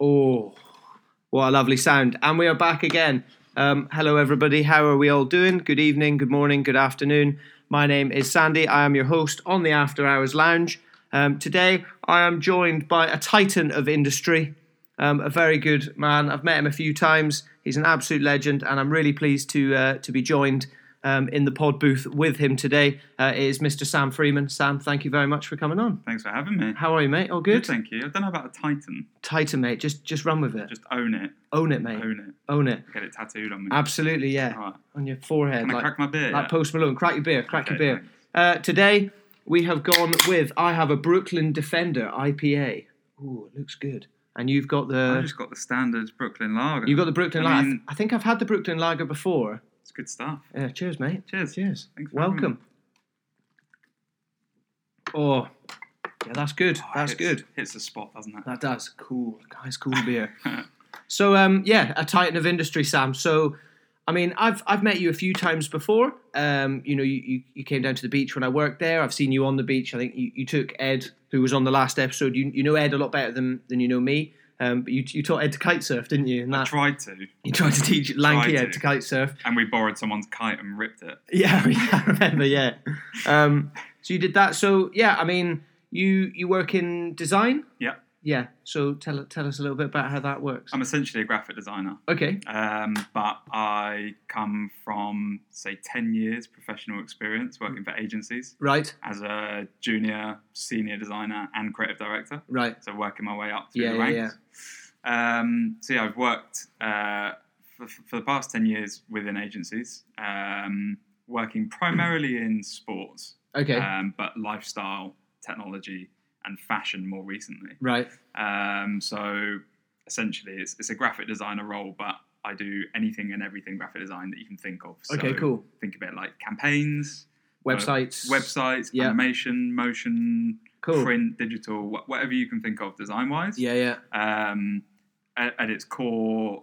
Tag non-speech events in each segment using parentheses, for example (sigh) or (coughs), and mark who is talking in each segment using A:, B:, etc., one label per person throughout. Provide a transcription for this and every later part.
A: Oh, what a lovely sound. And we are back again. Um, hello, everybody. How are we all doing? Good evening, good morning, good afternoon. My name is Sandy. I am your host on the After Hours Lounge. Um, today, I am joined by a titan of industry, um, a very good man. I've met him a few times. He's an absolute legend, and I'm really pleased to uh, to be joined um, in the pod booth with him today. Uh, it is Mr. Sam Freeman. Sam, thank you very much for coming on.
B: Thanks for having me.
A: How are you, mate? All
B: Good,
A: good?
B: thank you. I don't know about a Titan.
A: Titan, mate. Just just run with it.
B: Just own it.
A: Own it, mate.
B: Own
A: Own it.
B: it. Get it tattooed on me.
A: Absolutely, yeah.
B: Alright.
A: On your forehead.
B: Can I
A: Like,
B: crack my beer?
A: like
B: Yeah.
A: Post Malone. Crack your beer. Crack your
B: Okay,
A: beer. Uh, today, we have gone with I have a Brooklyn Defender IPA. Ooh, it looks good. And you've got
B: I
A: the.
B: just got the standard Brooklyn Lager.
A: You've got the Brooklyn
B: I
A: Lager.
B: mean-
A: I think I've had the Brooklyn Lager before.
B: It's good stuff.
A: Uh, cheers, mate.
B: Cheers.
A: Cheers.
B: Thanks for having me.
A: Welcome. Oh, yeah, that's good. That's
B: Hits-
A: good.
B: Hits the spot, doesn't it?
A: That does. Cool. Guys, cool beer. (laughs) so, um, yeah, a titan of industry, Sam. So, I mean, I've, I've met you a few times before. Um, you know, you, you, you came down to the beach when I worked there. I've seen you on the beach. I think you, you took Ed, who was on the last episode. You, you know Ed a lot better than, than you know me. Um, but you, you taught Ed to kite surf, didn't you? And that,
B: Tried to,
A: you tried to teach lanky
B: tried
A: Ed
B: to.
A: to kite surf. (laughs)
B: and we borrowed someone's kite and ripped it.
A: Yeah, (laughs) yeah, I remember. Yeah. Um, so you did that. So yeah, I mean, you you work in design.
B: Yeah.
A: Yeah. So tell tell us a little bit about how that works.
B: I'm essentially a graphic designer,
A: okay.
B: um, but I come from, say, 10 years professional experience working for agencies
A: Right.
B: as a junior, senior designer, and creative director.
A: Right.
B: so working my way up through
A: Yeah,
B: the
A: yeah,
B: ranks. Um, so yeah, I've worked uh, for, for the past ten years within agencies, um, working primarily in sports,
A: Okay.
B: um, but lifestyle, technology, and fashion more recently.
A: right.
B: Um, so essentially, it's, it's a graphic designer role, but I do anything and everything graphic design that you can think of. So uh,
A: Okay. cool.
B: Think of it like campaigns,
A: Websites.
B: websites,
A: Yeah.
B: animation, motion,
A: Cool.
B: print, digital, wh- whatever you can think of design wise.
A: Yeah. Yeah.
B: Um, at, at its core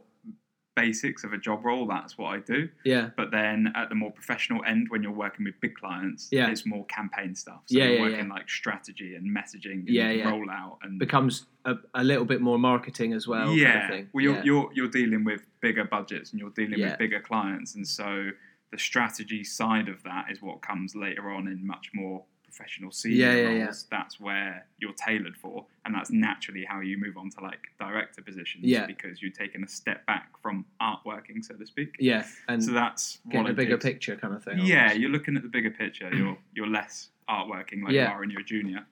B: basics of a job role, that's what I do.
A: Yeah.
B: But then at the more professional end, when you're working with big clients,
A: Yeah.
B: it's more campaign stuff. So
A: Yeah,
B: you're
A: yeah,
B: working like strategy and messaging and
A: Yeah, yeah.
B: rollout and
A: Becomes a, a little bit more marketing as well.
B: yeah.
A: Kind of thing.
B: Well, you're,
A: yeah.
B: you're you're dealing with bigger budgets and you're dealing
A: Yeah.
B: with bigger clients, and so the strategy side of that is what comes later on in much more professional senior
A: Yeah, yeah, yeah.
B: roles. That's where you're tailored for, and that's naturally how you move on to like director positions
A: Yeah.
B: because you're taking a step back from artworking, so to speak.
A: yeah. And
B: So that's
A: getting
B: what
A: a
B: it
A: bigger
B: is.
A: picture kind of thing.
B: Yeah,
A: almost.
B: you're looking at the bigger picture. You're you're less artworking
A: Mm.
B: like
A: Yeah.
B: you are when you're a junior,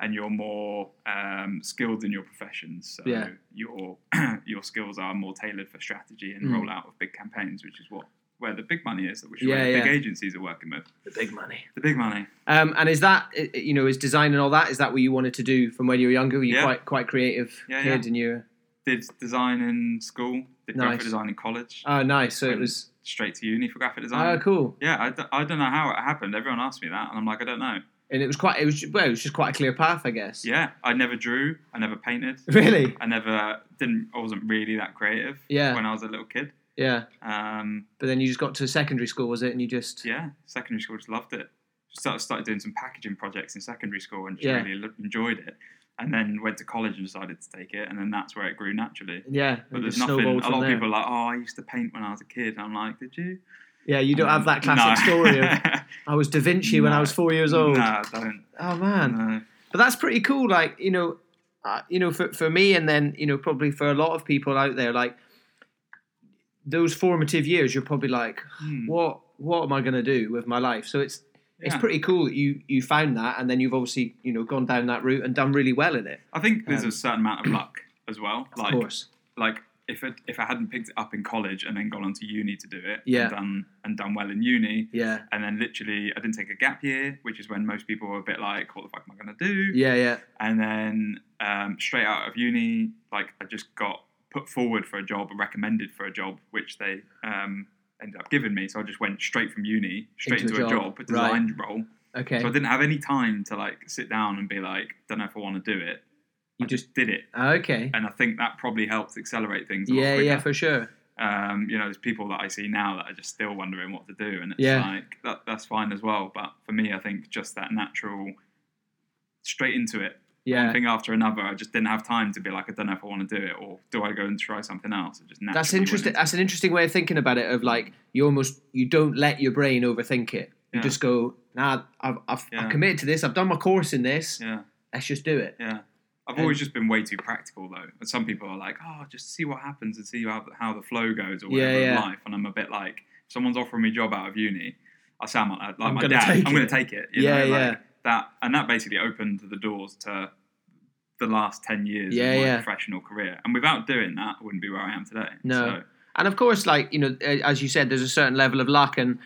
B: and you're more um, skilled in your profession. So
A: Yeah.
B: your (clears throat) your skills are more tailored for strategy and
A: Mm.
B: rollout of big campaigns, which is what where the big money is, which is where
A: Yeah,
B: the big
A: yeah.
B: agencies are working with.
A: The big money.
B: The big money.
A: Um, and is that i- i- you know is design and all that is that what you wanted to do from when you were younger? Were you
B: Yeah.
A: quite quite creative
B: Yeah,
A: kid
B: yeah.
A: and you?
B: Did design in school. Did
A: Nice.
B: graphic design in college.
A: Oh, nice. So it
B: Went
A: was.
B: straight to uni for graphic design.
A: Oh, cool.
B: Yeah, I, d- I don't know how it happened. Everyone asked me that, and I'm like, I don't know.
A: And it was quite. It was well. It was just quite a clear path, I guess.
B: Yeah, I never drew. I never painted.
A: (laughs) Really.
B: I never didn't. I wasn't really that creative.
A: Yeah.
B: When I was a little kid.
A: Yeah.
B: Um,
A: But then you just got to secondary school, was it? And you just.
B: yeah. Secondary school, just loved it. Just started, started doing some packaging projects in secondary school and just
A: Yeah.
B: really lo- enjoyed it. And then went to college and decided to take it. And then that's where it grew naturally.
A: Yeah. and
B: But
A: you
B: there's
A: just
B: nothing. A
A: snowballed
B: lot
A: from
B: of
A: there.
B: people are like, oh, I used to paint when I was a kid. And I'm like, did you?
A: Yeah, you don't have that classic
B: No.
A: story
B: (laughs)
A: of I was Da Vinci when I was four years old.
B: No, I don't.
A: Oh man.
B: No.
A: but that's pretty cool like you know uh, you know for, for me and then you know probably for a lot of people out there like those formative years you're probably like
B: Hmm.
A: what what am i going to do with my life so it's it's
B: Yeah.
A: pretty cool that you you found that and then you've obviously you know gone down that route and done really well in it
B: I think there's
A: Um,
B: a certain amount of luck as well.
A: of
B: Like,
A: course
B: like if it, if I hadn't picked it up in college and then gone on to uni to do it,
A: Yeah.
B: and done and done well in uni,
A: yeah
B: and then literally I didn't take a gap year, which is when most people are a bit like, what the fuck am I gonna do?
A: yeah yeah
B: And then um, straight out of uni, like I just got put forward for a job, recommended for a job, which they um, ended up giving me. So I just went straight from uni straight
A: Into
B: into,
A: a
B: a,
A: job.
B: job, a design role.
A: okay
B: So I didn't have any time to like sit down and be like, don't know if I want to do it.
A: You
B: I just did it,
A: okay
B: and I think that probably helped accelerate things. A lot
A: yeah yeah
B: quicker
A: for sure
B: um, you know, there's people that I see now that are just still wondering what to do, and it's
A: Yeah.
B: like that, that's fine as well. But for me, I think just that natural, straight into it, one
A: Yeah.
B: thing after another. I just didn't have time to be like, I don't know if I want to do it, or do I go and try something else? It just naturally
A: That's
B: went
A: interesting.
B: into-
A: That's an interesting way of thinking about it. Of like you almost you don't let your brain overthink it. You
B: Yeah.
A: just go, nah, I've, I've,
B: Yeah.
A: I've committed to this. I've done my course in this.
B: Yeah,
A: Let's just do it.
B: yeah. I've
A: And-
B: always just been way too practical though. And some people are like, oh, just see what happens and see how, how the flow goes or
A: Yeah,
B: whatever in
A: yeah.
B: life. And I'm a bit like, if someone's offering me a job out of uni, I sound like, like
A: I'm
B: my
A: gonna
B: dad.
A: take
B: I'm going
A: it.
B: to take it. You
A: Yeah,
B: know,
A: yeah.
B: Like, that and that basically opened the doors to the last ten years
A: Yeah,
B: of my
A: yeah.
B: professional career. And without doing that, I wouldn't be where I am today.
A: No.
B: So,
A: And of course, like you know, uh, as you said, there's a certain level of luck. And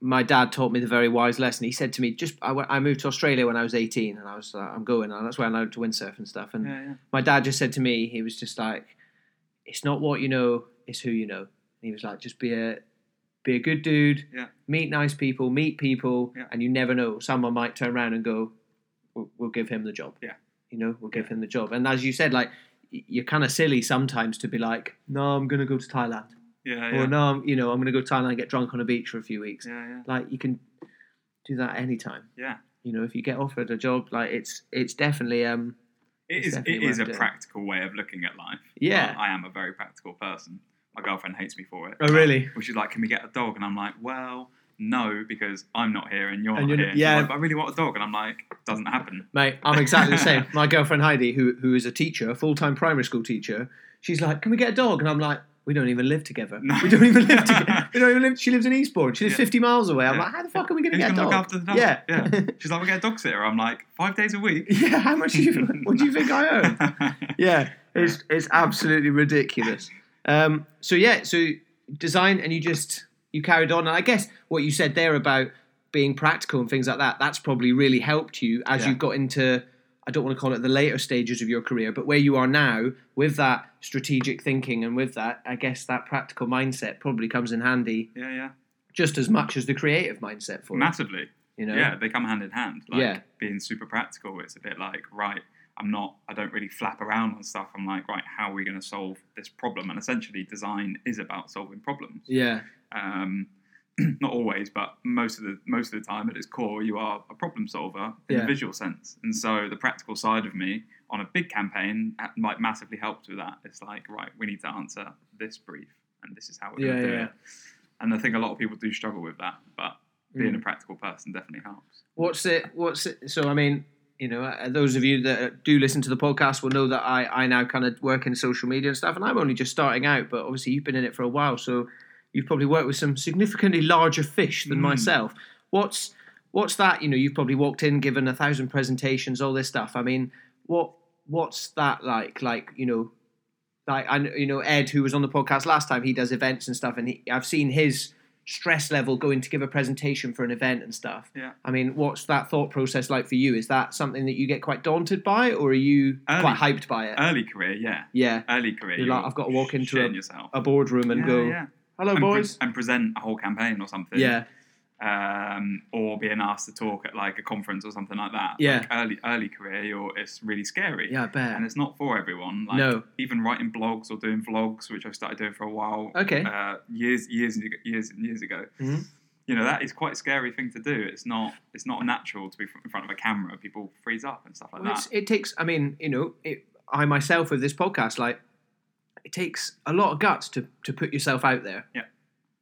A: my dad taught me the very wise lesson. He said to me, "Just I, went- I moved to Australia when I was 18, and I was like, I'm going, and that's where I learned to windsurf and stuff." And
B: yeah, yeah.
A: my dad just said to me, he was just like, "It's not what you know, it's who you know." And he was like, "Just be a be a good dude,
B: Yeah.
A: meet nice people, meet people,
B: Yeah.
A: and you never know. Someone might turn around and go, we'll, we'll give him the job.
B: Yeah.
A: you know, we'll give him the job." And as you said, like y- you're kind of silly sometimes to be like, "No, I'm gonna go to Thailand,"
B: Yeah,
A: or
B: Uh, yeah.
A: "No, I'm, you know, I'm gonna go to Thailand and get drunk on a beach for a few weeks."
B: Yeah, yeah.
A: Like you can do that anytime.
B: Yeah.
A: You know, if you get offered a job, like it's it's definitely um
B: It
A: It's
B: is. It
A: definitely
B: is a
A: worth doing.
B: practical way of looking at life.
A: Yeah.
B: But I am a very practical person. My girlfriend hates me for it.
A: Oh, really?
B: Which is like, can we get a dog? And I'm like, well, no, because I'm not here and you're
A: And
B: not
A: you're
B: here.
A: not-
B: She's
A: yeah.
B: like, but I really want a dog, and I'm like, doesn't happen.
A: Mate, I'm exactly the same. My girlfriend Heidi, who who is a teacher, a full time primary school teacher, she's like, "Can we get a dog?" And I'm like, "We don't even live together.
B: No.
A: We don't even live
B: (laughs)
A: together. We don't even live." She lives in Eastbourne. She lives
B: Yeah.
A: 50 miles away. I'm
B: Yeah.
A: like, "How the fuck are we going to
B: Who's
A: get a
B: gonna
A: dog?"
B: look after the dog?
A: Yeah,
B: Yeah. She's like, we get a dog sitter. I'm like, five days a week.
A: (laughs) yeah. How much do you? What do you think I earn? Yeah, it's it's absolutely ridiculous. Um, so yeah, so design and you just you carried on, and I guess what you said there about being practical and things like that, that's probably really helped you as
B: Yeah.
A: you got into. I don't want to call it the later stages of your career, but where you are now with that strategic thinking and with that, I guess that practical mindset probably comes in handy
B: (laughs) yeah, yeah.
A: just as much as the creative mindset for it.
B: Massively.
A: You know,
B: Yeah, they come hand in hand. Like
A: Yeah.
B: being super practical, it's a bit like, right, I'm not, I don't really flap around on stuff. I'm like, right, how are we going to solve this problem? And essentially, design is about solving problems.
A: yeah,
B: Um, (clears throat) not always, but most of the most of the time, at its core, you are a problem solver in
A: Yeah.
B: a visual sense. And so, the practical side of me on a big campaign uh, like massively helped with that. It's like, right, we need to answer this brief, and this is how we're going
A: Yeah,
B: to do
A: yeah.
B: it. And I think a lot of people do struggle with that, but being
A: Mm.
B: a practical person definitely helps.
A: What's it? What's it? So I mean, you know, uh, those of you that do listen to the podcast will know that I I now kind of work in social media and stuff, and I'm only just starting out. But obviously, you've been in it for a while, so you've probably worked with some significantly larger fish than
B: Mm.
A: myself. What's what's that? You know, you've probably walked in, given a thousand presentations, all this stuff. I mean, what what's that like? Like you know. Like I, kn- you know, Ed, who was on the podcast last time, he does events and stuff, and he, I've seen his stress level going to give a presentation for an event and stuff. I mean, what's that thought process like for you? Is that something that you get quite daunted by, or are you
B: Early.
A: quite hyped by it?
B: Early career, yeah.
A: yeah,
B: Early career,
A: You're like, I've got to walk into
B: shitting yourself
A: a boardroom and
B: Yeah,
A: go,
B: yeah.
A: "Hello,
B: and, pre-
A: boys."
B: and present a whole campaign or something.
A: yeah,
B: um, or being asked to talk at like a conference or something like that.
A: Yeah.
B: Like early early career, you're, it's really scary.
A: yeah, I bet.
B: And it's not for everyone. Like
A: No.
B: even writing blogs or doing vlogs, which I've started doing for a while.
A: Okay.
B: Uh, years, years, and years and years ago.
A: Mhm.
B: You know that is quite a scary thing to do. It's not. It's not natural to be fr- in front of a camera. People freeze up and stuff like
A: Well,
B: that.
A: it's, it takes. I mean, you know, it, I myself with this podcast, like, it takes a lot of guts to to put yourself out there.
B: Yeah.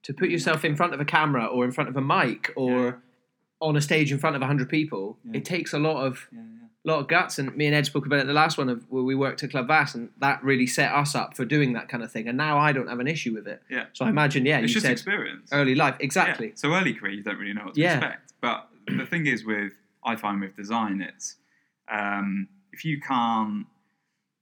A: To put yourself in front of a camera or in front of a mic or
B: Yeah.
A: on a stage in front of hundred people,
B: Yeah.
A: it takes a lot of
B: Yeah, yeah.
A: lot of guts. And me and Ed spoke about it the last one of where we worked at Club Vass, and that really set us up for doing that kind of thing. And now I don't have an issue with it.
B: Yeah.
A: So I imagine, yeah,
B: It's
A: you
B: just
A: said
B: experience.
A: early life,
B: Yeah,
A: exactly.
B: So early career, you don't really know what to
A: Yeah.
B: expect. But the thing is, with I find with design, it's um, if you can't,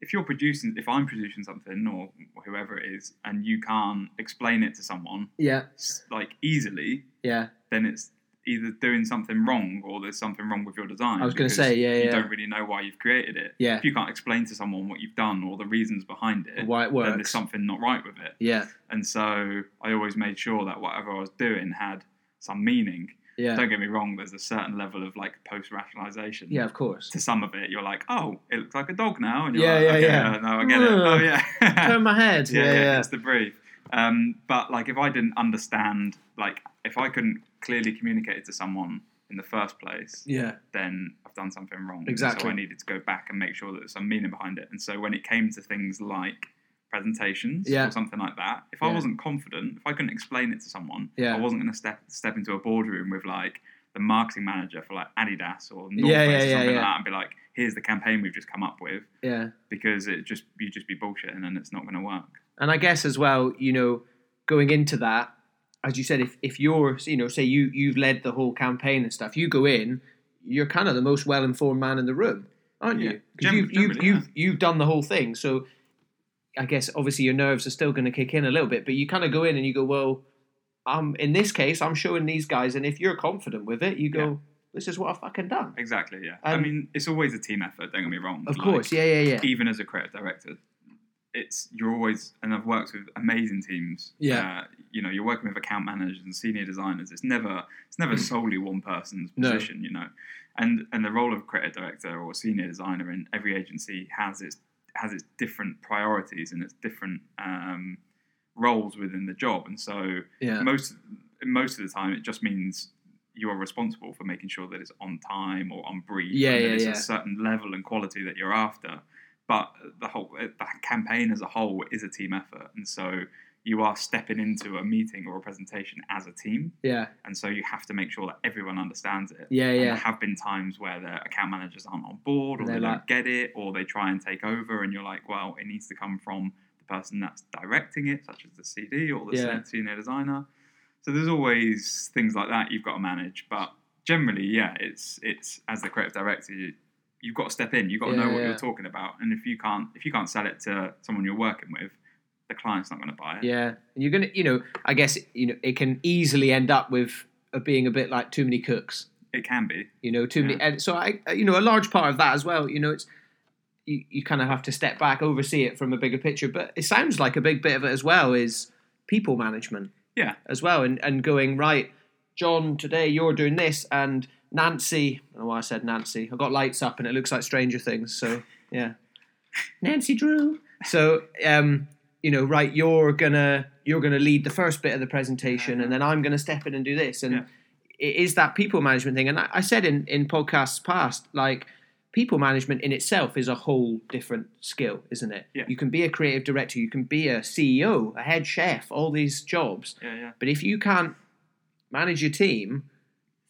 B: if you're producing, if I'm producing something or whoever it is, and you can't explain it to someone
A: Yeah,
B: s- like easily,
A: yeah,
B: then it's either doing something wrong or there's something wrong with your design.
A: I was gonna
B: because
A: say, yeah,
B: you
A: yeah.
B: don't really know why you've created it.
A: Yeah.
B: If you can't explain to someone what you've done or the reasons behind it,
A: why it
B: then there's
A: works.
B: something not right with it.
A: Yeah,
B: And so I always made sure that whatever I was doing had some meaning.
A: yeah,
B: Don't get me wrong, there's a certain level of like post rationalization.
A: yeah. Of course.
B: To some of it, you're like, oh, it looks like a dog now. And you're
A: Yeah,
B: like,
A: yeah,
B: okay,
A: yeah.
B: uh, no, I get it. Oh, yeah. (laughs)
A: Turn my head.
B: yeah,
A: Yeah, yeah,
B: It's the brief. Um, but like, if I didn't understand, like, if I couldn't clearly communicate it to someone in the first place,
A: yeah.
B: then I've done something wrong.
A: Exactly.
B: So I needed to go back and make sure that there's some meaning behind it. And so when it came to things like presentations
A: Yeah.
B: or something like that, if
A: Yeah.
B: I wasn't confident, if I couldn't explain it to someone,
A: Yeah.
B: I wasn't going to step step into a boardroom with like the marketing manager for like Adidas or North
A: Yeah,
B: Face
A: yeah,
B: or
A: yeah,
B: something
A: yeah.
B: like that and be like, "Here's the campaign we've just come up with,"
A: yeah.
B: because it just you just be bullshitting and it's not going to work.
A: And I guess as well, you know, going into that, as you said, if, if you're, you know, say you you've led the whole campaign and stuff, you go in, you're kind of the most well informed man in the room, aren't
B: Yeah.
A: you? 'Cause you,
B: Gen-
A: you
B: generally,
A: you've you've done the whole thing, so I guess obviously your nerves are still going to kick in a little bit, but you kind of go in and you go, well, I'm in this case, I'm showing these guys, and if you're confident with it, you go, this is what I've fucking done.
B: Exactly. Yeah. I
A: Um,
B: mean, it's always a team effort. Don't get me wrong.
A: Of
B: Like,
A: course, yeah, yeah, yeah.
B: even as a creative director, it's you're always and I've worked with amazing teams.
A: Yeah.
B: Uh, you know, you're working with account managers and senior designers. It's never it's never solely one person's
A: Mm. No.
B: position. You know, and and the role of creative director or senior designer in every agency has its has its different priorities and its different um, roles within the job. And so
A: Yeah,
B: most most of the time it just means you are responsible for making sure that it's on time or on brief
A: Yeah,
B: and that
A: yeah,
B: it's
A: yeah.
B: a certain level and quality that you're after but the whole eh, the campaign as a whole is a team effort and so you are stepping into a meeting or a presentation as a team
A: yeah,
B: and so you have to make sure that everyone understands it
A: yeah,
B: and there
A: yeah,
B: have been times where the account managers aren't on board or
A: And
B: they
A: they're
B: don't
A: like-
B: get it or they try and take over and you're like, well, it needs to come from the person that's directing it, such as the CD or the
A: Yeah.
B: senior designer. So there's always things like that you've got to manage. But generally, yeah, it's it's as the creative director, you, you've got to step in. You've got to
A: Yeah,
B: know what
A: yeah.
B: you're talking about. And if you can't if you can't sell it to someone you're working with, the client's not going to buy it.
A: yeah. And you're gonna, you know, I guess you know it can easily end up with uh, being a bit like too many cooks.
B: It can be.
A: you know too many and so i you know a large part of that as well you know it's you, you kind of have to step back oversee it from a bigger picture but it sounds like a big bit of it as well is people management
B: Yeah.
A: as well and and going right john today you're doing this and nancy I don't know why i said nancy i got lights up and it looks like stranger things so
B: (laughs)
A: yeah nancy drew so um you know right you're gonna you're gonna lead the first bit of the presentation and then i'm gonna step in and do this and
B: Uh-huh. Yeah.
A: it is that people management thing. And I, I said in, in podcasts past, like people management in itself is a whole different skill, isn't it?
B: Yeah.
A: You can be a creative director, you can be a CEO, a head chef, all these jobs.
B: Yeah, yeah.
A: But if you can't manage your team,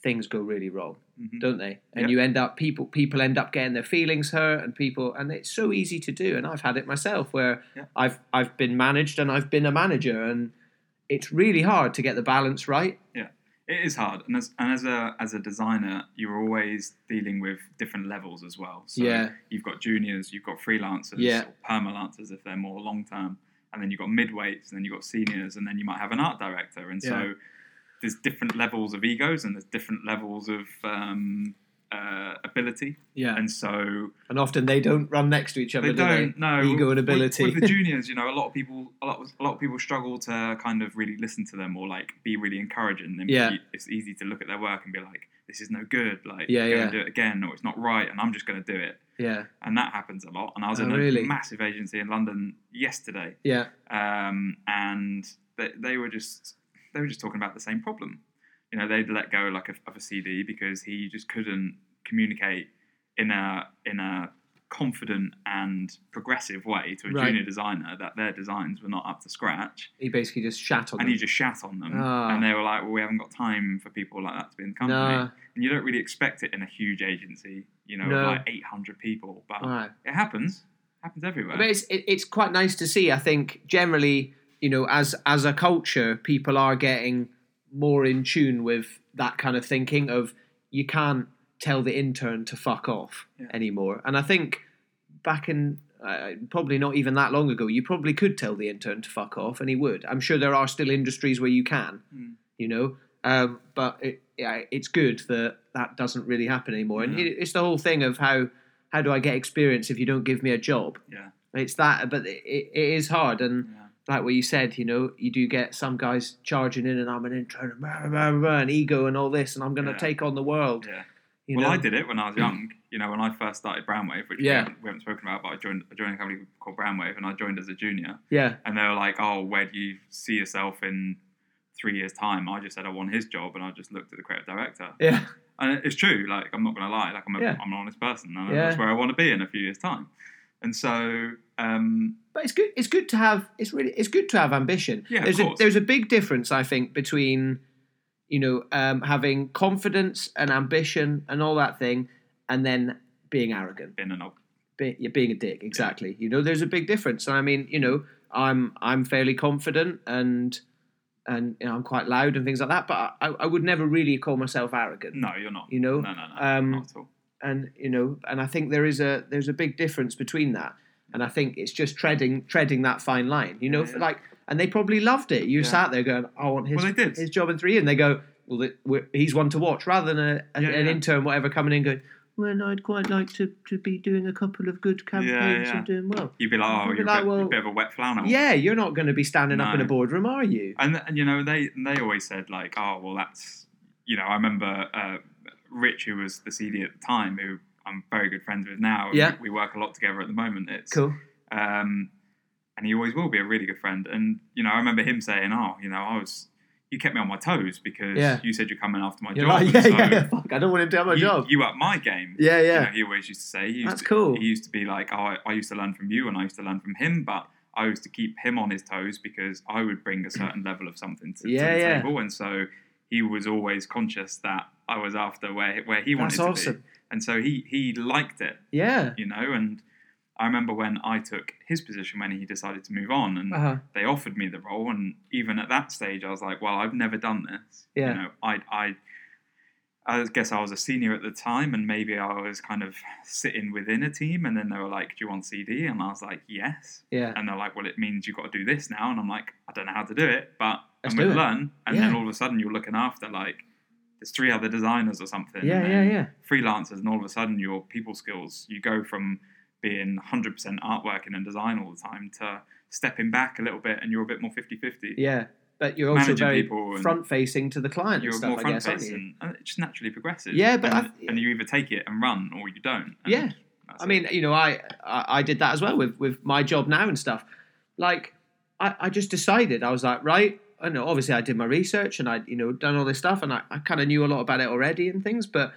A: things go really wrong,
B: Mhm.
A: don't they? And
B: Yeah.
A: you end up people people end up getting their feelings hurt, and people and it's so easy to do. And I've had it myself where
B: Yeah.
A: I've I've been managed and I've been a manager, and it's really hard to get the balance right.
B: It is hard, and as and as a as a designer, you're always dealing with different levels as well. So
A: Yeah.
B: you've got juniors, you've got freelancers,
A: Yeah.
B: or permalancers if they're more long term, and then you've got midweights, and then you've got seniors, and then you might have an art director, and
A: Yeah.
B: so there's different levels of egos and there's different levels of um, uh, ability,
A: Yeah.
B: and so
A: And often they don't run next to each other,
B: they
A: do
B: don't know
A: Ego and
B: With-
A: ability. (laughs)
B: With, the juniors, you know, a lot of people, a lot, of, a lot of people struggle to kind of really listen to them or like be really encouraging. Then
A: Yeah.
B: you- it's easy to look at their work and be like, "This is no good." Like,
A: Yeah,
B: go
A: yeah.
B: and do it again, or it's not right, and I'm just going to do it.
A: Yeah,
B: And that happens a lot. And I was
A: Oh,
B: in a
A: really?
B: massive agency in London yesterday,
A: yeah,
B: um, and they, they were just they were just talking about the same problem. You know, they'd let go like of, of a CD because he just couldn't communicate in a in a confident and progressive way to a
A: Right.
B: junior designer that their designs were not up to scratch,
A: he basically just shat on
B: and
A: them.
B: he just shat on them.
A: Ah.
B: And they were like, "Well, we haven't got time for people like that to be in the company."
A: no,
B: And you don't really expect it in a huge agency, you know,
A: No.
B: of like 800 people, but
A: Alright.
B: it happens. happens everywhere.
A: but it's it, it's quite nice to see. I think generally, you know, as as a culture, people are getting more in tune with that kind of thinking of you can't tell the intern to fuck off
B: Yeah.
A: anymore. And I think back in uh, probably not even that long ago, you probably could tell the intern to fuck off, and he would. I'm sure there are still industries where you can,
B: Mm.
A: you know. Um, but it, yeah, it's good that that doesn't really happen anymore. And
B: Yeah.
A: it, it's the whole thing of how how do I get experience if you don't give me a job?
B: Yeah.
A: It's that, but it, it it is hard. And
B: yeah.
A: like what you said, you know, you do get some guys charging in, and I'm an intern, and, blah, blah, blah, blah, and ego, and all this, and I'm going to
B: Yeah.
A: take on the world.
B: Yeah.
A: You
B: well,
A: know?
B: I did it when I was young. You know, when I first started Brownwave, which we,
A: Yeah.
B: haven't, we haven't spoken about, but I joined, I joined a company called Brownwave, and I joined as a junior.
A: Yeah,
B: And they were like, "Oh, where do you see yourself in three years' time?" I just said I want his job, and I just looked at the creative director,
A: yeah,
B: and it's true. Like I'm not gonna lie, like I'm, a,
A: Yeah.
B: am an honest person, and
A: Yeah.
B: that's where I want to be in a few years' time. And so, um,
A: But it's good. It's good to have. It's really. It's good to have ambition.
B: Yeah, of
A: there's a
B: course.
A: there's a big difference, I think, between you know um, having confidence and ambition and all that thing, and then being arrogant,
B: been an ob-
A: be, yeah, being a dick. Exactly. You know, there's a big difference. And I mean, you know, I'm I'm fairly confident and and you know, I'm quite loud and things like that. But I, I would never really call myself arrogant.
B: no, you're not.
A: You know,
B: no, no, no,
A: um,
B: not at all.
A: and you know and i think there is a there's a big difference between that and i think it's just treading treading that fine line you know
B: Yeah,
A: for
B: yeah.
A: like and they probably loved it you
B: Yeah.
A: sat there going i want his,
B: Well, they did.
A: his job in three and they go well th- we're, he's one to watch rather than a, a-
B: Yeah,
A: an
B: yeah.
A: intern whatever coming in going well i'd quite like to, to be doing a couple of good campaigns
B: yeah.
A: and doing well
B: You'd be like, oh,
A: You'd be
B: you're
A: like,
B: a, bit,
A: well,
B: a bit of a wet flannel.
A: yeah you're not going to be standing up in a
B: Oh. No.
A: boardroom are you
B: And, and you know they and they always said like, oh well, that's you know I remember uh, Rich, who was the CD at the time, who I'm very good friends with now. and
A: Yeah.
B: we, we work a lot together at the moment. It's
A: cool
B: um, and he always will be a really good friend. And you know I remember him saying, oh, you know I was you kept me on my toes because
A: Yeah.
B: you said you're coming after my
A: you're
B: job.
A: like (laughs)
B: and
A: yeah,
B: so
A: yeah yeah fuck i don't want him to have my
B: you,
A: job
B: you up my game.
A: yeah
B: You
A: yeah
B: know, he always used to say. He used
A: That's
B: to,
A: cool.
B: He used to be like, oh, I, I used to learn from you and I used to learn from him, but I used to keep him on his toes because I would bring a certain level of something to, to
A: Yeah,
B: the
A: yeah.
B: table. And so he was always conscious that I was after where, where he wanted
A: that's
B: to
A: awesome
B: be. And so he, he liked it,
A: yeah
B: you know, and I remember when I took his position when he decided to move on and
A: uh-huh
B: they offered me the role and even at that stage I was like well I've never done this
A: Yeah.
B: you know I I I guess I was a senior at the time and maybe I was kind of sitting within a team and then they were like do you want CD and I was like yes
A: yeah
B: and they're like well it means you've got to do this now and I'm like I don't know how to do it but
A: Let's
B: I'm going
A: do
B: to
A: it.
B: learn and then
A: Yeah.
B: all of a sudden you're looking after like there's three other designers or something
A: yeah
B: and
A: yeah
B: then
A: yeah
B: freelancers and all of a sudden your people skills you go from being 100% artwork and in design all the time to stepping back a little bit and you're a bit more 50-50
A: Yeah, but you're also
B: Managing
A: very
B: people and-
A: front facing to the client
B: you're
A: and stuff,
B: more
A: I guess, aren't you?
B: front-facing and it just naturally progresses
A: Yeah, but
B: and,
A: I-
B: and you either take it and run or you don't and
A: Yeah.
B: that's
A: I
B: it.
A: mean, you know, I, I I did that as well with with my job now and stuff. Like, I, I just decided I was like, right, I know. Obviously, I did my research and I, you know, done all this stuff, and I, I kind of knew a lot about it already and things. But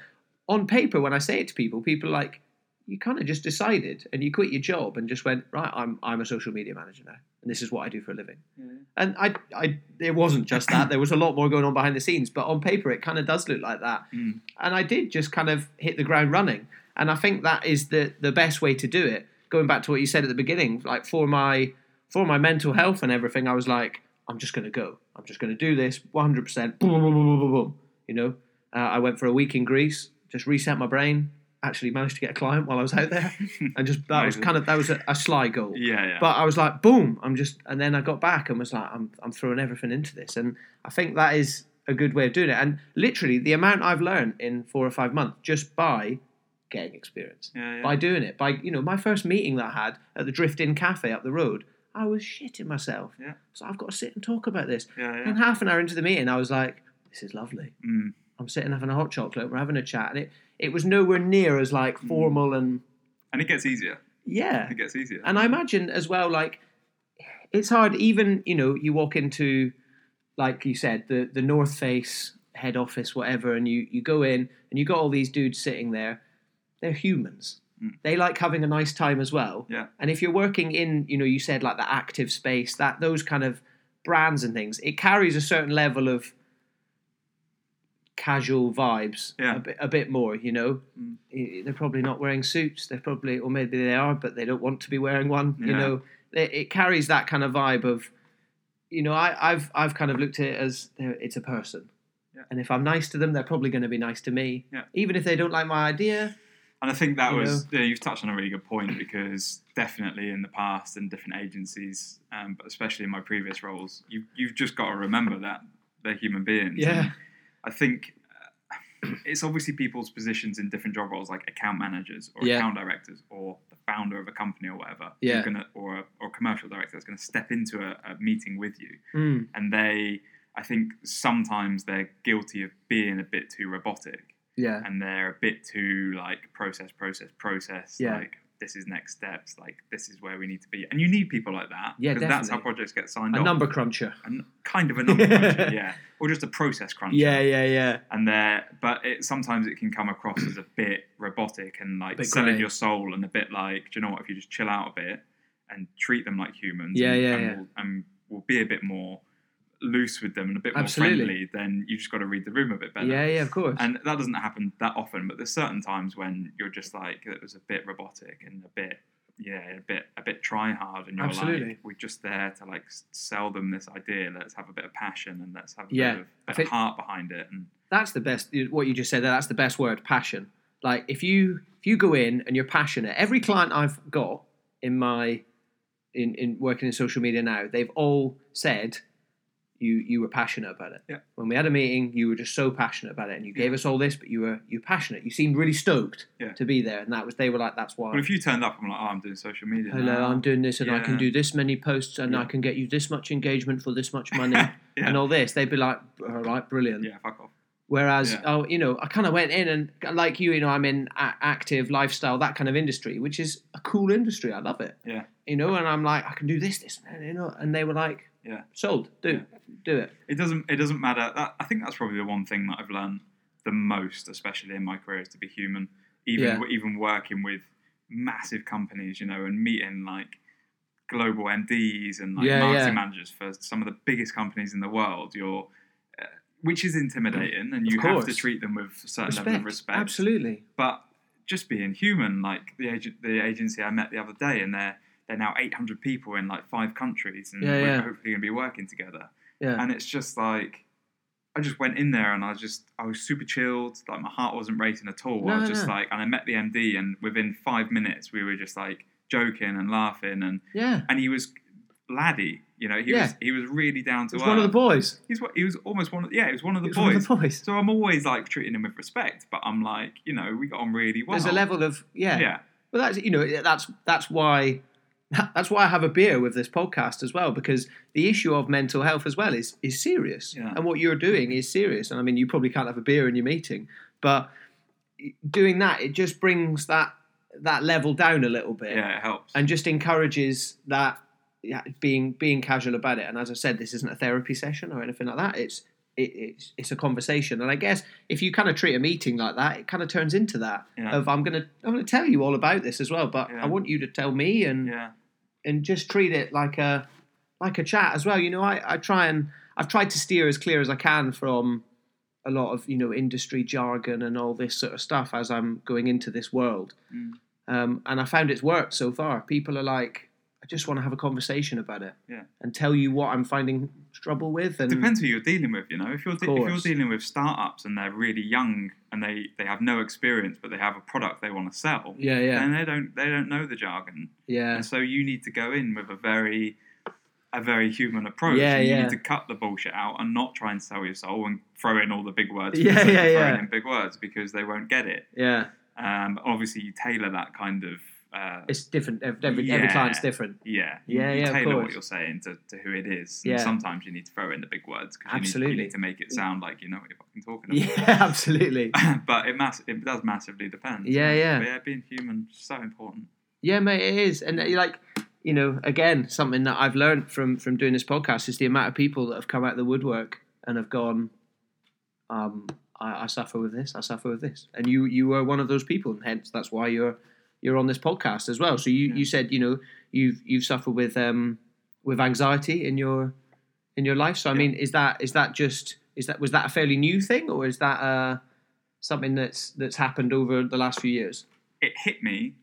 A: on paper, when I say it to people, people are like, you kind of just decided and you quit your job and just went, right, I'm I'm a social media manager now, and this is what I do for a living.
B: Yeah.
A: And I, I, it wasn't just that. There was a lot more going on behind the scenes, but on paper, it kind of does look like that.
B: Mm.
A: And I did just kind of hit the ground running. And I think that is the the best way to do it. Going back to what you said at the beginning, like for my for my mental health and everything, I was like, I'm just going to go. I'm just going to do this 100. percent Boom, boom, boom, boom, boom, boom. You know, uh, I went for a week in Greece, just reset my brain. Actually, managed to get a client while I was out
B: (laughs)
A: there, and just that was
B: Amazing.
A: kind of that was a, a sly goal.
B: yeah yeah
A: But I was like, boom, I'm just, and then I got back and was like, I'm, I'm throwing everything into this. And I think that is a good way of doing it. And literally, the amount I've learned in four or five months just by getting experience,
B: yeah, yeah.
A: by doing it, by, you know, my first meeting that I had at the Drift Inn Cafe up the road, I was shitting myself.
B: Yeah.
A: So I've got to sit and talk about this.
B: yeah, yeah.
A: And half an hour into the meeting, I was like, this is lovely.
B: Mm.
A: I'm sitting having a hot chocolate, we're having a chat. And it, it was nowhere near as like
B: Mm.
A: formal and,
B: and it gets easier
A: yeah.
B: it gets easier
A: And I imagine as well, like it's hard. Even you know, you walk into, like you said, the the North Face head office, whatever, and you you go in and you got all these dudes sitting there. They're humans.
B: Mm.
A: They like having a nice time as well.
B: Yeah.
A: And if you're working in, you know, you said like the active space, that those kind of brands and things, it carries a certain level of casual vibes
B: Yeah.
A: a, bit, a bit more, you know.
B: Mm.
A: I- They're probably not wearing suits. They're probably, or maybe they are, but they don't want to be wearing one. You
B: Yeah.
A: know, it, it carries that kind of vibe of, you know, I, I've I've kind of looked at it as they're- it's a person,
B: Yeah.
A: and if I'm nice to them, they're probably going to be nice to me,
B: Yeah.
A: even if they don't like my idea.
B: And I think that
A: You
B: was yeah, you've touched on a really good point because definitely in the past in different agencies, um, but especially in my previous roles, you you've just got to remember that they're human beings.
A: Yeah.
B: And I think uh, it's obviously people's positions in different job roles, like account managers or
A: Yeah.
B: account directors or the founder of a company or whatever, who's
A: Yeah.
B: gonna, or a, or a commercial director that's going to step into a, a meeting with you
A: Mm.
B: and they. I think sometimes they're guilty of being a bit too robotic
A: Yeah.
B: and they're a bit too like process, process, process,
A: Yeah.
B: like this is next steps, like this is where we need to be. And you need people like that.
A: Yeah,
B: 'cause That's how
A: definitely.
B: projects get signed
A: A
B: off.
A: number cruncher.
B: And kind of a number
A: (laughs)
B: cruncher, yeah. Or just a process cruncher.
A: Yeah, yeah, yeah.
B: And there but it sometimes it can come across as a bit robotic and like
A: Bit
B: selling
A: grey.
B: your soul and a bit like, do you know what, if you just chill out a bit and treat them like humans
A: Yeah,
B: and,
A: yeah,
B: and
A: yeah.
B: We'll, and we'll be a bit more loose with them and a bit
A: Absolutely.
B: more friendly, then you just gotta read the room a bit better.
A: Yeah, yeah, of course.
B: And that doesn't happen that often, but there's certain times when you're just like it was a bit robotic and a bit yeah, a bit a bit try hard and you're
A: Absolutely.
B: like we're just there to like s- sell them this idea, let's have a bit of passion and let's have a
A: Yeah,
B: bit, of,
A: I
B: bit
A: think-
B: of heart behind it and
A: that's the best what you just said there, that's the best word passion like if you if you go in and you're passionate every client i've got in my in, in working in social media now they've all said you you were passionate about it
B: Yeah.
A: when we had a meeting you were just so passionate about it and you gave
B: Yeah.
A: us all this but you were you were passionate you seemed really stoked
B: Yeah.
A: to be there and that was they were like that's why
B: Well, if you turned up, I'm like, oh, I'm doing social media.
A: hello
B: now.
A: i'm doing this and i can
B: Yeah.
A: do this many posts and i
B: Yeah.
A: can get you this much engagement for this
B: (laughs)
A: much money
B: Yeah.
A: and all this they'd be like all right brilliant
B: Yeah, fuck off.
A: Whereas,
B: Yeah.
A: oh, you know, I kind of went in and, like you, you know, I'm in a- active lifestyle, that kind of industry, which is a cool industry. I love it.
B: Yeah.
A: You know, and I'm like, I can do this, this, and you know, and they were like,
B: Yeah.
A: sold, do, do it.
B: It doesn't. It doesn't matter. That, I think that's probably the one thing that I've learned the most, especially in my career, is to be human. Even
A: Yeah.
B: even working with massive companies, you know, and meeting like global MDs and like
A: Yeah,
B: marketing
A: yeah.
B: managers for some of the biggest companies in the world. You're, uh, which is intimidating, and
A: Of
B: you have to
A: course.
B: treat them with a certain level
A: Respect,
B: of respect.
A: absolutely.
B: but just being human, like the agent, the agency I met the other day, and they're they're now 800 people in like five countries, and
A: Yeah,
B: we're
A: yeah.
B: hopefully going to be working together.
A: Yeah.
B: And it's just like, I just went in there and I just I was super chilled, like my heart wasn't racing at all. I
A: No,
B: was just
A: no.
B: like, and I met the MD, and within five minutes we were just like joking and laughing, and
A: yeah.
B: and he was laddie, you know, he
A: Yeah.
B: was he was really down to
A: It was
B: earth.
A: one of the boys.
B: He's what he was almost one of yeah, he was one of the
A: It was
B: boys.
A: one of the boys.
B: So I'm always like treating him with respect, but I'm like, you know, we got on really well.
A: There's a level of yeah.
B: Yeah,
A: Well, that's you know that's that's why (laughs) that's why I have a beer with this podcast as well because the issue of mental health as well is is serious,
B: Yeah.
A: and what you're doing is serious. And I mean, you probably can't have a beer in your meeting, but doing that it just brings that that level down a little bit
B: yeah, it helps.
A: and just encourages that yeah, being being casual about it. And as I said, this isn't a therapy session or anything like that. It's it, it's it's a conversation. And I guess if you kind of treat a meeting like that, it kind of turns into that
B: Yeah.
A: of I'm gonna I'm gonna tell you all about this as well, but
B: Yeah.
A: I want you to tell me and
B: yeah,
A: and just treat it like a like a chat as well. You know, I, I try and I've tried to steer as clear as I can from a lot of you know industry jargon and all this sort of stuff as I'm going into this world,
B: Mm.
A: um, and I found it's worked so far. People are like, I just want to have a conversation about it
B: Yeah.
A: and tell you what I'm finding trouble with, and
B: depends who you're dealing with. You know, if you're de- if you're
A: course.
B: dealing with startups and they're really young and they they have no experience, but they have a product they want to sell,
A: yeah, yeah,
B: then they don't they don't know the jargon,
A: yeah,
B: and so you need to go in with a very a very human approach.
A: Yeah,
B: and you
A: yeah.
B: need to cut the bullshit out and not try and sell your soul and throw in all the big words. (laughs) for
A: Yeah,
B: the sake of
A: yeah,
B: throwing
A: yeah.
B: in big words because they won't get it.
A: yeah.
B: Um, obviously, you tailor that kind of uh,
A: It's different. Every every, every
B: Yeah.
A: client's different.
B: (laughs) yeah, you-
A: Yeah,
B: you,
A: yeah, of
B: tailor what
A: course.
B: you're saying to, to who it is.
A: Yeah.
B: And sometimes you need to throw in the big words because you,
A: Absolutely.
B: need to make it sound like you know what you're fucking talking about.
A: Yeah, (laughs) absolutely.
B: (laughs) but it mass it does massively depend.
A: Yeah, yeah.
B: But yeah, being human is so important.
A: Yeah, mate, it is, and uh, like you know, again, something that I've learned from from doing this podcast is the amount of people that have come out of the woodwork and have gone, um, I, I suffer with this, I suffer with this, and you you were one of those people, and hence that's why you're you're on this podcast as well. So you
B: Yeah.
A: you said you know you've you've suffered with um with anxiety in your in your life. So I
B: Yeah.
A: mean, is that is that just is that was that a fairly new thing, or is that uh something that's that's happened over the last few years?
B: It hit me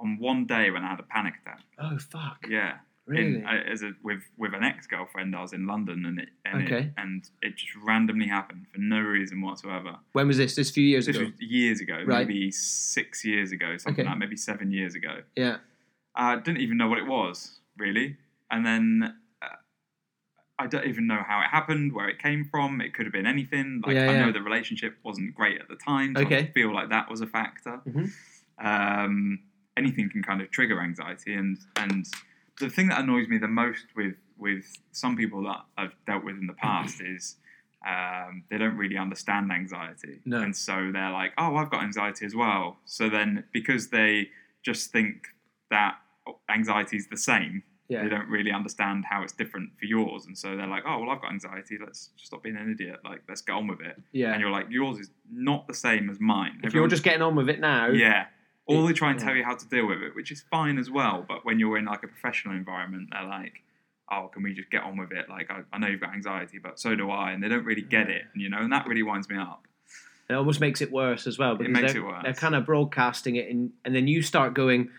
B: on one day when I had a panic attack.
A: Oh fuck!
B: Yeah.
A: Really?
B: In, I, as a, with with an ex girlfriend, I was in London, and it and,
A: Okay.
B: it and it just randomly happened for no reason whatsoever.
A: When was this? This few years
B: This
A: ago.
B: was years ago,
A: Right.
B: maybe six years ago, something
A: Okay.
B: like maybe seven years ago.
A: Yeah.
B: I didn't even know what it was really, and then uh, I don't even know how it happened, where it came from. It could have been anything. Like
A: Yeah,
B: I
A: yeah.
B: know the relationship wasn't great at the time, so
A: Okay.
B: I feel like that was a factor.
A: Mhm.
B: Um, anything can kind of trigger anxiety, and and the thing that annoys me the most with with some people that I've dealt with in
A: (clears throat)
B: the past is. Um, they don't really understand anxiety,
A: No.
B: and so they're like, "Oh, I've got anxiety as well." So then, because they just think that anxiety is the same.
A: Yeah.
B: They don't really understand how it's different for yours, and so they're like, "Oh, well, I've got anxiety. Let's just stop being an idiot. Like, let's get on with it."
A: Yeah.
B: And you're like, "Yours is not the same as mine."
A: if you're
B: Everyone's-
A: just getting on with it now,
B: yeah. Or they try and
A: yeah.
B: tell you how to deal with it, which is fine as well. But when you're in like a professional environment, they're like, "Oh, can we just get on with it?" Like, I, I know you've got anxiety, but so do I, and they don't really get it, you know. And that really winds me up.
A: it almost makes it worse as well. Because
B: makes
A: they're,
B: it worse.
A: They're kind of broadcasting it, and and then you start going,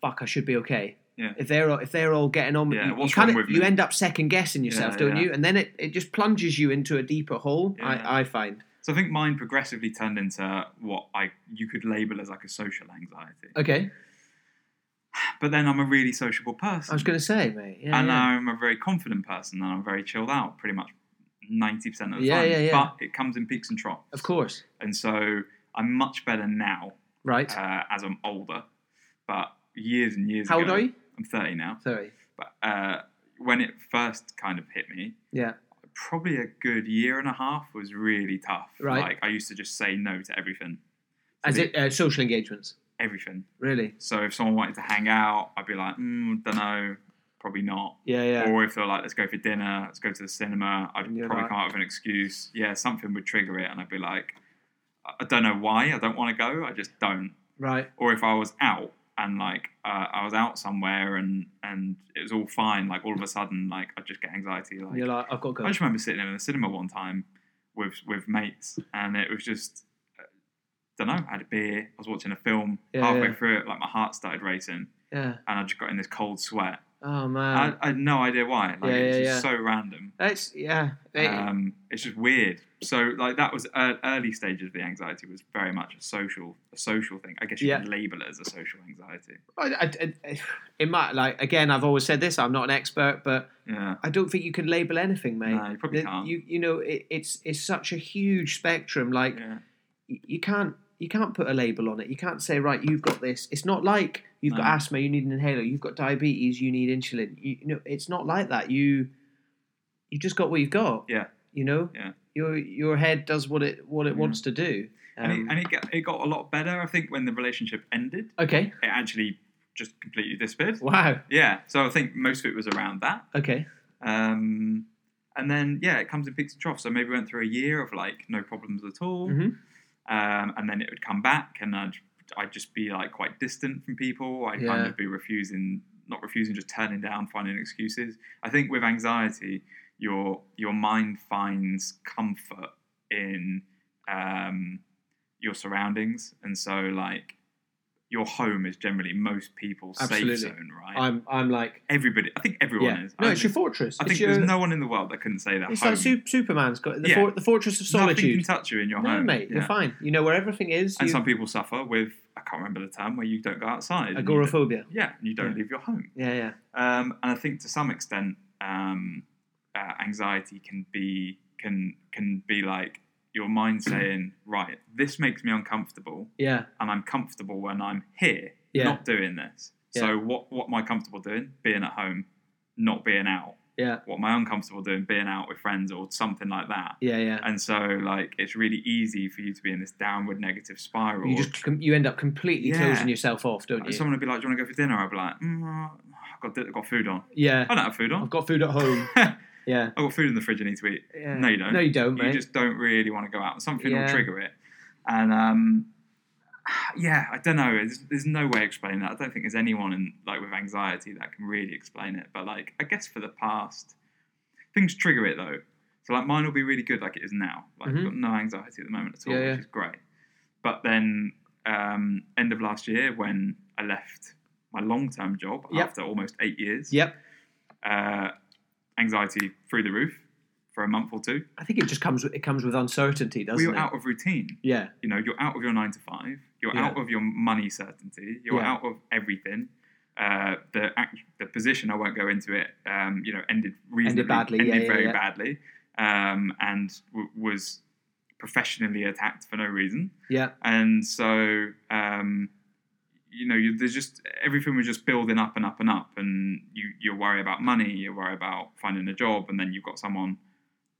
A: "Fuck, I should be okay."
B: Yeah.
A: If they're all- if they're all getting on, with
B: Yeah,
A: you, you,
B: what's
A: kinda-
B: wrong with
A: you
B: me?
A: end up second guessing yourself,
B: Yeah,
A: don't
B: yeah.
A: you? And then it, it just plunges you into a deeper hole.
B: Yeah.
A: I, I find.
B: So I think mine progressively turned into what I you could label as like a social anxiety.
A: Okay,
B: But then I'm a really sociable person,
A: I was going to say, mate. Yeah,
B: and
A: yeah.
B: I'm a very confident person, and I'm very chilled out pretty much ninety percent of the
A: Yeah,
B: time.
A: yeah, yeah.
B: But it comes in peaks and troughs,
A: of course,
B: and so I'm much better now
A: right?
B: uh, as I'm older. But years and years
A: How old
B: ago,
A: are you?
B: I'm 30 now.
A: Sorry.
B: But uh, when it first kind of hit me,
A: Yeah.
B: probably a good year and a half was really tough.
A: Right.
B: Like I used to just say no to everything,
A: As it uh, social engagements,
B: everything.
A: really?
B: So if someone wanted to hang out, I'd be like, mm, don't know, probably not.
A: Yeah, yeah.
B: Or if they're like, let's go for dinner, let's go to the cinema, I'd
A: And you're
B: probably
A: like-
B: come up with an excuse. Yeah, something would trigger it, and I'd be like, I I don't know why, I don't want to go, I just don't.
A: Right.
B: or if I was out and like uh, I was out somewhere and and it was all fine, like all of a sudden, like I just get anxiety. Like,
A: And you're like, I've got to
B: I
A: go.
B: just remember sitting in the cinema one time with with mates, and it was just don't know. I had a beer, I was watching a film.
A: Yeah,
B: Halfway
A: yeah.
B: through it, like my heart started racing,
A: Yeah.
B: and I just got in this cold sweat.
A: Oh man.
B: I, I had no idea why. Like
A: Yeah,
B: it's
A: yeah,
B: just so random.
A: That's yeah. It-
B: Um, it's just weird. So like that was ear early stages of the anxiety was very much a social a social thing. I guess you
A: Yeah.
B: could label it as a social anxiety.
A: I, I, I- it might like again. I've always said this. I'm not an expert, but
B: Yeah.
A: I don't think you can label anything, mate.
B: No, you probably
A: The-
B: can't.
A: You you know it, it's it's such a huge spectrum. Like
B: Yeah.
A: y- you can't you can't put a label on it. You can't say right, you've got this. It's not like you've got
B: No.
A: asthma, you need an inhaler. You've got diabetes, you need insulin. You, you know, it's not like that. You you just got what you've got.
B: Yeah.
A: You know.
B: Yeah. Mm.
A: Your your head does what it what it
B: Yeah.
A: wants to do.
B: And,
A: Um,
B: it, and it, got, it got a lot better, I think, when the relationship ended.
A: okay.
B: It actually just completely disappeared.
A: Wow.
B: Yeah. So I think most of it was around that.
A: Okay.
B: Um, and then, yeah, it comes in peaks and troughs. So maybe went through a year of like no problems at all.
A: Mhm.
B: Um, and then it would come back and I'd, I'd just be like quite distant from people. I'd
A: Yeah.
B: kind of be refusing, not refusing, just turning down, finding excuses. I think with anxiety, your your mind finds comfort in um, your surroundings, and so like your home is generally most people's
A: Absolutely.
B: safe zone, right?
A: I'm I'm like
B: Everybody, I think everyone
A: yeah.
B: is.
A: No,
B: I
A: it's
B: think,
A: your fortress.
B: I
A: It's
B: think
A: your-
B: there's no one in the world that couldn't say that.
A: It's
B: home.
A: like Su- Superman's got the,
B: Yeah.
A: for- the fortress of
B: Nothing can
A: solitude.
B: touch you in your
A: No,
B: home,
A: mate, you're
B: Yeah.
A: fine. You know where everything is.
B: And
A: you-
B: some people suffer with I can't remember the term where you don't go outside. and you don't-
A: agoraphobia.
B: Yeah, and you don't
A: Yeah.
B: leave your home.
A: Yeah, yeah,
B: Um, and I think to some extent, um, uh, anxiety can be can can be like your
A: (clears throat)
B: mind saying, right, this makes me uncomfortable,
A: yeah,
B: and I'm comfortable when I'm here,
A: Yeah.
B: not doing this.
A: Yeah.
B: So what what am I comfortable doing? Being at home, not being out.
A: yeah,
B: What am I uncomfortable doing? Being out with friends or something like that.
A: yeah, yeah.
B: And so like it's really easy for you to be in this downward negative spiral.
A: You just com- you end up completely
B: Yeah.
A: closing yourself off, don't you?
B: Like, someone would be like, "Do you want to go for dinner?" I'd be like, mm, "I've got I've got food on.
A: yeah,
B: I don't have food on.
A: I've got food at
B: (laughs)
A: home.
B: I've
A: Yeah.
B: got food in the fridge. I need to eat.
A: yeah.
B: No, you don't.
A: No, you don't,
B: you
A: mate.
B: just don't really want to go out. Something
A: Yeah.
B: will trigger it. And um, (sighs) yeah, I don't know. There's, there's no way explaining that. I don't think there's anyone in like with anxiety that can really explain it. But like, I guess for the past, things trigger it though. So like, mine will be really good like it is now. Like,
A: Mhm.
B: I've got no anxiety at the moment at all,
A: Yeah, yeah.
B: which is great. But then um, end of last year when I left my long-term job
A: Yep.
B: after almost eight years,
A: Yep.
B: uh, anxiety through the roof for a month or two.
A: I think it just comes with, it comes with uncertainty, doesn't
B: we were
A: it?
B: out of routine.
A: yeah,
B: You know, you're out of your nine to five. You're
A: Yeah.
B: out of your money certainty. You're
A: Yeah.
B: out of everything. Uh, the act, the position I won't go into it. Um, you know, ended reasonably
A: badly, yeah,
B: Ended
A: yeah,
B: very
A: yeah.
B: badly. Um, and w- was professionally attacked for no reason.
A: yeah,
B: And so, um, you know, you, there's just everything was just building up and up and up, and you you worry about money, you worry about finding a job, and then you've got someone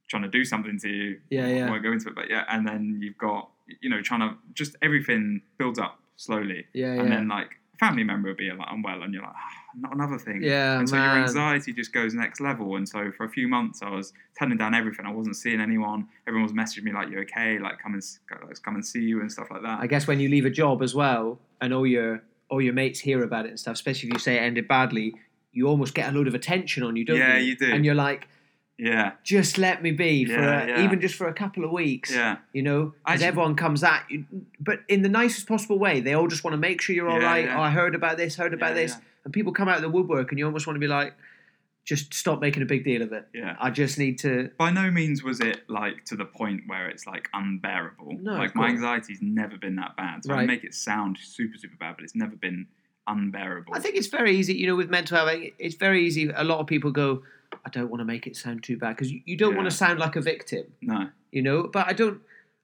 B: trying to do something to you.
A: Yeah,
B: I
A: yeah.
B: won't go into it, but yeah, and then you've got you know trying to just everything builds up slowly,
A: yeah, yeah.
B: and then like family member will be like unwell, and you're like, "Ah, not another thing.
A: Yeah,
B: and so
A: Oh, man.
B: your anxiety just goes next level. And so for a few months, I was turning down everything. I wasn't seeing anyone. Everyone was messaging me like, "You okay? Like, come and s- let's come and see you and stuff like that."
A: I guess when you leave a job as well, and all your all your mates hear about it and stuff, especially if you say it ended badly, you almost get a load of attention on you, don't
B: Yeah,
A: you?
B: you do.
A: And you're like,
B: yeah,
A: just let me be for
B: Yeah,
A: a,
B: yeah.
A: even just for a couple of weeks.
B: yeah,
A: You know, as
B: Actually-
A: everyone comes at you, but in the nicest possible way. They all just want to make sure you're all
B: Yeah,
A: right.
B: yeah.
A: Oh, I heard about this, heard about
B: Yeah,
A: this,
B: yeah.
A: and people come out of the woodwork, and you almost want to be like, just stop making a big deal of it.
B: yeah.
A: I just need to.
B: By no means was it like to the point where it's like unbearable.
A: No, of
B: like my
A: course.
B: anxiety's never been that bad. So I
A: Right.
B: make it sound super super bad, but it's never been unbearable.
A: I think it's very easy, you know, with mental health. It's very easy. A lot of people go, I don't want to make it sound too bad because you, you don't want to
B: Yeah.
A: sound like a victim,
B: no.
A: you know. But I don't,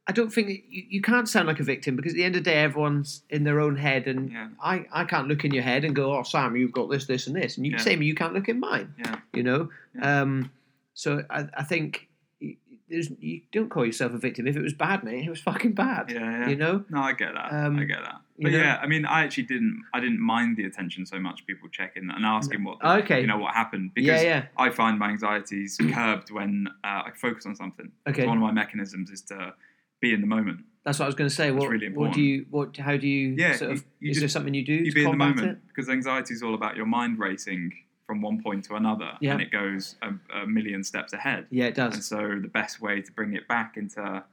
A: I don't think that you, you can't sound like a victim because at the end of the day, everyone's in their own head, and
B: Yeah.
A: I, I can't look in your head and go, oh Sam, you've got this, this, and this, and you
B: Yeah.
A: same, you can't look in mine,
B: Yeah.
A: you know.
B: Yeah.
A: Um, so I, I think you, there's, you don't call yourself a victim. If it was bad, mate, it was fucking bad,
B: Yeah. Yeah.
A: you know.
B: No, I get that.
A: Um,
B: I get that.
A: you
B: But
A: know-
B: yeah, I mean, I actually didn't. I didn't mind the attention so much. People checking and asking what the,
A: Okay.
B: you know what happened
A: Yeah,
B: because
A: yeah.
B: I find my anxieties curbed when uh, I focus on something.
A: Mm. Okay.
B: So one of my mechanisms is to be in the moment.
A: That's what I was going to say. What,
B: really
A: what do you? What? How do you?
B: Yeah,
A: sort of,
B: you- you
A: is
B: just-
A: there something you do
B: You
A: to
B: be in the
A: combat
B: moment
A: it?
B: because anxiety is all about your mind racing from one point to another,
A: Yeah.
B: and it goes a, a million steps ahead.
A: Yeah, it
B: And
A: does.
B: so the best way to bring it back into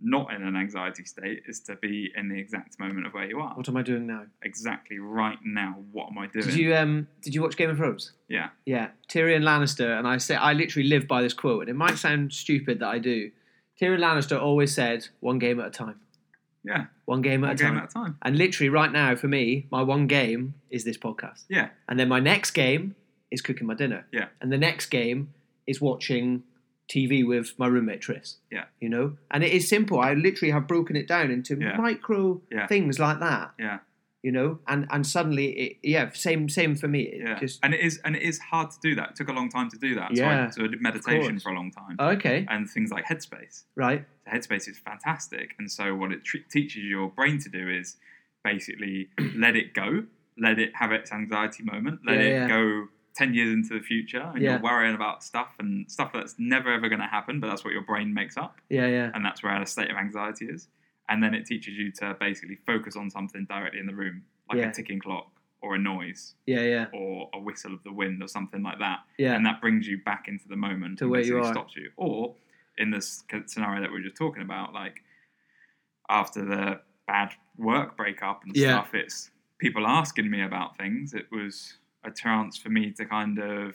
B: not in an anxiety state is to be in the exact moment of where you are.
A: What am I doing now?
B: Exactly right now, what am I doing?
A: Did you um? Did you watch Game of Thrones?
B: Yeah.
A: Yeah, Tyrion Lannister, and I say I literally live by this quote, and it might sound stupid that I do. Tyrion Lannister always said, "One game at a time,
B: Yeah.
A: one game at a
B: One game
A: time."
B: at a time.
A: and literally, right now, for me, my one game is this podcast,
B: Yeah.
A: and then my next game is cooking my dinner.
B: Yeah.
A: and the next game is watching TV with my roommate Tris.
B: Yeah.
A: You know? And it is simple. I literally have broken it down into
B: Yeah.
A: micro
B: Yeah.
A: things like that.
B: Yeah.
A: You know? And and suddenly it yeah, same same for me. It
B: Yeah.
A: just
B: and it is and it is hard to do that. It took a long time to do that.
A: Yeah,
B: So I, so I did meditation
A: course. Uh,
B: for a long time.
A: oh, okay.
B: and things like Headspace.
A: Right.
B: So Headspace is fantastic. And so what it tre- teaches your brain to do is
A: (clears throat)
B: basically let it go, let it have its anxiety moment, let
A: Yeah,
B: it
A: yeah.
B: go 10 years into the future and
A: Yeah.
B: you're worrying about stuff and stuff that's never ever going to happen, but that's what your brain makes up.
A: Yeah, yeah.
B: and that's where a state of anxiety is. And then it teaches you to basically focus on something directly in the room, like
A: Yeah.
B: a ticking clock or a noise
A: Yeah, yeah.
B: or a whistle of the wind or something like that.
A: Yeah.
B: And that brings you back into the moment
A: To
B: and
A: where you
B: basically
A: are.
B: stops you. Or in this c- scenario that we were just talking about, like after the bad work breakup and
A: Yeah.
B: stuff, it's people asking me about things. It was a chance for me to kind of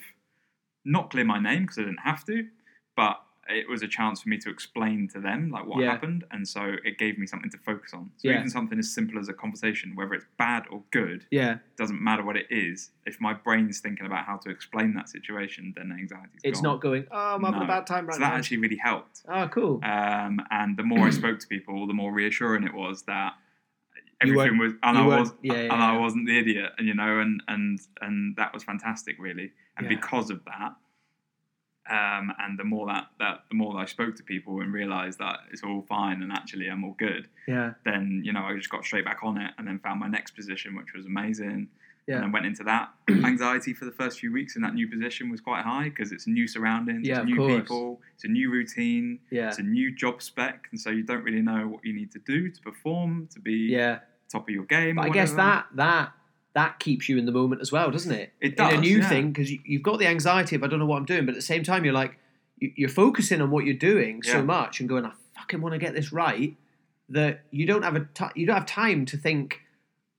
B: not clear my name because I didn't have to, but it was a chance for me to explain to them like what
A: Yeah.
B: happened, and so it gave me something to focus on. So
A: Yeah.
B: even something as simple as a conversation, whether it's bad or good,
A: yeah.
B: doesn't matter what it is. If my brain's thinking about how to explain that situation, then anxiety's
A: It's
B: gone.
A: not going, oh I'm having
B: No.
A: a bad time right
B: So that
A: now.
B: actually really helped.
A: oh cool.
B: Um, and the more I spoke to people, the more reassuring it was that
A: You weren't-
B: everything was, and
A: you
B: I
A: weren't-
B: was,
A: yeah,
B: and
A: yeah,
B: I
A: yeah.
B: wasn't the idiot, and you know, and and and that was fantastic, really. And
A: Yeah.
B: because of that, um, and the more that that the more that I spoke to people and realised that it's all fine and actually I'm all good,
A: yeah.
B: then you know I just got straight back on it, and then found my next position, which was amazing.
A: Yeah.
B: And then went
A: (clears throat)
B: into that anxiety for the first few weeks in that new position was quite high because it's new surroundings,
A: Yeah, of
B: it's new
A: course.
B: people, it's a new routine,
A: Yeah.
B: it's a new job spec, and so you don't really know what you need to do to perform to be
A: Yeah.
B: top of your game.
A: But
B: or
A: I guess
B: whatever.
A: that that that keeps you in the moment as well, doesn't it?
B: It
A: In a
B: does,
A: new
B: yeah.
A: thing because you, you've got the anxiety of I don't know what I'm doing, but at the same time you're like you, you're focusing on what you're doing so
B: Yeah.
A: much and going I fucking want to get this right that you don't have a ti you don't have time to think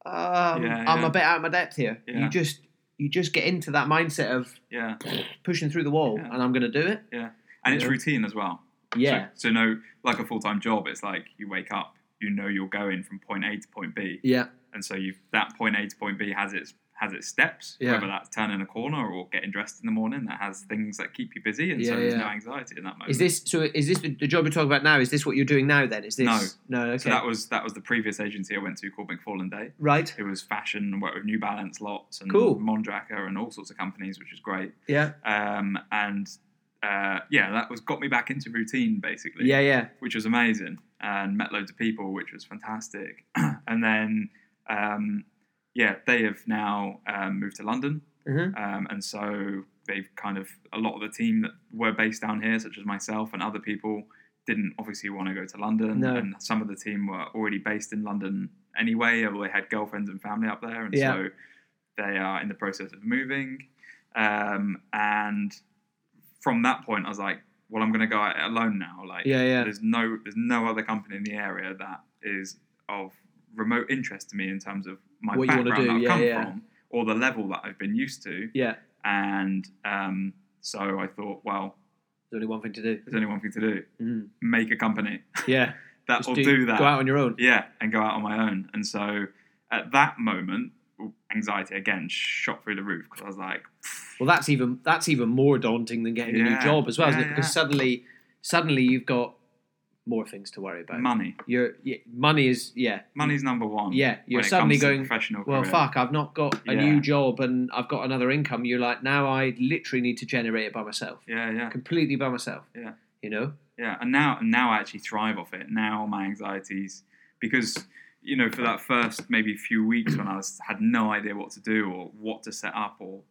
A: um,
B: Yeah,
A: I'm
B: yeah.
A: a bit out of my depth here.
B: Yeah.
A: You just you just get into that mindset of
B: yeah,
A: pushing through the wall
B: Yeah.
A: and I'm going to do it.
B: and it's
A: Yeah.
B: routine as well.
A: Yeah,
B: So, so no, like a full time job, it's like you wake up, you know you're going from point A to point B,
A: yeah,
B: and so you that point A to point B has its has its steps.
A: Yeah.
B: Whether that's turning a corner or getting dressed in the morning, that has things that keep you busy, and so
A: Yeah,
B: there's
A: yeah.
B: no anxiety in that moment.
A: Is this so? Is this the the job you're talking about now? Is this what you're doing now? Then is this no? okay,
B: So that was that was the previous agency I went to called McFarlane Day.
A: right?
B: Who was fashion and worked with New Balance lots and
A: Cool.
B: Mondraker and all sorts of companies, which was great.
A: Yeah,
B: um, and uh, yeah, that was got me back into routine basically,
A: yeah, yeah,
B: which was (clears throat) amazing, and met loads of people, which was fantastic, and then um, yeah, they have now um, moved to London,
A: Mhm.
B: um, and so they've kind of a lot of the team that were based down here, such as myself and other people, didn't obviously want to go to London,
A: No.
B: and some of the team were already based in London anyway, or they had girlfriends and family up there, and
A: Yeah.
B: so they are in the process of moving. Um, and from that point, I was like, well, I'm going to go out alone now. Like,
A: Yeah, yeah.
B: there's no there's no other company in the area that is of remote interest to me in terms of my
A: What you wanna do,
B: background that I've
A: yeah,
B: come
A: yeah.
B: from or the level that I've been used to.
A: Yeah,
B: And um, so I thought, well,
A: there's only one thing to do.
B: there's only one thing to do:
A: Mhm.
B: make a company
A: (laughs)
B: (laughs)
A: Yeah,
B: Mm-hmm. that
A: just
B: will do, that.
A: Go out on your own.
B: Yeah, and go out on my own. And so at that moment, anxiety again shot through the roof because I was like,
A: Well, that's even that's even more daunting than getting a new
B: Yeah,
A: job as well, isn't
B: yeah,
A: it? Because
B: yeah.
A: suddenly, suddenly you've got more things to worry about.
B: money,
A: your yeah, money is yeah.
B: money's number one.
A: Yeah, you're
B: when it
A: suddenly
B: comes to
A: going,
B: professional.
A: Well,
B: career.
A: fuck! I've not got a new
B: Yeah.
A: job and I've got another income. You're like, now I literally need to generate it by myself,
B: Yeah, yeah.
A: completely by myself.
B: Yeah.
A: you know.
B: yeah and now and now i actually thrive off it now my anxieties because you know for that first maybe few weeks when i was, had no idea what to do or what to set up or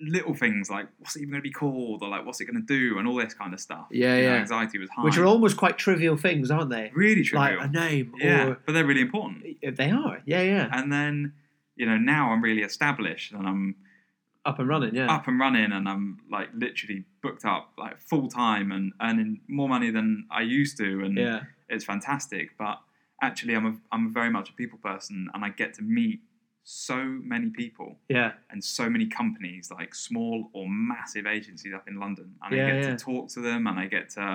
B: little things like what's it even going to be called or like what's it going to do and all this kind of stuff
A: Yeah,
B: You know,
A: yeah.
B: anxiety was high
A: Which are almost quite trivial things, aren't they?
B: really trivial
A: Like a name
B: yeah Uh,
A: or eh,
B: but they're really important
A: they are. Yeah, yeah.
B: and then you know now i'm really established and i'm
A: Up and running. Yeah.
B: up and running and I'm like literally booked up like full time and earning more money than I used to and
A: Yeah.
B: it's fantastic but actually I'm a, I'm very much a people person and I get to meet so many people
A: Yeah.
B: and so many companies like small or massive agencies up in London and
A: Yeah,
B: I get
A: yeah.
B: to talk to them and I get to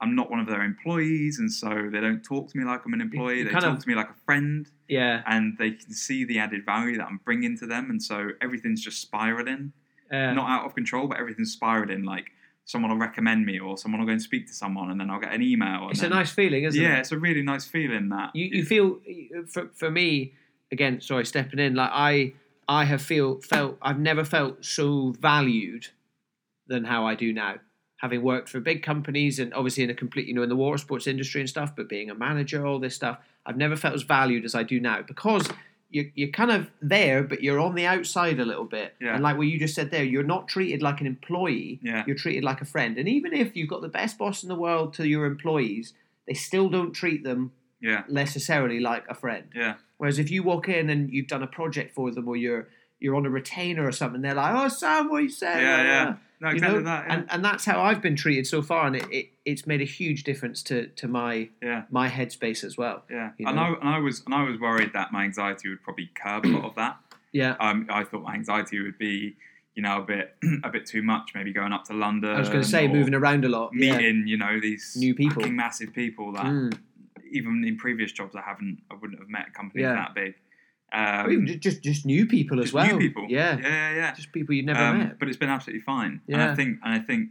B: I'm not one of their employees and so they don't talk to me like I'm an employee
A: you
B: they
A: kind
B: talk
A: of-
B: to me like a friend
A: Yeah.
B: and they can see the added value that I'm bringing to them and so everything's just spiraling
A: Uh,
B: not out of control, but everything's spiraling. Like someone will recommend me, or someone will go and speak to someone, and then I'll get an email. And
A: it's a
B: then-
A: nice feeling, isn't
B: yeah,
A: it?
B: it's a really nice feeling that
A: You you feel for for me again. Sorry, stepping in. Like I I have feel felt I've never felt so valued than how I do now. Having worked for big companies and obviously in a complete you know in the water sports industry and stuff, but being a manager, all this stuff, I've never felt as valued as I do now because. you you're kind of there, but you're on the outside a little bit.
B: Yeah.
A: And like what you just said there, you're not treated like an employee.
B: Yeah.
A: You're treated like a friend. And even if you've got the best boss in the world to your employees, they still don't treat them
B: yeah,
A: necessarily like a friend.
B: yeah,
A: Whereas if you walk in and you've done a project for them or you're you're on a retainer or something, they're like, "Oh, Sam, what are you saying?"
B: yeah, yeah. No,
A: You
B: exactly
A: know?
B: that. Yeah.
A: And and that's how I've been treated so far, and it, it it's made a huge difference to to my
B: yeah.
A: my headspace as well.
B: Yeah,
A: you
B: and, I,
A: know?
B: and I was and I was worried that my anxiety would probably curb a lot of that.
A: Yeah,
B: Um, I thought my anxiety would be, you know, a bit (clears throat) a bit too much. Maybe going up to London.
A: I was going to say
B: Um, or
A: moving around a lot. yeah.
B: meeting, you know, these
A: New people.
B: fucking massive people that
A: Mm.
B: even in previous jobs I haven't, I wouldn't have met companies
A: Yeah.
B: that big.
A: Or even
B: Um,
A: ju- just just new people as
B: just
A: well.
B: New people.
A: Yeah.
B: Yeah, yeah, yeah.
A: just people you've never
B: Um,
A: met.
B: But it's been absolutely fine. And
A: Yeah.
B: I think, and I think,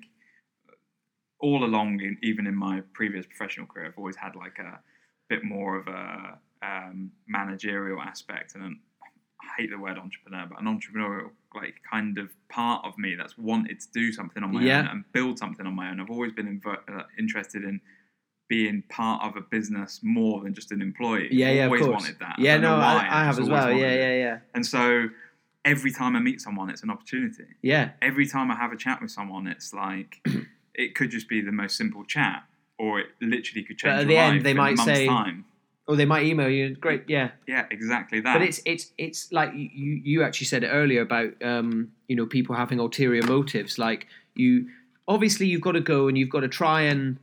B: all along, in, even in my previous professional career, I've always had like a bit more of a um, managerial aspect, and an, I hate the word entrepreneur, but an entrepreneurial like kind of part of me that's wanted to do something on my
A: Yeah.
B: own and build something on my own. I've always been inver- uh, interested in being part of a business more than just an employee.
A: Yeah, yeah,
B: always
A: of course.
B: wanted that.
A: Yeah,
B: don't know
A: no,
B: why,
A: I, I have
B: just
A: as
B: always
A: well.
B: wanted
A: Yeah,
B: it.
A: yeah, yeah,
B: And so every time I meet someone, it's an opportunity
A: yeah,
B: every time I have a chat with someone, it's like
A: (clears throat)
B: it could just be the most simple chat, or it literally could change.
A: But at
B: your
A: the end,
B: life
A: they
B: in a
A: might
B: month's
A: say-
B: time.
A: Or they might email you. Great, yeah.
B: "Yeah, exactly that."
A: But it's it's it's like you you you actually said it earlier about um, you know people having ulterior motives. Like you, obviously you've got to go and you've got to try and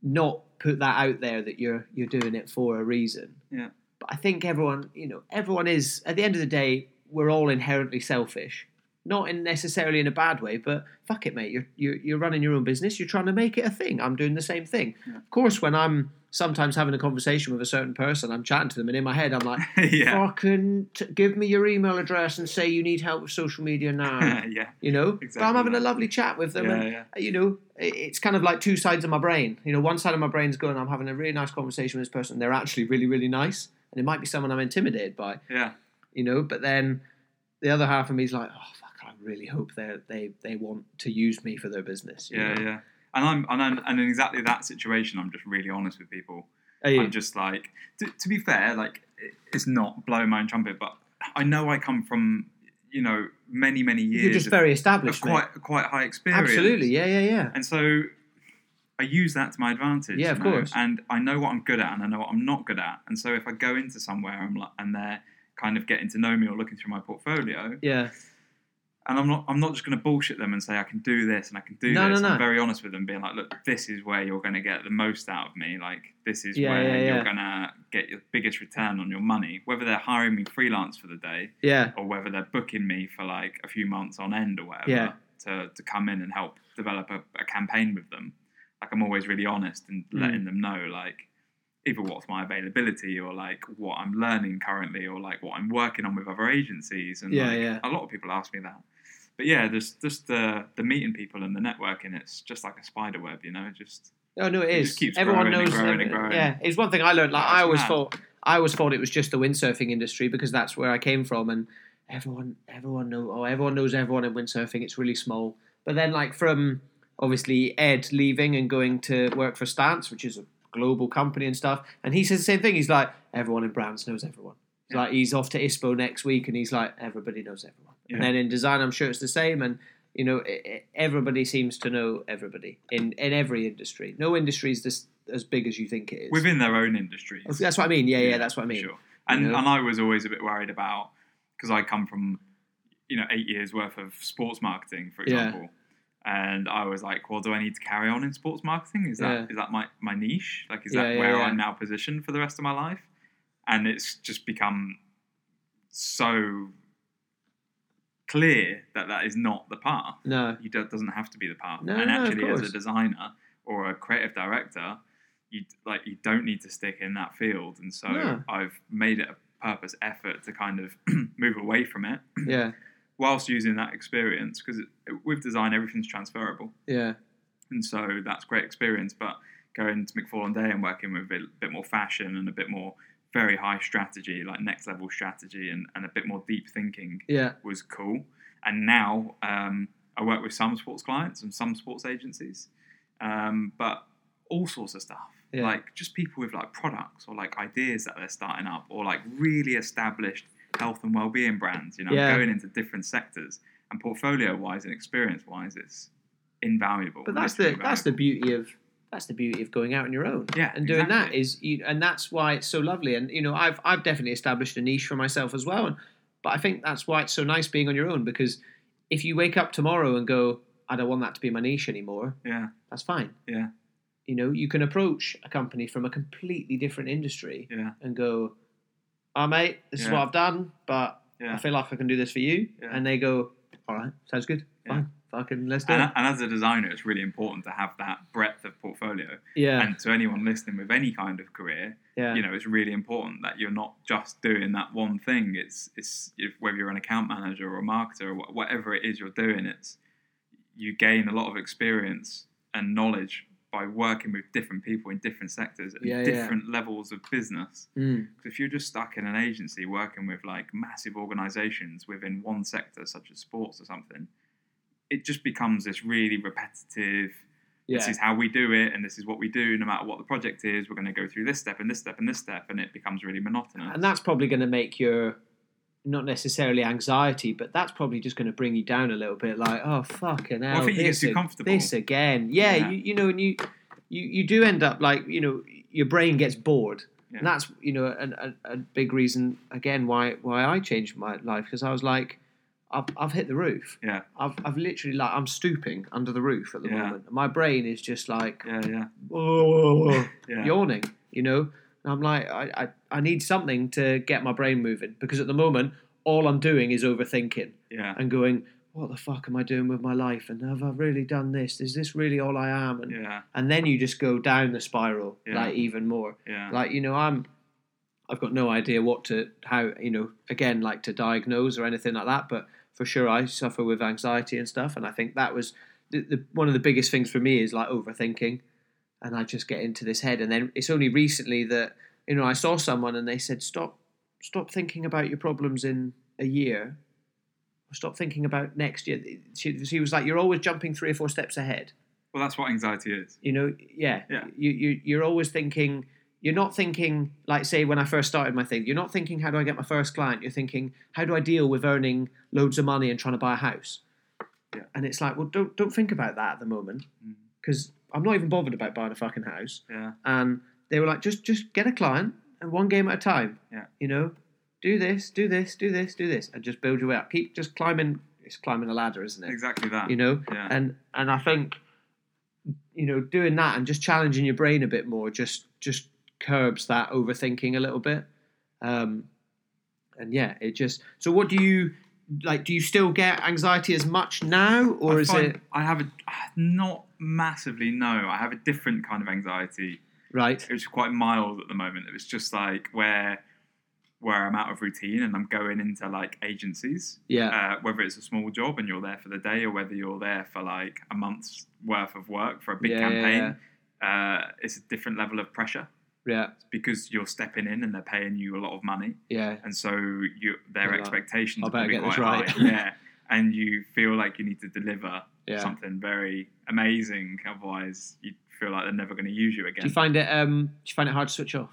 A: not put that out there that you're you're doing it for a reason.
B: Yeah. (laughs)
A: But I think everyone you know everyone is at the end of the day we're all inherently selfish. Not in necessarily in a bad way, but fuck it, mate. You're, you're you're running your own business. You're trying to make it a thing. I'm doing the same thing. Of course, when I'm sometimes having a conversation with a certain person, I'm chatting to them, and in my head, I'm like,
B: (laughs) yeah,
A: fucking t- give me your email address and say you need help with social media
B: (laughs)
A: now.
B: yeah,
A: you know, but I'm
B: Exactly
A: having a
B: that.
A: lovely chat with them.
B: Yeah,
A: and,
B: yeah.
A: You know, it- it's kind of like two sides of my brain. You know, one side of my brain's going, I'm having a really nice conversation with this person. They're actually really, really nice, and it might be someone I'm intimidated by.
B: yeah,
A: You know, but then the other half of me's like, oh fuck, I really hope they they they want to use me for their business. you
B: yeah,
A: know?
B: yeah. And I'm and I'm, and in exactly that situation, I'm just really honest with people.
A: Are you?
B: I'm just like, to, to be fair, like it's not blowing my own trumpet, but I know I come from you know many many years.
A: You're just
B: of-
A: very
B: of
A: established. mate.
B: quite quite high experience.
A: Absolutely. Yeah, yeah, yeah.
B: And so I use that to my advantage.
A: Yeah,
B: you
A: of
B: know,
A: course.
B: And I know what I'm good at and I know what I'm not good at. And so if I go into somewhere I'm like, and they're kind of getting to know me or looking through my portfolio,
A: Yeah.
B: and I'm not I'm not just going to bullshit them and say I can do this and I can do
A: No,
B: this.
A: no, no.
B: I'm very honest with them, being like, look, this is where you're going to get the most out of me. Like this is
A: Yeah,
B: where
A: yeah, yeah.
B: you're going to get your biggest return on your money. Whether they're hiring me freelance for the day
A: Yeah.
B: or whether they're booking me for like a few months on end or whatever
A: Yeah.
B: to, to come in and help develop a, a campaign with them. Like I'm always really honest and
A: Mm.
B: letting them know like either what's my availability or like what I'm learning currently or like what I'm working on with other agencies and
A: Yeah,
B: like
A: yeah.
B: a lot of people ask me that. But yeah, there's just the the meeting people and the networking. It's just like a spider web, you know. Just
A: Oh no, it
B: It
A: is.
B: just keeps
A: Everyone
B: growing and
A: knows.
B: growing and
A: every-
B: growing.
A: Yeah, it's one thing I learned. Like
B: Yeah,
A: I
B: it's
A: always
B: mad.
A: thought, I always thought it was just the windsurfing industry because that's where I came from, and everyone, everyone know, oh, everyone knows everyone in windsurfing. It's really small. But then, like from obviously Ed leaving and going to work for Stance, which is a global company and stuff, and he says the same thing. He's like, everyone in Brands knows everyone. It's
B: Yeah.
A: Like he's off to ISPO next week, and he's like, everybody knows everyone.
B: Yeah.
A: And then in design, I'm sure it's the same, and you know, i i- everybody seems to know everybody in, in every industry. No industry is this as big as you think it is.
B: within their own industries.
A: that's what I mean. Yeah, yeah,
B: Yeah,
A: that's what I mean.
B: Sure. And
A: know?
B: and I was always a bit worried about because I come from you know eight years worth of sports marketing, for
A: Yeah.
B: example. And I was like, well, do I need to carry on in sports marketing? Is that is
A: Yeah. that
B: that my, my niche? Like, is
A: Yeah,
B: that
A: yeah,
B: where
A: yeah.
B: I'm now positioned for the rest of my life? And it's just become so clear that that is not the path.
A: No,
B: You do, doesn't have to be the path.
A: No,
B: and
A: no, of
B: actually, as
A: course.
B: a designer or a creative director, you like you don't need to stick in that field. And so
A: No.
B: I've made it a purpose effort to kind of (clears throat) move away from it
A: yeah,
B: whilst using that experience because with design everything's transferable.
A: yeah,
B: And so that's great experience. But going to McFarlane Day and working with a bit, bit more fashion and a bit more very high strategy, like next level strategy and, and a bit more deep thinking
A: yeah,
B: was cool. And now um, I work with some sports clients and some sports agencies, um, but all sorts of stuff.
A: Yeah.
B: Like just people with like products or like ideas that they're starting up or like really established health and well-being brands. You know,
A: Yeah.
B: going into different sectors and portfolio-wise and experience-wise, it's invaluable.
A: But that's the
B: literally
A: that's the beauty of that's the beauty of going out on your own.
B: Yeah,
A: and doing that
B: exactly.
A: is you, and that's why it's so lovely. And you know, I've I've definitely established a niche for myself as well. And but I think that's why it's so nice being on your own because if you wake up tomorrow and go, I don't want that to be my niche anymore,
B: yeah,
A: that's fine.
B: yeah,
A: You know, you can approach a company from a completely different industry
B: yeah,
A: and go, "Ah, mate, this is
B: Yeah.
A: what I've done, but I
B: yeah.
A: feel like I can do this for you."
B: Yeah.
A: And they go, "All right, sounds good.
B: Yeah. Uh-huh.
A: Fine, fucking let's do
B: And,
A: it."
B: and as a designer, it's really important to have that breadth of portfolio.
A: Yeah,
B: And to anyone listening with any kind of career,
A: yeah,
B: you know it's really important that you're not just doing that one thing it's it's if, whether you're an account manager or a marketer or wha- whatever it is you're doing it's you gain a lot of experience and knowledge by working with different people in different sectors and
A: Yeah, yeah.
B: different levels of business
A: Mm,
B: 'Cause if you're just stuck in an agency working with like massive organizations within one sector such as sports or something it just becomes this really repetitive
A: yeah.
B: this is how we do it and this is what we do no matter what the project is we're going to go through this step and this step and this step and it becomes really monotonous
A: and that's probably going to make your not necessarily anxiety, but that's probably just going to bring you down a little bit. Like, oh fucking hell,
B: I think you get
A: this
B: too
A: ag-
B: comfortable.
A: This again, yeah,
B: Yeah.
A: You, you know, and you, you you do end up like you know your brain gets bored,
B: Yeah.
A: and that's you know an, a, a big reason again why why I changed my life because I was like. I've, I've hit the roof.
B: Yeah.
A: I've, I've literally like I'm stooping under the roof at the
B: Yeah.
A: moment. My brain is just like
B: yeah yeah
A: oh,
B: yeah
A: yawning, you know. And I'm like, I, I, I need something to get my brain moving because at the moment, all I'm doing is overthinking
B: yeah
A: and going, what the fuck am I doing with my life? And have I really done this? Is this really all I am? And,
B: yeah
A: and then you just go down the spiral,
B: Yeah.
A: like even more.
B: yeah
A: Like, you know, I'm, I've got no idea what to, how, you know, again, like to diagnose or anything like that, but for sure I suffer with anxiety and stuff. And I think that was the, the, one of the biggest things for me is like overthinking. And I just get into this head. And then it's only recently that, you know, I saw someone and they said, stop, stop thinking about your problems in a year. Or stop thinking about next year. She, she was like, you're always jumping three or four steps ahead
B: well that's what anxiety is
A: you know yeah,
B: Yeah.
A: You, you you're always thinking you're not thinking like say when i first started my thing you're not thinking how do i get my first client you're thinking how do i deal with earning loads of money and trying to buy a house
B: Yeah.
A: and it's like well don't don't think about that at the moment
B: Mm.
A: because i'm not even bothered about buying a fucking house
B: Yeah.
A: and they were like just just get a client and one game at a time
B: Yeah.
A: you know do this do this do this do this and just build your way up keep just climbing it's climbing a ladder isn't it
B: Exactly that.
A: you know
B: Yeah.
A: and and i think you know doing that and just challenging your brain a bit more just just curbs that overthinking a little bit um and yeah it just so what do you like do you still get anxiety as much now or
B: I
A: is
B: find
A: it
B: I have a not massively. No, I have a different kind of anxiety.
A: right
B: It was quite mild at the moment. It was just like where where I'm out of routine and I'm going into like agencies,
A: yeah
B: (laughs) uh, whether it's a small job and you're there for the day or whether you're there for like a month's worth of work for a big
A: Yeah, yeah,
B: campaign. Uh, it's a different level of pressure
A: yeah
B: It's because you're stepping in and they're paying you a lot of money
A: yeah
B: and so you, their
A: You're like,
B: expectations
A: "I
B: are
A: better
B: probably
A: get this
B: quite
A: right." (laughs)
B: high. yeah, and you feel like you need to deliver
A: yeah
B: something very amazing, otherwise you feel like they're never going to use you
A: do
B: again.
A: you find it um do you find it hard to switch off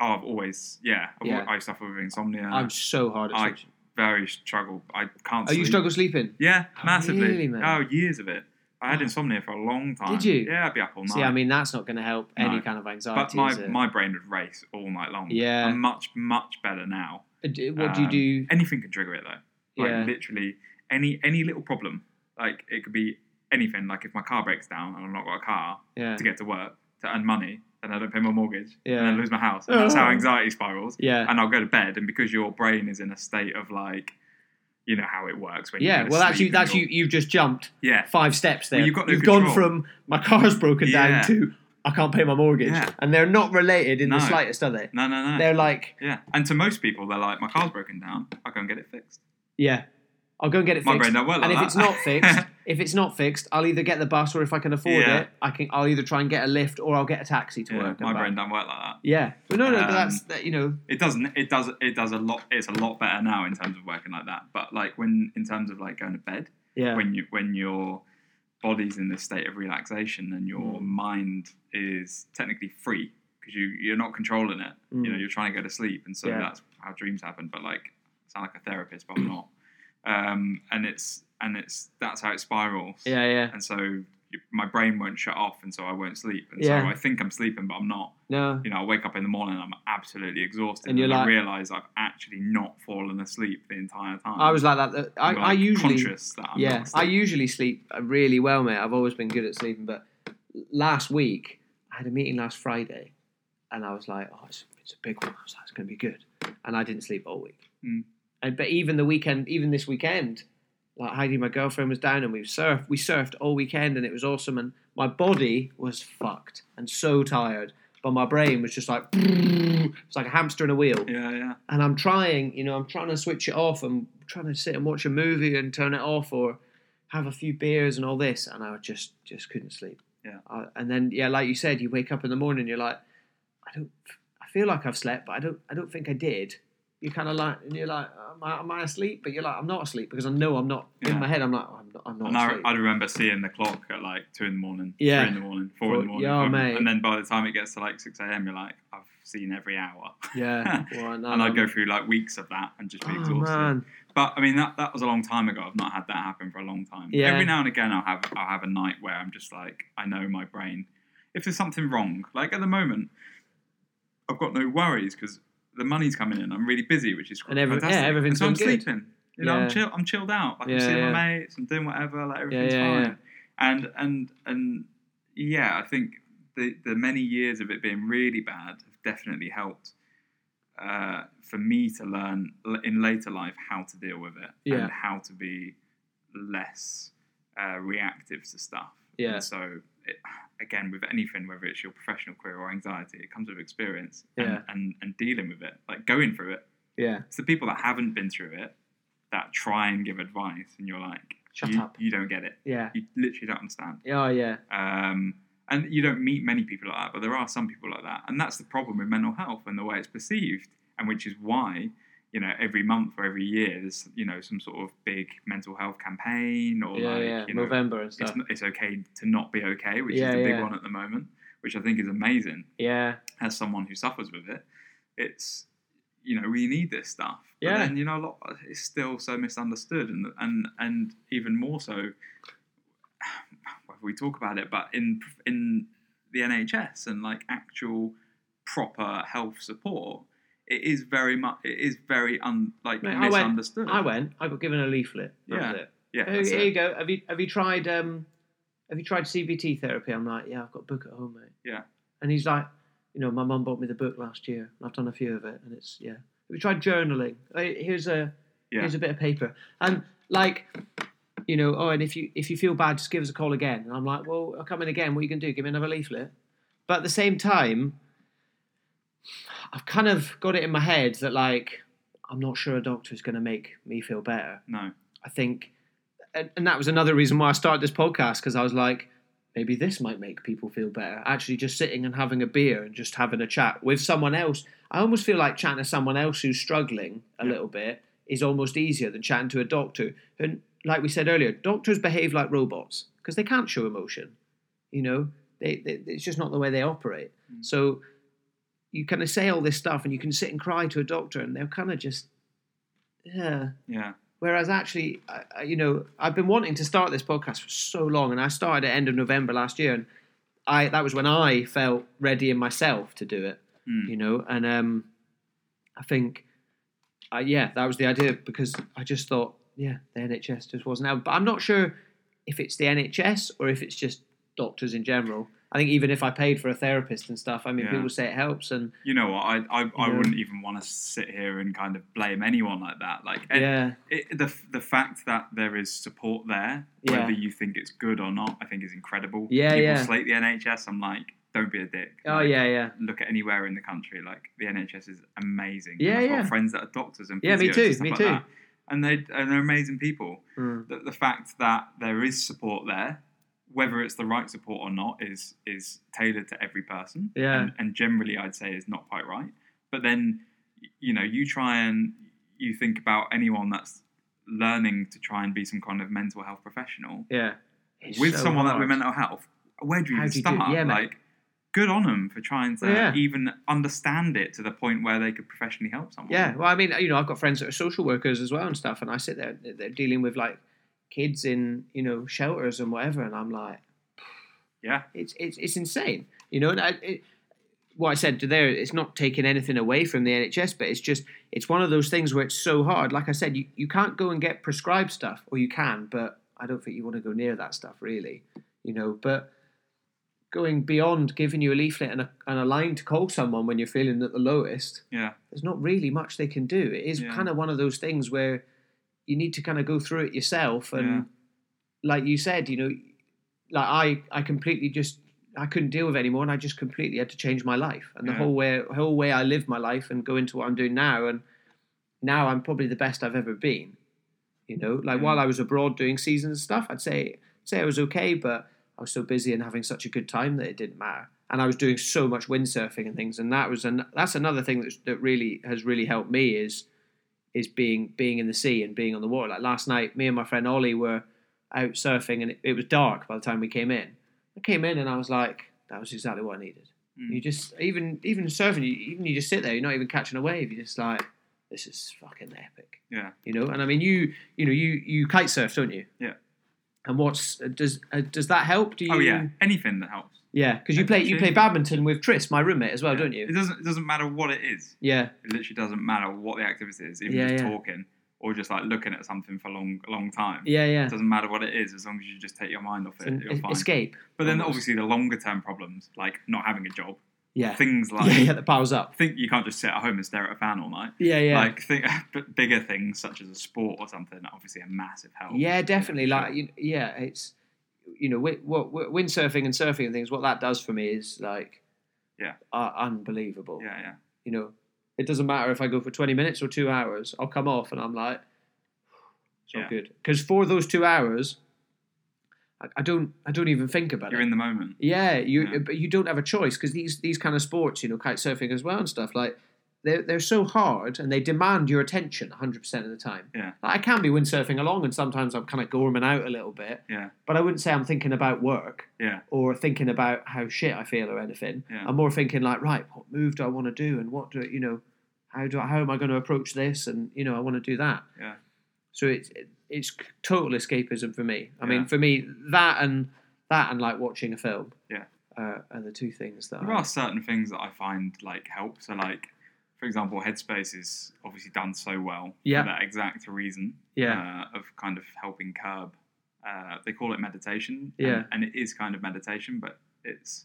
B: oh, I've always yeah, I've
A: Yeah.
B: al- I suffer with insomnia.
A: i'm so hard at
B: Uh, I-
A: switching
B: very struggle. I can't.
A: oh you
B: sleep.
A: struggle sleeping
B: Yeah,
A: Oh,
B: massively.
A: really, man?
B: Oh, years of it. I had
A: Oh.
B: insomnia for a long time.
A: Did you?
B: Yeah, I'd be up all night.
A: see i mean that's not going to help any
B: No.
A: kind of
B: but
A: anxiety
B: my
A: is it?
B: my brain would race all night long.
A: Yeah.
B: I'm much much better now.
A: Uh, d- what do
B: um,
A: you
B: Anything can trigger it though.
A: do
B: like
A: yeah
B: literally any any little problem like it could be anything like if my car breaks down and i've not got a car
A: yeah
B: to get to work to earn money and i don't pay my mortgage and
A: Yeah.
B: i lose my house and that's how
A: (laughs) Oh.
B: anxiety spirals
A: yeah
B: and i'll go to bed and because your brain is in a state of like you know how it works when you
A: Yeah,
B: go to
A: well, that's
B: sleep
A: you.
B: and
A: That's you.
B: you're-
A: You've just jumped
B: yeah
A: five steps there.
B: Well, you've got no
A: gone
B: control.
A: from my car's broken
B: Yeah.
A: down to I can't pay my mortgage,
B: Yeah.
A: and they're not related in the
B: No.
A: slightest, are they?
B: no no no
A: They're like,
B: yeah and to most people they're like my car's broken down i go and get it fixed
A: yeah, I'll go and get it
B: my
A: fixed.
B: brain don't work like
A: and if
B: that.
A: it's
B: (laughs)
A: not fixed, if it's not fixed, I'll either get the bus or if I can afford
B: Yeah.
A: it, I can. I'll either try and get a lift or I'll get a taxi to
B: yeah,
A: work. and
B: my
A: back.
B: brain don't work like that
A: Yeah, but no, no, but
B: Um,
A: that's that. You know,
B: it doesn't it does it does a lot it's a lot better now in terms of working like that but like when in terms of like going to bed
A: yeah,
B: when you when your body's in this state of relaxation and your
A: Mm.
B: mind is technically free because you you're not controlling it you know
A: Mm.
B: you're trying to go to sleep and so
A: Yeah.
B: that's how dreams happen but like I sound like a therapist but I'm not um and it's and it's that's how it spirals
A: yeah, yeah.
B: and so you- my brain won't shut off and so I won't sleep and
A: Yeah.
B: so I think I'm sleeping but I'm not
A: No,
B: you know, I wake up in the morning and I'm absolutely exhausted,
A: And
B: and,
A: you're
B: I
A: like-
B: realise I've actually not fallen asleep the entire time.
A: I was like that. I,
B: I'm, like,
A: I usually.
B: conscious that I'm
A: yeah,
B: not
A: I
B: asleep.
A: usually sleep uh, really well, mate. I've always been good at sleeping, but last week I had a meeting last Friday, and I was like, "Oh, it's, it's a big one." I was like, "It's going to be good," and I didn't sleep all week.
B: Mm.
A: And but even the weekend, even this weekend, like Heidi, my girlfriend was down, and we surfed. We surfed all weekend, and it was awesome. And my body was fucked and so tired, but my brain was just like, (laughs) it's like a hamster in a wheel
B: yeah, yeah,
A: and I'm trying, you know, I'm trying to switch it off. I'm trying to sit and watch a movie and turn it off or have a few beers and all this, and I just just couldn't sleep.
B: Yeah.
A: I, and then yeah, like you said, you wake up in the morning, you're like, I don't, I feel like I've slept, but I don't, I don't think I did. You kind of like, and you're like, am I, am I asleep? But you're like, I'm not asleep because I know I'm not. In
B: Yeah.
A: my head, I'm like, I'm not, I'm not
B: And I,
A: asleep.
B: I remember seeing the clock at like two in the morning,
A: Yeah.
B: three in the morning, four in the
A: Four-
B: morning,
A: yeah,
B: five in the-
A: mate.
B: and then by the time it gets to like six a.m., you're like, I've seen every hour,
A: (laughs)
B: (laughs)
A: yeah. Well, no,
B: and I'd
A: I'm-
B: go through like weeks of that and just be
A: Oh
B: exhausted.
A: man.
B: But I mean, that that was a long time ago. I've not had that happen for a long time.
A: Yeah.
B: Every now and again, I'll have I'll have a night where I'm just like, I know my brain. If there's something wrong, like at the moment, I've got no worries because the money's coming in. I'm really busy, which is
A: And every- yeah,
B: fantastic.
A: everything's
B: and so
A: going
B: I'm
A: good.
B: sleeping. You know,
A: Yeah.
B: I'm chill. I'm chilled out. Like
A: Yeah,
B: I'm seeing
A: yeah.
B: my mates. I'm doing whatever. Like everything's
A: yeah, yeah.
B: fine. And and and yeah, I think the the many years of it being really bad have definitely helped uh, for me to learn l- in later life how to deal with it
A: Yeah.
B: and how to be less uh, reactive to stuff.
A: Yeah.
B: And so, it, again, with anything, whether it's your professional career or anxiety, it comes with experience
A: Yeah.
B: and, and, and dealing with it, like going through it.
A: Yeah.
B: It's the people that haven't been through it that try and give advice, and you're like,
A: Shut
B: you,
A: up.
B: you don't get it.
A: Yeah.
B: You literally don't understand.
A: Yeah. Oh, yeah.
B: Um, and you don't meet many people like that, but there are some people like that. And that's the problem with mental health and the way it's perceived, and which is why, you know, every month or every year there's, you know, some sort of big mental health campaign or
A: Yeah.
B: like,
A: yeah.
B: you know,
A: November and
B: it's,
A: stuff.
B: it's okay to not be okay, which
A: Yeah,
B: is the
A: yeah.
B: big one at the moment. which I think is amazing
A: Yeah.
B: as someone who suffers with it. It's you know we need this stuff. But
A: Yeah.
B: then you know a lot it's still so misunderstood and and and even more so. (sighs) well, We talk about it, but in in the NHS and like actual proper health support, it is very much it is very un like
A: Mate, I went-
B: misunderstood.
A: I went. I got given a leaflet. That
B: Yeah.
A: was it.
B: Yeah,
A: Here,
B: that's
A: here
B: it.
A: you go. Have you have you tried um, have you tried CBT therapy? I'm like, yeah, I've got a book at home, mate.
B: Yeah.
A: And he's like, you know, my mum bought me the book last year. and I've done a few of it, and it's yeah. Have you tried journaling? Hey, Here's a
B: yeah.
A: here's a bit of paper, and like, you know, oh, and if you if you feel bad, just give us a call again. And I'm like, well, I'll come in again. What are you gonna do? Give me another leaflet. But at the same time, I've kind of got it in my head that like, I'm not sure a doctor is gonna make me feel better.
B: no.
A: I think, and, and that was another reason why I started this podcast because I was like, maybe this might make people feel better. Actually, just sitting and having a beer and just having a chat with someone else. I almost feel like chatting to someone else who's struggling a little bit is almost easier than chatting to a doctor. And like we said earlier, doctors behave like robots because they can't show emotion. You know, they, they it's just not the way they operate. So you kind of say all this stuff and you can sit and cry to a doctor and they'll kind of just, yeah.
B: Yeah.
A: Whereas actually, I, I- you know, I've been wanting to start this podcast for so long, and I started at end of November last year, and I that was when I felt ready in myself to do it,
B: Mm.
A: you know, and um, I think, I, yeah, that was the idea because I just thought, yeah, the NHS just wasn't out, but I'm not sure if it's the NHS or if it's just doctors in general. I think even if I paid for a therapist and stuff, I mean,
B: Yeah.
A: people say it helps, and
B: You know what? I I, I
A: Yeah.
B: wouldn't even want to sit here and kind of blame anyone like that. Like, and
A: yeah,
B: it, the the fact that there is support there,
A: Yeah.
B: whether you think it's good or not, I think is incredible.
A: Yeah,
B: People
A: yeah.
B: slate the NHS. I'm like, don't be a dick.
A: oh
B: Like,
A: yeah, yeah,
B: Look at anywhere in the country. Like the NHS is amazing.
A: Yeah,
B: and I've
A: yeah.
B: Got friends that are doctors and
A: Yeah, me
B: physios
A: too,
B: and stuff
A: me
B: like
A: too.
B: that. And they and they're amazing people.
A: Mm.
B: The, the fact that there is support there, whether it's the right support or not, is is tailored to every person
A: yeah,
B: and, and generally I'd say is not quite right. But then, y- you know, you try and you think about anyone that's learning to try and be some kind of mental health professional
A: yeah. It's
B: with
A: so
B: someone that
A: hard.
B: with mental health. Where do you
A: How
B: even
A: do you do-
B: start?
A: yeah, mate.
B: like, good on them for trying to
A: Yeah.
B: even understand it to the point where they could professionally help someone.
A: Yeah, well, I mean, you know, I've got friends that are social workers as well and stuff, and I sit there, they're dealing with like kids in you know shelters and whatever, and I'm like,
B: Yeah.
A: it's it's it's insane, you know. And I, it, what I said to there, it's not taking anything away from the NHS, but it's just it's one of those things where it's so hard. Like I said, you you can't go and get prescribed stuff, or you can, but I don't think you want to go near that stuff, really, you know. But going beyond giving you a leaflet and a, and a line to call someone when you're feeling at the lowest
B: Yeah.
A: there's not really much they can do. It is
B: Yeah.
A: kind of one of those things where you need to kind of go through it yourself. And
B: Yeah.
A: like you said, you know, like I, I completely just I couldn't deal with it anymore, and I just completely had to change my life and the
B: Yeah.
A: whole way, whole way I live my life and go into what I'm doing now. And now I'm probably the best I've ever been. You know, like
B: Yeah.
A: while I was abroad doing seasons and stuff, I'd say say I was okay, but I was so busy and having such a good time that it didn't matter. And I was doing so much windsurfing and things, and that was an that's another thing that that really has really helped me is is being being in the sea and being on the water. Like last night, me and my friend Ollie were out surfing, and it, it was dark by the time we came in. I came in and I was like, that was exactly what I needed.
B: Mm.
A: You just even even surfing, you, even you just sit there, you're not even catching a wave. You're just like, this is fucking epic
B: Yeah.
A: you know. And I mean, you you know you you kite surf, don't you?
B: Yeah.
A: And what's does uh, does that help? Do you?
B: Oh yeah. Anything that helps.
A: Yeah, because you play you play
B: Actually-
A: badminton with Tris, my roommate, as well, Oh, don't
B: It
A: you?
B: doesn't. It doesn't matter what it is.
A: Yeah,
B: It literally doesn't matter what the activity is. Even
A: Yeah,
B: just
A: yeah.
B: talking or just like looking at something for a long, a long time.
A: yeah, yeah.
B: It doesn't matter what it is, as long as you just take your mind off
A: It's
B: it,
A: an
B: you're
A: es-
B: fine.
A: escape.
B: But then,
A: almost.
B: obviously, the longer term problems, like not having a job,
A: Yeah.
B: things
A: (laughs)
B: like
A: yeah, yeah. That piles up.
B: think you can't just sit at home and stare at a fan all night.
A: Yeah, yeah.
B: Like think, (laughs) but bigger things such as a sport or something, are obviously, a massive help.
A: yeah, definitely.
B: Sure.
A: Like, you, yeah, it's you know, wi- what, what windsurfing and surfing and things. What that does for me is like,
B: Yeah.
A: uh, unbelievable.
B: yeah, yeah,
A: You know, it doesn't matter if I go for twenty minutes or two hours. I'll come off and I'm like, (sighs) It's
B: yeah.
A: not good because for those two hours, I, I don't I don't even think about
B: You're
A: it.
B: in the moment.
A: yeah, you
B: Yeah.
A: but you don't have a choice because these these kind of sports, you know, kite surfing as well and stuff like they're, they're so hard and they demand your attention 100% of the time.
B: Yeah.
A: Like, I can be windsurfing along and sometimes I'm kind of gorming out a little bit,
B: Yeah.
A: but I wouldn't say I'm thinking about work
B: Yeah.
A: or thinking about how shit I feel or anything.
B: Yeah.
A: I'm more thinking like, right, what move do I want to do and what do, you know, how do I, how am I going to approach this and, you know, I want to do that.
B: Yeah.
A: So it's, it's total escapism for me. I
B: Yeah.
A: mean, for me, that and, that and like watching a film.
B: Yeah.
A: Uh, are the two things that
B: There
A: I,
B: are certain things that I find like help. So like, for example, Headspace is obviously done so well
A: Yeah.
B: for that exact reason
A: yeah,
B: uh, of kind of helping curb. Uh, they call it meditation.
A: Yeah.
B: And, and it is kind of meditation, but it's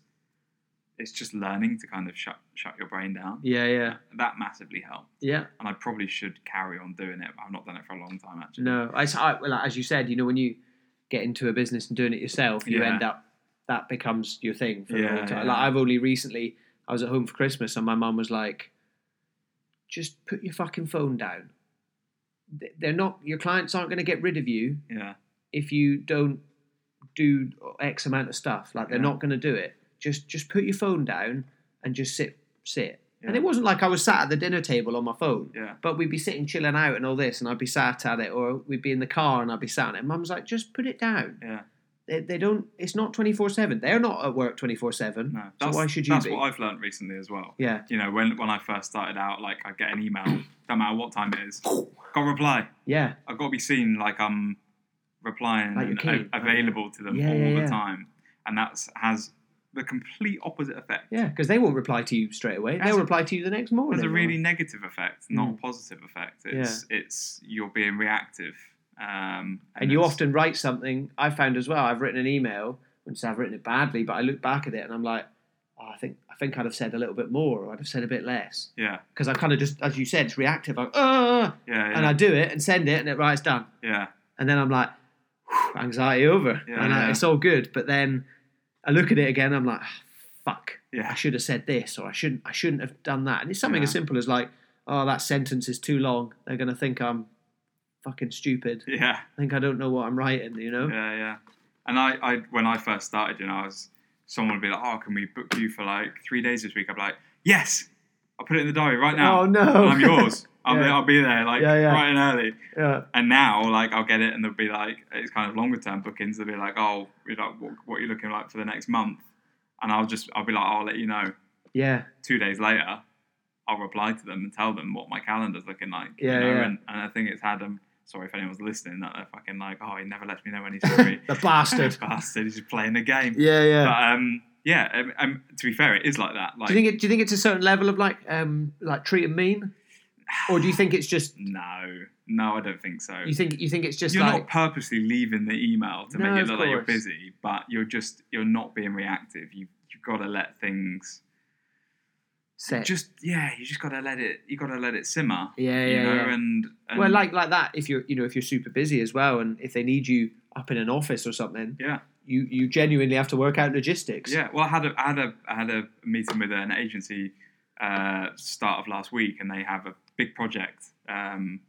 B: it's just learning to kind of shut shut your brain down.
A: yeah, yeah,
B: That massively helped,
A: yeah.
B: and I probably should carry on doing it. I've not done it for a long time actually.
A: No, I, s- I- well, as you said, you know, when you get into a business and doing it yourself, you
B: Yeah.
A: end up that becomes your thing for the
B: Yeah,
A: whole time.
B: yeah.
A: Like I've only recently, I was at home for Christmas and my mum was like, "Just put your fucking phone down. Th- They're not your clients aren't going to get rid of you
B: Yeah.
A: if you don't do X amount of stuff. Like they're
B: Yeah.
A: not going to do it. Just just put your phone down and just sit sit." And
B: Yeah.
A: it wasn't like I was sat at the dinner table on my phone
B: Yeah.
A: but we'd be sitting chilling out and all this, and I'd be sat at it, or we'd be in the car and I'd be sat on it. Mum's like, just put it down.
B: Yeah.
A: They, they don't. It's not twenty four seven. They're not at work twenty four seven.
B: No.
A: So
B: That's,
A: why should you
B: That's
A: be?
B: what I've learned recently as well.
A: Yeah,
B: You know, when when I first started out, like I get an
A: (clears throat)
B: email, don't matter what time it is, got reply.
A: yeah,
B: I've got to be seen like I'm replying
A: Like you're keen.
B: and a- available to them
A: Yeah,
B: all
A: yeah, yeah.
B: the time, and that's has the complete opposite effect.
A: yeah. Because they won't reply to you straight away.
B: That's
A: They'll
B: a-
A: reply to you the next morning.
B: There's a
A: or-
B: really negative effect,
A: Mm.
B: not a positive effect. It's it's you're being reactive, um,
A: and you
B: it's-
A: often write something. I found as well. I've written an email. Once I've written it badly, but I look back at it and I'm like, oh, I think I think I'd have said a little bit more, or I'd have said a bit less,
B: yeah
A: because I kind of just, as you said, it's reactive. I'm, uh,
B: yeah yeah
A: and I do it and send it, and it writes down.
B: yeah
A: and then I'm like, whew, anxiety over,
B: Yeah,
A: and I,
B: yeah.
A: it's all good. But then I look at it again, I'm like, "Ah, fuck, I
B: yeah
A: should have said this, or I shouldn't, I shouldn't have done that. And it's something
B: Yeah.
A: as simple as like, oh, that sentence is too long. They're gonna think I'm fucking stupid.
B: (laughs) yeah.
A: I think I don't know what I'm writing. You know?
B: Yeah, yeah. And I, I, when I first started, you know, I was someone would be like, "Oh, can we book you for like three days this week?" I'd be like, "Yes, I'll put it in the diary right now.
A: Oh no,
B: And I'm yours. I'll, be,
A: Yeah.
B: I'll be there like
A: Yeah, yeah.
B: bright and early."
A: (laughs) yeah,
B: And now, like, I'll get it, and they'll be like, it's kind of longer term bookings. They'll be like, "Oh, we're like, what, what are you looking like for the next month?" And I'll just, I'll be like, "I'll let you know."
A: yeah,
B: Two days later, I'll reply to them and tell them what my calendar's looking like.
A: Yeah,
B: you know?
A: yeah.
B: And, and I think it's had them. Sorry if anyone's listening that they're fucking like, "Oh, he never lets me know when he's
A: (laughs)
B: free."
A: the
B: (laughs)
A: bastard.
B: Bastard, he's just playing the game.
A: yeah, yeah.
B: But um, yeah, um, um, to be fair, it is like that. Like,
A: do you think it? Do you think it's a certain level of like, um, like treat 'em mean, or do you think it's just?
B: (sighs) no, no, I don't think so.
A: You think you think it's just
B: You're
A: like
B: not purposely leaving the email to
A: No,
B: make
A: of
B: it look like you're
A: course.
B: busy, but you're just you're not being reactive. You you've got to let things
A: set?
B: just yeah. You just got to let it. You got to let it simmer.
A: yeah,
B: you
A: yeah,
B: know,
A: yeah.
B: And, and
A: well, like like that. If you're you know if you're super busy as well, and if they need you up in an office or something,
B: yeah,
A: you you genuinely have to work out logistics.
B: yeah. Well, I had a I had a I had a meeting with an agency uh, start of last week, and they have a big project um,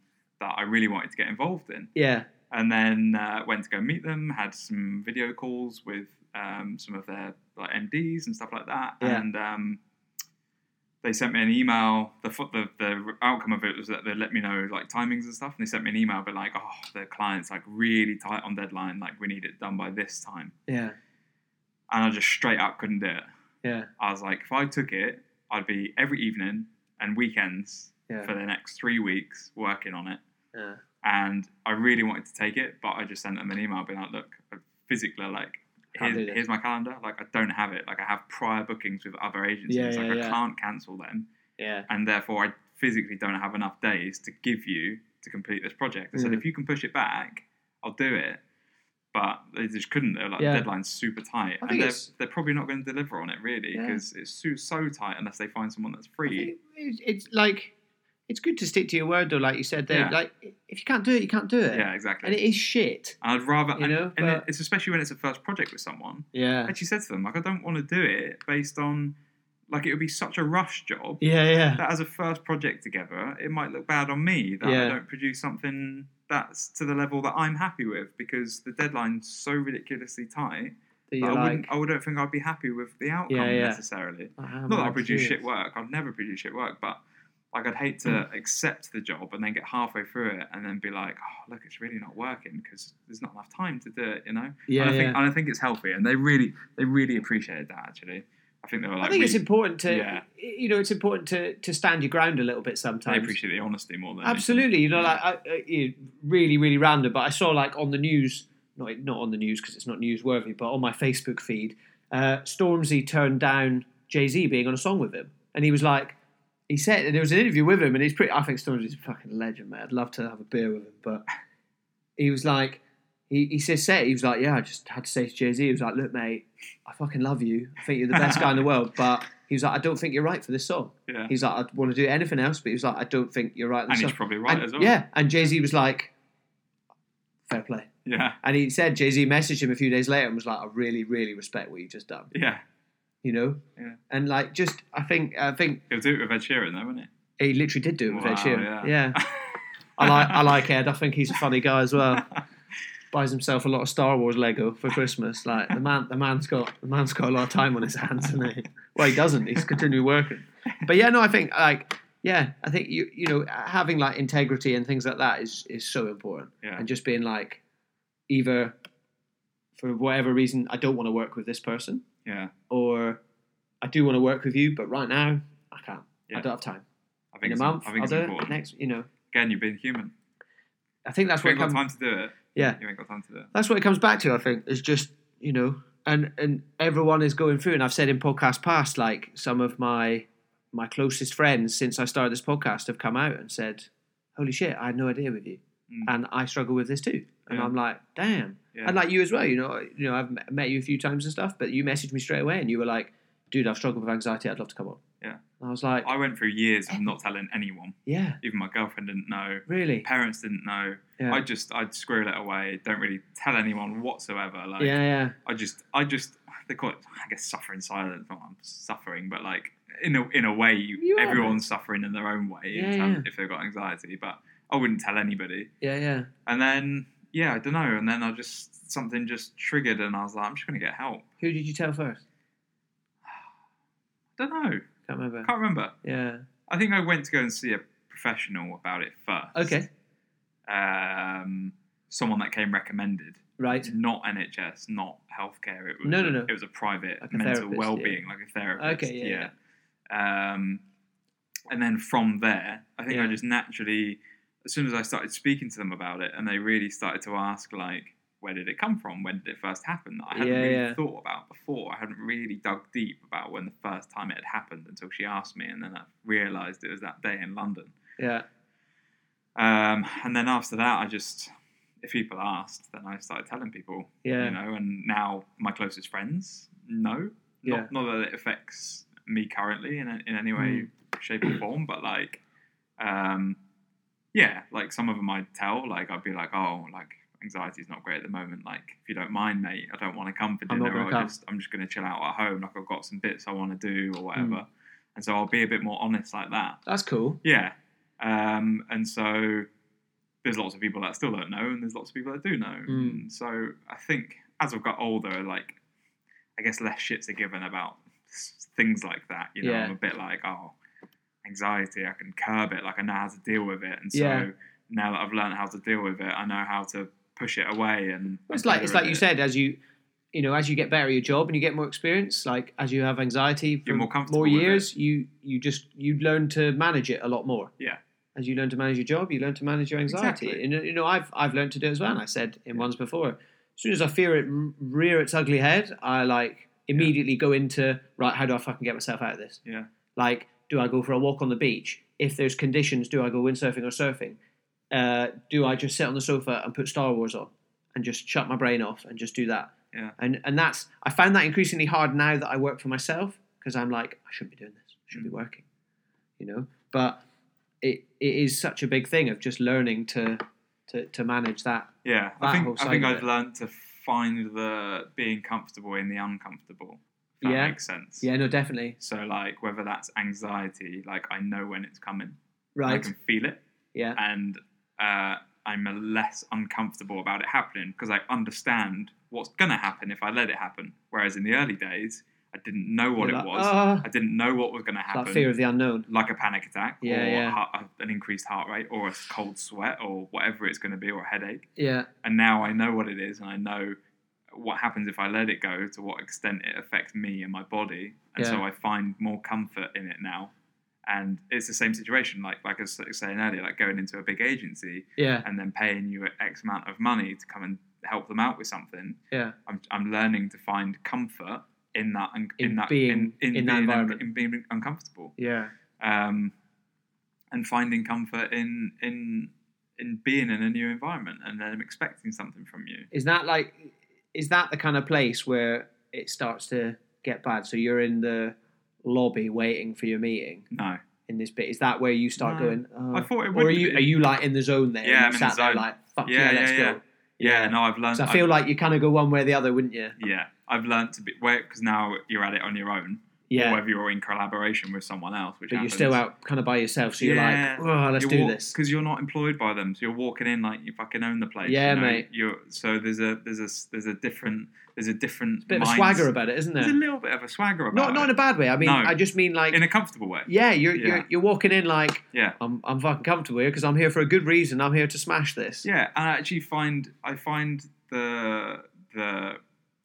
B: that I really wanted to get involved in.
A: yeah,
B: and then uh, went to go meet them. Had some video calls with um, some of their like MDs and stuff like that,
A: Yeah.
B: and um, they sent me an email. The, fo- the the outcome of it was that they let me know like timings and stuff, and they sent me an email, but like, oh, the client's like really tight on deadline. Like, we need it done by this time,
A: yeah,
B: and I just straight up couldn't do it.
A: yeah,
B: I was like, if I took it, I'd be every evening and weekends
A: yeah,
B: for the next three weeks working on it
A: yeah,
B: and I really wanted to take it, but I just sent them an email being like, "Look, I physically, like,
A: Can't
B: here's,
A: do this.
B: here's my calendar. Like, I don't have it. Like, I have prior bookings with other agencies.
A: Yeah,
B: like,
A: yeah,
B: I
A: yeah.
B: can't cancel them,
A: yeah,
B: and therefore, I physically don't have enough days to give you to complete this project." I said,
A: Mm.
B: "If you can push it back, I'll do it." But they just couldn't. They're like,
A: Yeah.
B: the deadline's super tight,
A: I think
B: and they're,
A: it's-
B: they're probably not going to deliver on it really
A: Yeah.
B: because it's so, so tight unless they find someone that's
A: I
B: free.
A: think It's, it's like it's good to stick to your word, though. Like you said, there.
B: Yeah.
A: Like if you can't do it, you can't do it.
B: Yeah, exactly.
A: uh, and it is shit.
B: and I'd rather,
A: You
B: and,
A: know,
B: and it,
A: but-
B: it's especially when it's a first project with someone.
A: Yeah,
B: actually said to them, like, I don't want to do it based on, like, it would be such a rush job
A: yeah, yeah,
B: that as a first project together, it might look bad on me that
A: Yeah.
B: I don't produce something that's to the level that I'm happy with because the deadline's so ridiculously tight
A: That
B: that
A: you're
B: I
A: like,
B: wouldn't, I wouldn't think I'd be happy with the outcome
A: Yeah, yeah.
B: necessarily.
A: "Ah,
B: Not that I
A: man,
B: produce
A: jeez."
B: shit work, I'd never produce shit work, but Like I'd hate to
A: Hmm.
B: accept the job and then get halfway through it and then be like, oh look, it's really not working because there's not enough time to do it, you know.
A: Yeah,
B: and I think
A: yeah.
B: and I think it's healthy, and they really they really appreciated that actually. I think they were like,
A: I think
B: we-
A: it's important to,
B: yeah.
A: you know, it's important to, to stand your ground a little bit
B: they
A: sometimes.
B: appreciate the honesty more than anything.
A: Absolutely, you know, like I, I, you- really, really random. But I saw like on the news, not not on the news because it's not newsworthy, but on my Facebook feed, uh, Stormzy turned down Jay Z being on a song with him, and he was like, he said, and there was an interview with him, and he's pretty. I think Stormzy's a fucking legend, man. I'd love to have a beer with him, but he was like, he he says, say he was like, yeah, I just had to say to Jay Z, he was like, look, mate, I fucking love you. I think you're the best guy in the
B: (laughs)
A: world, but he was like, I don't think you're right for this song.
B: Yeah.
A: He's like, I'd want to do anything else, but he was like, I don't think you're right. for this
B: and he's
A: song."
B: probably right
A: And-
B: as well.
A: Yeah, and Jay Z was like, "Fair play,"
B: yeah,
A: and he said Jay Z messaged him a few days later and was like, "I really, really respect what you've just done,"
B: yeah.
A: you know.
B: Yeah.
A: And like, just I think I think
B: He'll do it with Ed Sheeran, though, won't he?
A: he literally did do it with Ed
B: Wow,
A: Sheeran.
B: yeah. (laughs)
A: I like I like Ed. I think he's a funny guy as well. Buys himself a lot of Star Wars Lego for Christmas. Like the man, the man's got the man's got a lot of time on his hands, hasn't he? Well, he doesn't. He's continually working. But yeah, no, I think like yeah, I think you you know having like integrity and things like that is is so important.
B: Yeah.
A: and just being like, either for whatever reason, I don't want to work with this person,
B: Yeah,
A: or I do want to work with you, but right now I can't. I
B: Yeah.
A: don't have time.
B: I
A: In
B: think
A: a
B: it's,
A: month,
B: I think
A: I'll
B: it's
A: do it.
B: important.
A: Next, you know,
B: Again, you're being human.
A: I think that's
B: You
A: where
B: ain't
A: it
B: got
A: comes.
B: time to do it.
A: Yeah,
B: You ain't got time to do it.
A: that's what it comes back to. I think is just you know, and and everyone is going through. And I've said in podcast past, like some of my my closest friends since I started this podcast have come out and said, "Holy shit, I had no idea with you,
B: Mm.
A: and I struggle with this too." And
B: Yeah.
A: I'm like, "Damn."
B: Yeah.
A: and like you as well. You know, you know, I've m- met you a few times and stuff, but you messaged me straight away and you were like, "Dude, I've struggled with anxiety. I'd love to come on."
B: Yeah.
A: and I was like,
B: I went through years
A: (laughs)
B: of not telling anyone.
A: "Yeah,
B: Even my girlfriend didn't know.
A: really."
B: Parents didn't know.
A: Yeah,
B: I just I'd squirrel it away. Don't really tell anyone whatsoever. Like
A: yeah, yeah,
B: I just I just they call it I guess suffering silence. Not I'm suffering, but like in a in a way you,
A: You are, mate.
B: everyone's suffering in their own way
A: Yeah,
B: in terms, if they've got anxiety. But I wouldn't tell anybody.
A: yeah, yeah.
B: And then yeah, I don't know. And then I just something just triggered, and I was like, I'm just gonna get help.
A: Who did you tell first?
B: I don't know.
A: Can't remember.
B: I can't remember.
A: Yeah.
B: I think I went to go and see a professional about it first.
A: Okay.
B: Um, someone that came recommended.
A: Right.
B: It's not NHS, not healthcare. It was
A: No, no,
B: a,
A: no.
B: It was a private
A: Like a
B: mental
A: therapist, yeah.
B: well-being, like a therapist.
A: Okay, yeah,
B: Um, and then from there, I think I
A: Yeah.
B: just naturally, as soon as I started speaking to them about it, and they really started to ask, like, where did it come from? When did it first happen? That I hadn't
A: Yeah,
B: really
A: yeah.
B: thought about before. I hadn't really dug deep about when the first time it had happened until she asked me, and then I realised it was that day in London.
A: Yeah.
B: Um, and then after that, I just, if people asked, then I started telling people,
A: Yeah.
B: you know, and now my closest friends know.
A: Yeah.
B: Not, not that it affects me currently in, a- in any way,
A: Mm.
B: shape, or form, but like, um, yeah, like some of them I'd tell, like, I'd be like, oh, like, anxiety's not great at the moment. Like, if you don't mind, mate, I don't want to come for
A: I'm not
B: dinner.
A: gonna
B: I'll
A: come. Mm.
B: just, I'm just going to chill out at home. Like, I've got some bits I want to do or whatever. And so I'll be a bit more honest like that.
A: That's cool.
B: Yeah. Um, and so there's lots of people that still don't know, and there's lots of people that do know.
A: Mm.
B: And So I think as I've got older, like, I guess less shits are given about s- things like that. You know,
A: Yeah.
B: I'm a bit like, oh, anxiety, I can curb it. Like, I know how to deal with it. And so
A: Yeah.
B: now that I've learned how to deal with it, I know how to push it away. And
A: It's
B: and
A: like it's like
B: better at
A: you
B: it.
A: said, as you, you know, as you get better at your job and you get more experience, like as you have anxiety for
B: You're more comfortable with it.
A: years, you you just you learn to manage it a lot more.
B: Yeah.
A: As you learn to manage your job, you learn to manage your anxiety.
B: Exactly.
A: And you know, I've I've learned to do it as well. And I said in ones before, as soon as I fear it r- rear its ugly head, I like immediately go into right. How do I fucking get myself out of this?
B: Yeah.
A: Like, do I go for a walk on the beach? If there's conditions, do I go windsurfing or surfing? Uh, do I just sit on the sofa and put Star Wars on and just shut my brain off and just do that?
B: Yeah.
A: And and that's I find that increasingly hard now that I work for myself because I'm like I shouldn't be doing this. I should
B: Mm.
A: be working, you know. But it it is such a big thing of just learning to to, to manage that.
B: Yeah,
A: that
B: I
A: whole
B: think I
A: side
B: think
A: of
B: I've
A: it.
B: learned to find the being comfortable in the uncomfortable. If that
A: Yeah.
B: makes sense.
A: Yeah. No. Definitely.
B: So like whether that's anxiety, like I know when it's coming, I
A: Right.
B: can feel it,
A: Yeah.
B: and uh, I'm less uncomfortable about it happening because I understand what's gonna happen if I let it happen. Whereas in the early days, I didn't know what
A: You're like,
B: it was.
A: "Ah."
B: I didn't know what was going to happen.
A: That fear of the unknown.
B: like a panic attack,
A: Yeah,
B: or
A: yeah.
B: Heart, uh, an increased heart rate, or a cold sweat, or whatever it's going to be, or a headache.
A: Yeah.
B: and now I know what it is, and I know what happens if I let it go, to what extent it affects me and my body, and so
A: Yeah.
B: I find more comfort in it now. And it's the same situation, like like I was saying earlier, like going into a big agency
A: Yeah.
B: and then paying you X amount of money to come and help them out with something.
A: Yeah.
B: I'm, I'm learning to find comfort in that and
A: In
B: in, that
A: being in that
B: being un-
A: environment.
B: in being uncomfortable
A: Yeah.
B: um, and finding comfort in in in being in a new environment and then expecting something from you.
A: Is that like, is that the kind of place where it starts to get bad? So you're in the lobby waiting for your meeting
B: No,
A: in this bit. Is that where you start
B: No.
A: going? Oh.
B: I thought it would.
A: or are you are you like in the zone there?
B: Yeah,
A: You
B: I'm in
A: sat
B: the
A: there
B: zone.
A: like fuck yeah,
B: Yeah, yeah,
A: let's
B: yeah.
A: go.
B: yeah, no, I've learned.
A: So I feel like you kind of go one way or the other, wouldn't you?
B: yeah, I've learned to be wait because now you're at it on your own, or
A: Yeah.
B: whether you're in collaboration with someone else, which
A: But you're
B: happens.
A: still out kind of by yourself, so you're
B: Yeah.
A: like, oh, let's do this.
B: because you're not employed by them. So you're walking in like you fucking own the place.
A: Yeah,
B: you know?
A: mate.
B: You're so there's a there's a there's a different there's a different
A: Bit of a
B: minds-
A: swagger about it, isn't
B: There's a
A: there?
B: little bit of a swagger about
A: Not not in
B: it
A: a bad way. I mean,
B: No.
A: I just mean like,
B: in a comfortable way.
A: yeah, you're,
B: Yeah.
A: you're you're walking in like,
B: Yeah.
A: I'm I'm fucking comfortable here because I'm here for a good reason. I'm here to smash this.
B: Yeah, and I actually find I find the the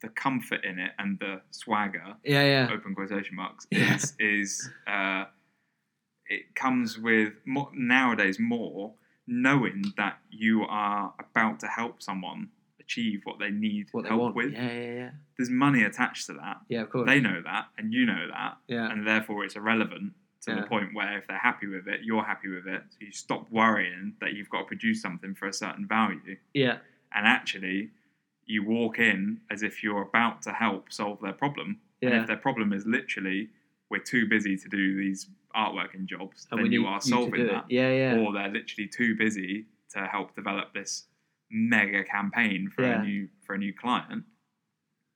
B: the comfort in it and the swagger
A: yeah, yeah,
B: (laughs) open quotation marks
A: Yeah.
B: is is uh, it comes with mo nowadays more knowing that you are about to help someone achieve what they need
A: what they
B: help
A: want.
B: with.
A: Yeah, yeah, yeah,
B: There's money attached to that.
A: yeah. Of course.
B: They know that, and you know that,
A: yeah,
B: and therefore it's irrelevant to
A: Yeah.
B: the point where if they're happy with it, you're happy with it. So you stop worrying that you've got to produce something for a certain value
A: yeah,
B: and actually you walk in as if you're about to help solve their problem. And
A: yeah.
B: if their problem is literally we're too busy to do these artworking jobs,
A: And
B: then
A: when
B: you,
A: you
B: are
A: to
B: solving
A: do
B: that.
A: It. Yeah, yeah.
B: Or they're literally too busy to help develop this mega campaign for
A: Yeah.
B: a new for a new client.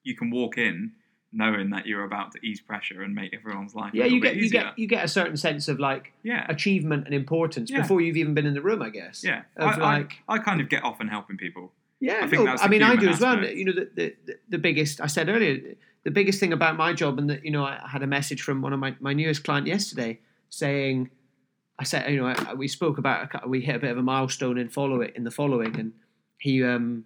B: You can walk in knowing that you're about to ease pressure and make everyone's life
A: yeah,
B: a little
A: you
B: bit
A: get you
B: easier.
A: get you get a certain sense of like
B: yeah.
A: achievement and importance
B: Yeah.
A: before you've even been in the room, I guess.
B: Yeah.
A: Of
B: I, I-
A: like-
B: I, kind of get off on helping people.
A: Yeah,
B: I think
A: no,
B: that's
A: I
B: the
A: mean, I
B: human
A: do as well.
B: aspect.
A: You know, the, the, the- the biggest, I said earlier, the biggest thing about my job, and that, you know, I had a message from one of my, my newest client yesterday saying, I said, you know, I, we spoke about, a cou- we hit a bit of a milestone in follow it in the following. And he, um,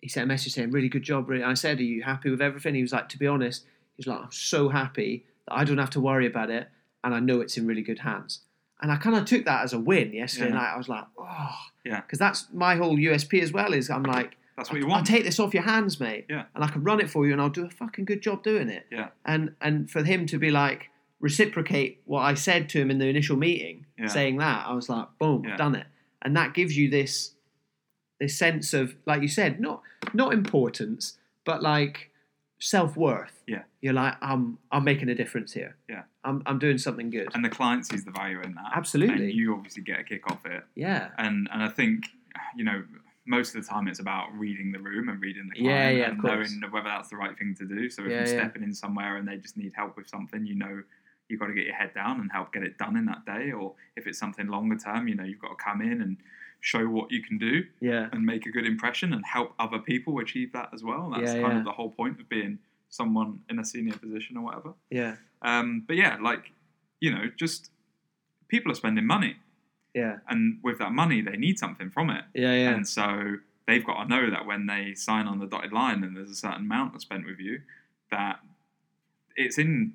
A: he sent a message saying, really good job. Really. I said, are you happy with everything? He was like, to be honest, he's like, I'm so happy that I don't have to worry about it. And I know it's in really good hands. And I kind of took that as a win yesterday
B: Yeah.
A: night. I was like, oh,
B: Yeah.
A: because that's my whole USP as well. Is I'm like,
B: That's what you
A: I'll
B: want.
A: take this off your hands, mate.
B: Yeah.
A: And I can run it for you, and I'll do a fucking good job doing it.
B: Yeah.
A: And and for him to be like reciprocate what I said to him in the initial meeting,
B: Yeah.
A: saying that I was like, boom,
B: Yeah.
A: done it. And that gives you this this sense of, like you said, not not importance, but like self worth.
B: Yeah.
A: You're like, I'm I'm making a difference here.
B: Yeah.
A: I'm I'm doing something good.
B: and the client sees the value in that.
A: Absolutely.
B: And you obviously get a kick off it.
A: yeah.
B: And and I think, you know, most of the time it's about reading the room and reading the client
A: Yeah, yeah, of
B: and
A: course.
B: knowing whether that's the right thing to do. So if
A: Yeah,
B: you're
A: yeah.
B: stepping in somewhere and they just need help with something, you know you've got to get your head down and help get it done in that day. Or if it's something longer term, you know, you've got to come in and show what you can do
A: Yeah.
B: and make a good impression and help other people achieve that as well. That's
A: Yeah,
B: kind
A: yeah.
B: of the whole point of being someone in a senior position or whatever.
A: Yeah.
B: Um, but yeah, like, you know, just people are spending money.
A: Yeah.
B: And with that money, they need something from it.
A: Yeah. Yeah.
B: And so they've got to know that when they sign on the dotted line and there's a certain amount that's spent with you, that it's in,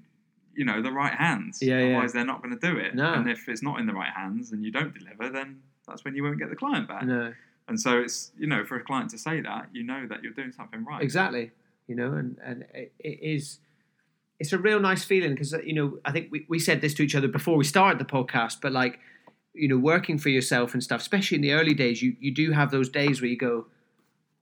B: you know, the right hands.
A: Yeah, yeah.
B: Otherwise, they're not going to do it.
A: No.
B: And if it's not in the right hands and you don't deliver, then that's when you won't get the client back.
A: no.
B: And so it's, you know, for a client to say that, you know that you're doing something right.
A: Exactly. You know, and and it, it is. It's a real nice feeling because you know I think we, we said this to each other before we started the podcast, but like you know working for yourself and stuff, especially in the early days, you you do have those days where you go,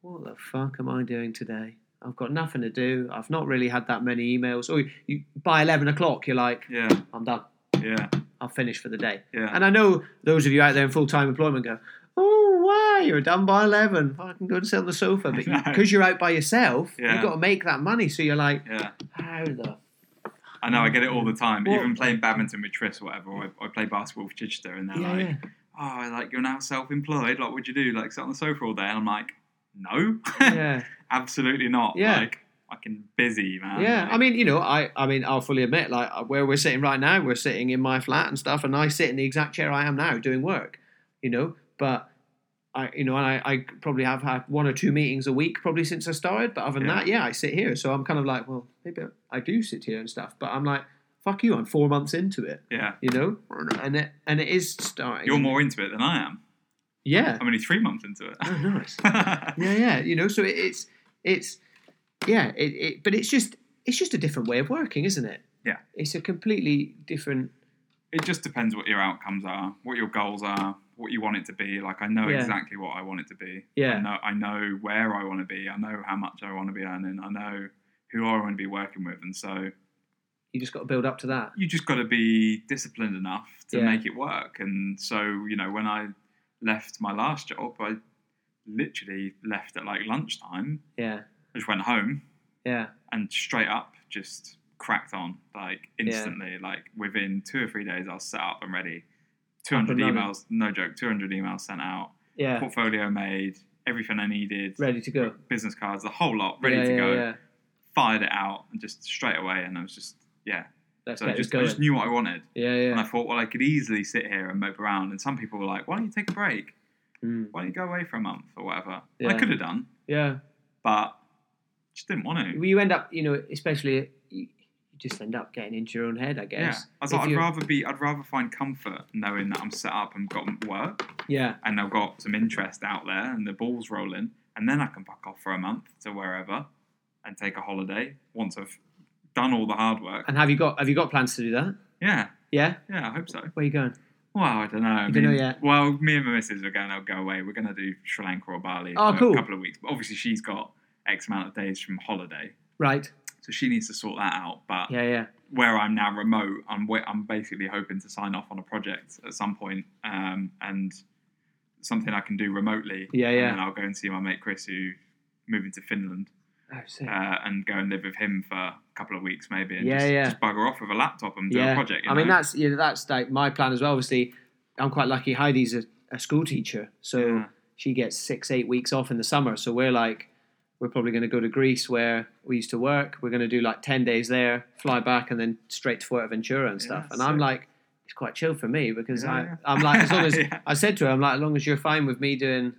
A: what the fuck am I doing today? I've got nothing to do. I've not really had that many emails. Or you, you by eleven o'clock, you're like,
B: Yeah,
A: I'm done.
B: yeah,
A: I'll finish for the day.
B: yeah.
A: And I know those of you out there in full time employment go, oh, wow, you're done by 11. Fucking go and sit on the sofa. But
B: (laughs) I know.
A: because you, are out by yourself, you've
B: Yeah.
A: got to make that money. So you're like,
B: yeah.
A: how the.
B: I know, I get it all the time.
A: Well-
B: Even playing badminton with Tris, or whatever. or I, I play basketball with Chichester, and they're
A: Yeah,
B: like,
A: yeah.
B: "Oh, like you're now self-employed. Like, what'd you do? Like, sit on the sofa all day?" And I'm like, "No,
A: Yeah.
B: (laughs) absolutely not.
A: Yeah.
B: Like, I fucking busy, man.
A: Yeah,
B: Like,
A: I mean, you know, I, I mean, I'll fully admit, like uh, where we're sitting right now, we're sitting in my flat and stuff, and I sit in the exact chair I am now doing work, you know. But I, you know, and I, I probably have had one or two meetings a week probably since I started. But other than
B: Yeah.
A: that, yeah, I sit here, so I'm kind of like, well, maybe I do sit here and stuff. But I'm like, fuck you, I'm four months into it,
B: yeah,
A: you know, and it and it is starting.
B: you're more into it than I am.
A: yeah.
B: I'm only three months into it.
A: Oh, nice. yeah, yeah. You know, so it, it's it's yeah, it, it but it's just it's just a different way of working, isn't it?
B: Yeah.
A: It's a completely different
B: (laughs) it just depends what your outcomes are, what your goals are, what you want it to be. Like I know
A: Yeah.
B: exactly what I want it to be. I
A: Yeah.
B: know I know where I want to be. I know how much I want to be earning. I know who I want to be working with, and so
A: You just gotta build up to that.
B: you just got to be disciplined enough to
A: Yeah.
B: make it work. And so, you know, when I left my last job, I literally left at like lunchtime.
A: Yeah.
B: I just went home
A: Yeah.
B: and straight up just cracked on like instantly. Like within two or three days, I was set up and ready. 200
A: running.
B: emails, no joke, 200 emails sent out,
A: Yeah.
B: portfolio made, everything I needed,
A: Ready to go.
B: business cards, the whole lot, ready
A: yeah,
B: to
A: yeah,
B: go.
A: Yeah.
B: Fired it out and just straight away. And I was just, yeah.
A: Let's
B: So I
A: get
B: just,
A: this
B: I
A: going.
B: just knew what I wanted.
A: yeah,
B: And I
A: yeah.
B: thought, well, I could easily sit here and mope around. And some people were like, why don't you take a break?
A: Mm.
B: Why don't you go away for a month or whatever? I
A: Yeah.
B: could have done,
A: Yeah.
B: but just didn't want to.
A: Well, you end up, you know, especially you you just end up getting into your own head, I
B: Yeah,
A: guess.
B: I was
A: If
B: like, I'd
A: you-
B: rather be. I'd rather find comfort knowing that I'm set up and got work,
A: yeah.
B: and I've got some interest out there, and the ball's rolling, and then I can fuck off for a month to wherever, and take a holiday once I've done all the hard work.
A: And have you got have you got plans to do that?
B: Yeah,
A: Yeah?
B: yeah, I hope so.
A: Where are you going?
B: Well, I don't know. I
A: You don't know
B: mean,
A: yet?
B: Well, me and my missus are going to go away. We're going to do Sri Lanka or Bali
A: Oh,
B: for
A: cool.
B: a couple of weeks. But obviously, she's got X amount of days from holiday,
A: Right.
B: so she needs to sort that out. But
A: Yeah, yeah.
B: where I'm now remote, I'm wa- I'm basically hoping to sign off on a project at some point, um, and something I can do remotely.
A: Yeah, yeah.
B: And then I'll go and see my mate Chris, who moving to Finland,
A: Oh, sick.
B: uh, and go and live with him for a couple of weeks maybe, and
A: Yeah,
B: just,
A: yeah.
B: just bugger off with a laptop and do a project. you
A: I mean,
B: know?
A: that's yeah, that's like my plan as well. Obviously, I'm quite lucky. Heidi's a, a school teacher, so
B: Yeah.
A: she gets six, eight weeks off in the summer. So we're like, we're probably going to go to Greece where we used to work. We're going to do like ten days there, fly back, and then straight to Fuerteventura and stuff.
B: Yeah,
A: and I'm
B: sick.
A: like, it's quite chill for me because
B: Yeah,
A: I,
B: yeah.
A: I'm like, as long as
B: (laughs) Yeah.
A: I said to her, I'm like, as long as you're fine with me doing.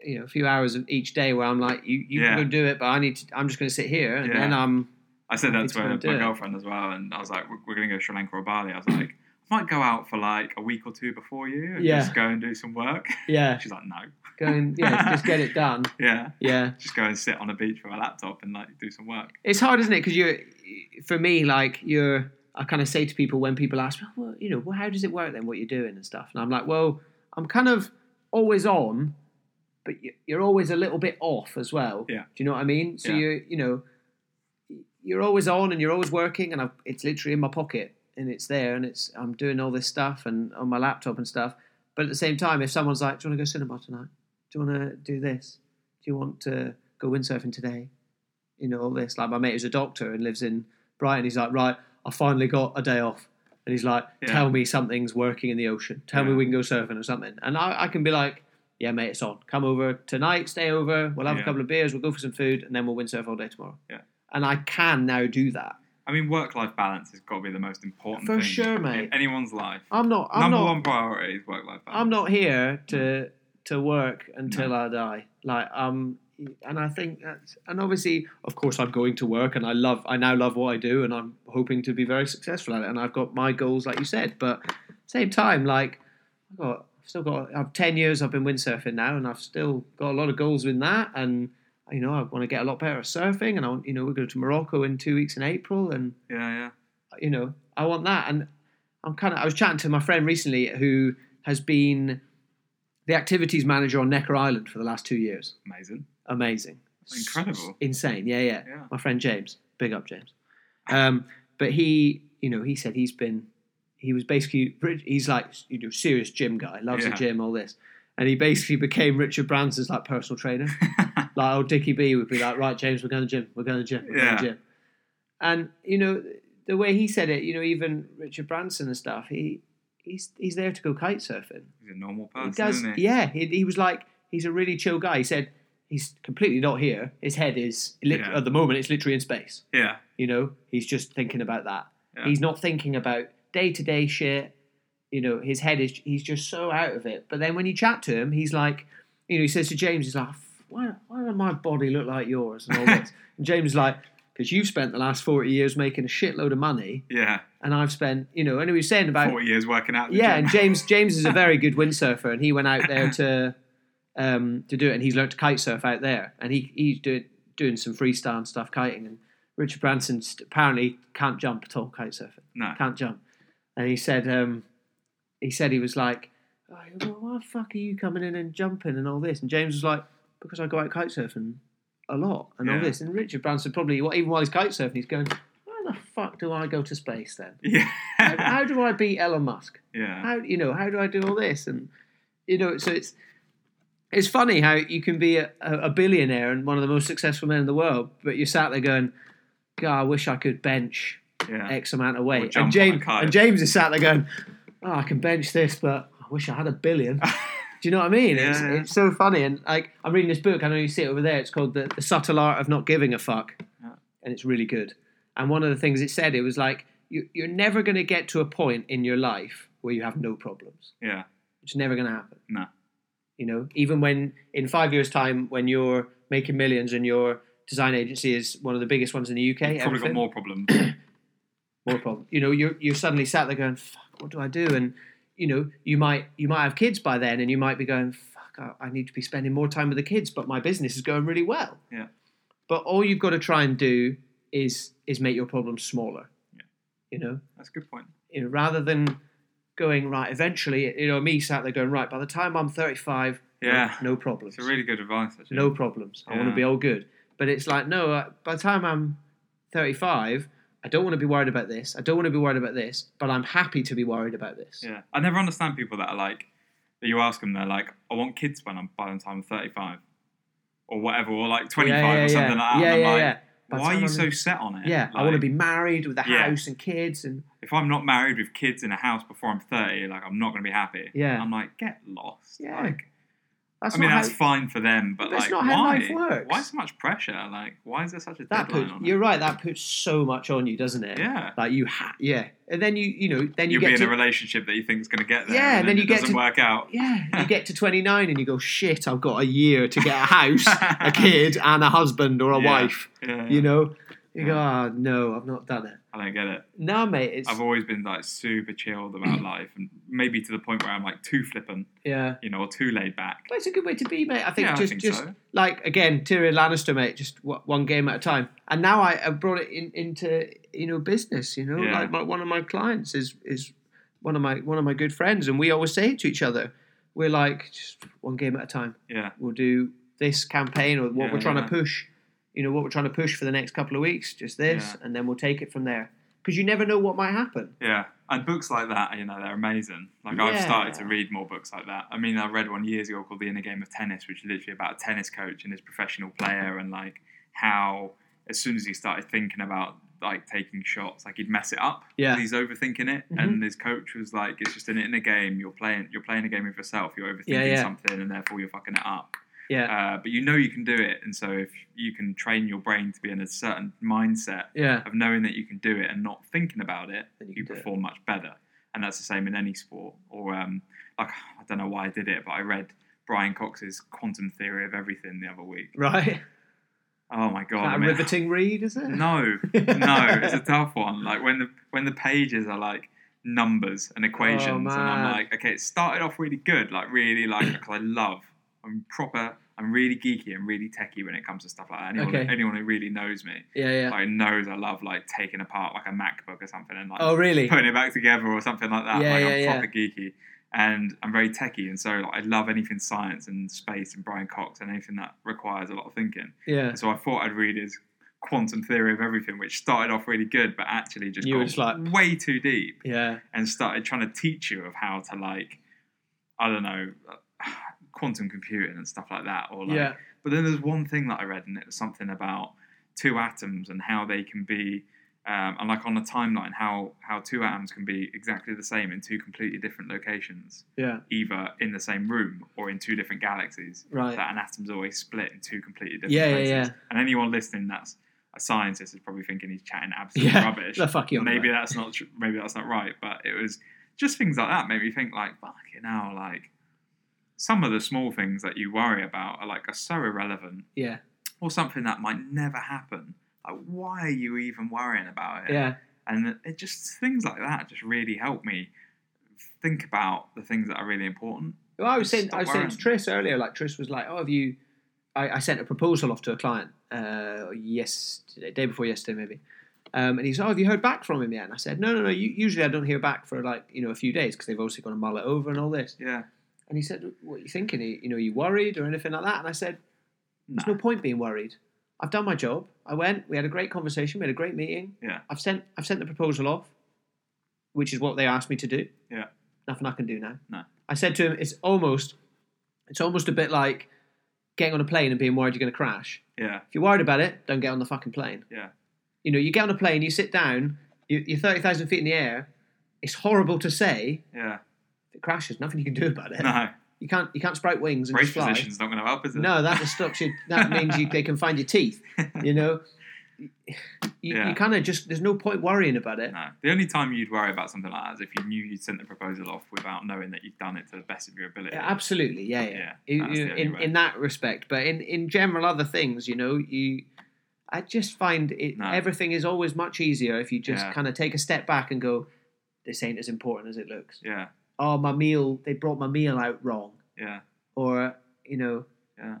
A: You know, a few hours of each day where I'm like, you, you
B: Yeah.
A: can go do it, but I need to. I'm just going to sit here, and
B: Yeah.
A: then I'm
B: I said that
A: It's
B: to her, my
A: gonna do it.
B: girlfriend as well, and I was like, "We're, we're going to go Sri Lanka or Bali." I was like, "I might go out for like a week or two before you, and
A: Yeah.
B: just go and do some work." (laughs)
A: yeah
B: She's like, "No,
A: going yeah just get it
B: (laughs)
A: done
B: yeah,
A: yeah.
B: just go and sit on a beach with a laptop and like do some work."
A: It's hard, isn't it? Because you're, for me, like you're. I kind of say to people when people ask, well, you know, well, how does it work then? What you're doing and stuff, and I'm like, well, I'm kind of always on, but you- you're always a little bit off as well.
B: Yeah.
A: Do you know what I mean? So
B: Yeah.
A: you're, you know, you're always on and you're always working, and I've, it's literally in my pocket and it's there, and it's I'm doing all this stuff and on my laptop and stuff. But at the same time, if someone's like, "Do you want to go cinema tonight? Do you want to do this? Do you want to go windsurfing today?" you know, all this. Like my mate who's a doctor and lives in Brighton, he's like, right, I finally got a day off. And he's like,
B: Yeah.
A: tell me something's working in the ocean. Tell me
B: Yeah.
A: we can go surfing or something. And I, I can be like, yeah, mate, it's on. Come over tonight, stay over. We'll have
B: Yeah.
A: a couple of beers, we'll go for some food, and then we'll windsurf all day tomorrow.
B: Yeah.
A: And I can now do that.
B: I mean, work-life balance has got to be the most important
A: For
B: thing
A: sure, mate.
B: in anyone's life.
A: I'm not, I'm
B: Number
A: not,
B: one priority is work-life
A: I'm
B: balance.
A: not here to to work until I die. Like um, and I think that's and obviously, of course, I'm going to work, and I love I now love what I do, and I'm hoping to be very successful at it, and I've got my goals, like you said. But same time, like I've got I've still got I've ten years I've been windsurfing now, and I've still got a lot of goals with that, and you know I want to get a lot better at surfing, and I want you know we're going to Morocco in two weeks in April, and
B: yeah, yeah,
A: you know, I want that. And I'm kind of, I was chatting to my friend recently who has been the activities manager on Necker Island for the last two years.
B: amazing.
A: Amazing.
B: Incredible.
A: S- insane. Yeah, yeah.
B: Yeah.
A: My friend James. Big up, James. Um, but he, you know, he said he's been, he was basically, he's like, you know, serious gym guy, loves
B: Yeah.
A: the gym, all this. And he basically became Richard Branson's like personal
B: (laughs)
A: trainer like old Dickie B would be like, right, James, we're going to the gym, we're going to the gym, we're going
B: Yeah.
A: to the gym. And you know, the way he said it, you know, even Richard Branson and stuff, he he's he's there to go kite surfing.
B: He's a normal
A: he
B: person,
A: does,
B: isn't he?
A: yeah. He, he was like, he's a really chill guy. He said he's completely not here. His head is lit-
B: Yeah.
A: at the moment. It's literally in space.
B: Yeah.
A: You know, he's just thinking about that.
B: Yeah.
A: He's not thinking about day to day shit. You know, his head is he's just so out of it. But then when you chat to him, he's like, you know, he says to James, he's like, why, why does my body look like yours and all this?
B: (laughs)
A: and James is like, because you've spent the last forty years making a shitload of money,
B: Yeah.
A: and I've spent, you know, and he was saying about
B: Forty years working out. at the
A: yeah,
B: (laughs) gym.
A: and James James is a very good windsurfer, and he went out there to um, to do it, and he's learned to kite surf out there, and he he's doing doing some freestyle and stuff kiting, and Richard Branson st- apparently can't jump at all kite surfing,
B: no.
A: can't jump, and he said um, he said he was like, oh, well, why the fuck are you coming in and jumping and all this, and James was like, because I go out kite surfing a lot and all
B: Yeah.
A: this, and Richard Branson probably well, even while he's kite surfing, he's going, why the fuck do I go to space then? How-
B: Yeah. (laughs)
A: how do I beat Elon Musk?
B: yeah.
A: how you know how do I do all this and you know so it's it's funny how you can be a, a billionaire and one of the most successful men in the world but you're sat there going God I wish I could bench
B: Yeah.
A: X amount of
B: Or
A: weight
B: jump
A: and James
B: on a kite.
A: and James is sat there going oh I can bench this but I wish I had a
B: (laughs)
A: billion do you know what I mean it's,
B: Yeah, yeah.
A: it's so funny and like I'm reading this book I know you see it over there it's called the, the subtle art of not giving a fuck
B: Yeah.
A: and it's really good and one of the things it said it was like you, you're never going to get to a point in your life where you have no problems
B: Yeah.
A: it's never going to happen.
B: No.
A: You know, even when in five years' time, when you're making millions and your design agency is one of the biggest ones in the UK,
B: You've probably got
A: everything,
B: more problems.
A: more problem. You know, you're you're suddenly sat there going, "Fuck, what do I do?" And you know, you might you might have kids by then, and you might be going, "Fuck, I, I need to be spending more time with the kids," but my business is going really well.
B: Yeah.
A: But all you've got to try and do is is make your problems smaller.
B: Yeah.
A: You know,
B: That's a good point.
A: you know, rather than going right eventually, you know, me sat there going right. By the time I'm 35, no-
B: Yeah.
A: no, problems,
B: It's a really good advice. Actually.
A: no problems. I want
B: Yeah.
A: to be all good, but it's like no. uh, By the time I'm 35, I don't want to be worried about this. I don't want to be worried about this, but I'm happy to be worried about this.
B: Yeah, I never understand people that are like, that you ask them, they're like, I want kids when I'm by the time I'm 35 or whatever, or like 25 or something like that.
A: yeah,
B: and
A: yeah,
B: I'm
A: yeah. By
B: like,
A: the
B: why are
A: time
B: you
A: I'm-
B: so set on it?
A: Yeah, I
B: Like,
A: want to be married with a
B: Yeah.
A: house and kids and
B: If I'm not married with kids in a house before I'm 30, like, I'm not going to be happy.
A: Yeah.
B: I'm like, get lost.
A: Yeah.
B: Like,
A: that's
B: I mean,
A: not
B: that's
A: how,
B: fine for them, but,
A: But it's
B: like,
A: not
B: why?
A: how life works.
B: Why so much pressure? Like, why is there such a
A: that
B: deadline
A: puts.
B: on
A: You're
B: it?
A: right. That puts so much on you, doesn't it?
B: Yeah.
A: Like you, ha- yeah, and then you, you know, then you
B: You'll
A: get
B: be in
A: to
B: a relationship that you think is going to get there.
A: Yeah,
B: and
A: and then
B: then,
A: you
B: it
A: get
B: doesn't
A: to-
B: work out.
A: (laughs) Yeah, you get to 29 and you go, shit, I've got a year to
B: (laughs)
A: get a house, a kid, and a husband or a
B: Yeah.
A: wife.
B: Yeah,
A: You know, you go, ah, no, I've not done it.
B: I don't get it.
A: No, mate, it's
B: I've always been like super chilled
A: (clears throat)
B: about life, and maybe to the point where I'm like too flippant,
A: yeah,
B: you know, or too laid back.
A: but it's a good way to be, mate. I think
B: Yeah, I
A: just,
B: think
A: just
B: so.
A: like again, Tyrion Lannister, mate, just w- one game at a time. And now I have brought it in, into you know business. You know,
B: Yeah.
A: like my, one of my clients is is one of my one of my good friends, and we always say to each other, we're like just one game at a time.
B: Yeah,
A: we'll do this campaign or what
B: Yeah,
A: we're trying
B: yeah.
A: to push you know what we're trying to push for the next couple of weeks just this
B: Yeah.
A: and then we'll take it from there because you never know what might happen
B: yeah. And books like that, you know, they're amazing. Like I've
A: Yeah.
B: started to read more books like that. I mean, I read one years ago called The Inner Game of Tennis, which is literally about a tennis coach and his professional player, and like how as soon as he started thinking about like taking shots, like he'd mess it up.
A: Yeah. Mm-hmm.
B: he's overthinking it, and his coach was like, "It's just an inner game. You're playing. You're playing a game with yourself. You're overthinking
A: yeah.
B: something, and therefore you're fucking it up."
A: yeah
B: uh, but you know you can do it. And so if you can train your brain to be in a certain mindset
A: yeah
B: of knowing that you can do it and not thinking about it,
A: Then you
B: you
A: can do it.
B: perform much better. And that's the same in any sport. Or um, like I don't know why I did it, but I read Brian Cox's Quantum Theory of Everything the other week.
A: right
B: (laughs) Oh my god!
A: that
B: I
A: a
B: mean,
A: riveting read is it
B: No,
A: (laughs)
B: no, it's a tough one. Like when the when the pages are like numbers and equations, and I'm
A: Oh, man.
B: like, okay, it started off really good, like
A: (clears throat)
B: really like because I love, I'm proper, I'm really geeky and really techie when it comes to stuff like that. Anyone,
A: Okay.
B: anyone who really knows me,
A: yeah yeah
B: like knows I love like taking apart like a MacBook or something and like
A: oh really
B: putting it back together or something like that.
A: Yeah,
B: like I'm
A: yeah,
B: proper geeky and I'm very techie, and so like, I love anything science and space and Brian Cox and anything that requires a lot of thinking.
A: yeah
B: And so I thought I'd read his Quantum Theory of Everything, which started off really good, but actually just
A: You were
B: got
A: just like-
B: way too deep
A: yeah
B: and started trying to teach you of how to like, I don't know, (sighs) quantum computing and stuff like that. Or like,
A: yeah
B: but then there's one thing that I read, and it was something about two atoms and how they can be um, and like on a timeline how how two atoms can be exactly the same in two completely different locations
A: Yeah.
B: either in the same room or in two different galaxies
A: Right.
B: that an atom's always split in two completely different
A: Yeah, yeah,
B: places
A: yeah.
B: and anyone listening that's a scientist is probably thinking he's chatting absolute
A: Yeah. (laughs)
B: rubbish
A: The fuck you. on
B: maybe
A: about.
B: that's not tr- maybe that's not right but it was just things like that made me think like fucking hell like some of the small things that you worry about are like are so irrelevant
A: Yeah.
B: or something that might never happen like why are you even worrying about it
A: Yeah.
B: and it just things like that just really help me think about the things that are really important
A: Well, I was
B: Just
A: saying, I
B: stop
A: was saying to
B: worrying.
A: Tris earlier, like Tris was like, "Oh, have you?" I, I sent a proposal off to a client uh, yesterday, day before yesterday, maybe, um, and he said, "Oh, have you heard back from him yet?" And I said, "No, no, no. You, usually, I don't hear back for like you know a few days because they've obviously got to mull it over and all this."
B: yeah
A: And he said, "What are you thinking? Are you, you know, are you worried or anything like that?" And I said, "There's no point being worried. I've done my job. I went. We had a great conversation. We had a great meeting.
B: Yeah.
A: I've sent. I've sent the proposal off, which is what they asked me to do.
B: Yeah.
A: Nothing I can do now.
B: No.
A: I said to him, it's almost, it's almost a bit like getting on a plane and being worried you're going to crash.
B: yeah
A: If you're worried about it, don't get on the fucking plane.
B: yeah
A: You know, you get on a plane, you sit down, you, you're thirty thousand feet in the air. It's horrible to say (laughs)
B: yeah
A: if it crashes. Nothing you can do about it.
B: no
A: You can't. You can't sprout wings and
B: brace
A: just fly.
B: position's not going to help is it
A: No, that just stops you. That means you, they can find your teeth. You know, you,
B: Yeah.
A: you kind of just there's no point worrying about it.
B: No. The only time you'd worry about something like that is if you knew you'd sent the proposal off without knowing that you'd done it to the best of your ability.
A: Yeah, absolutely, yeah, yeah.
B: Yeah,
A: You-
B: that's
A: you-
B: the only
A: in
B: way.
A: in that respect, but in in general other things, you know, you. I just find it.
B: No.
A: Everything is always much easier if you just
B: Yeah.
A: kind of take a step back and go, "This ain't as important as it looks."
B: Yeah,
A: Oh, my meal. They brought my meal out wrong,
B: yeah.
A: or you know,
B: Yeah.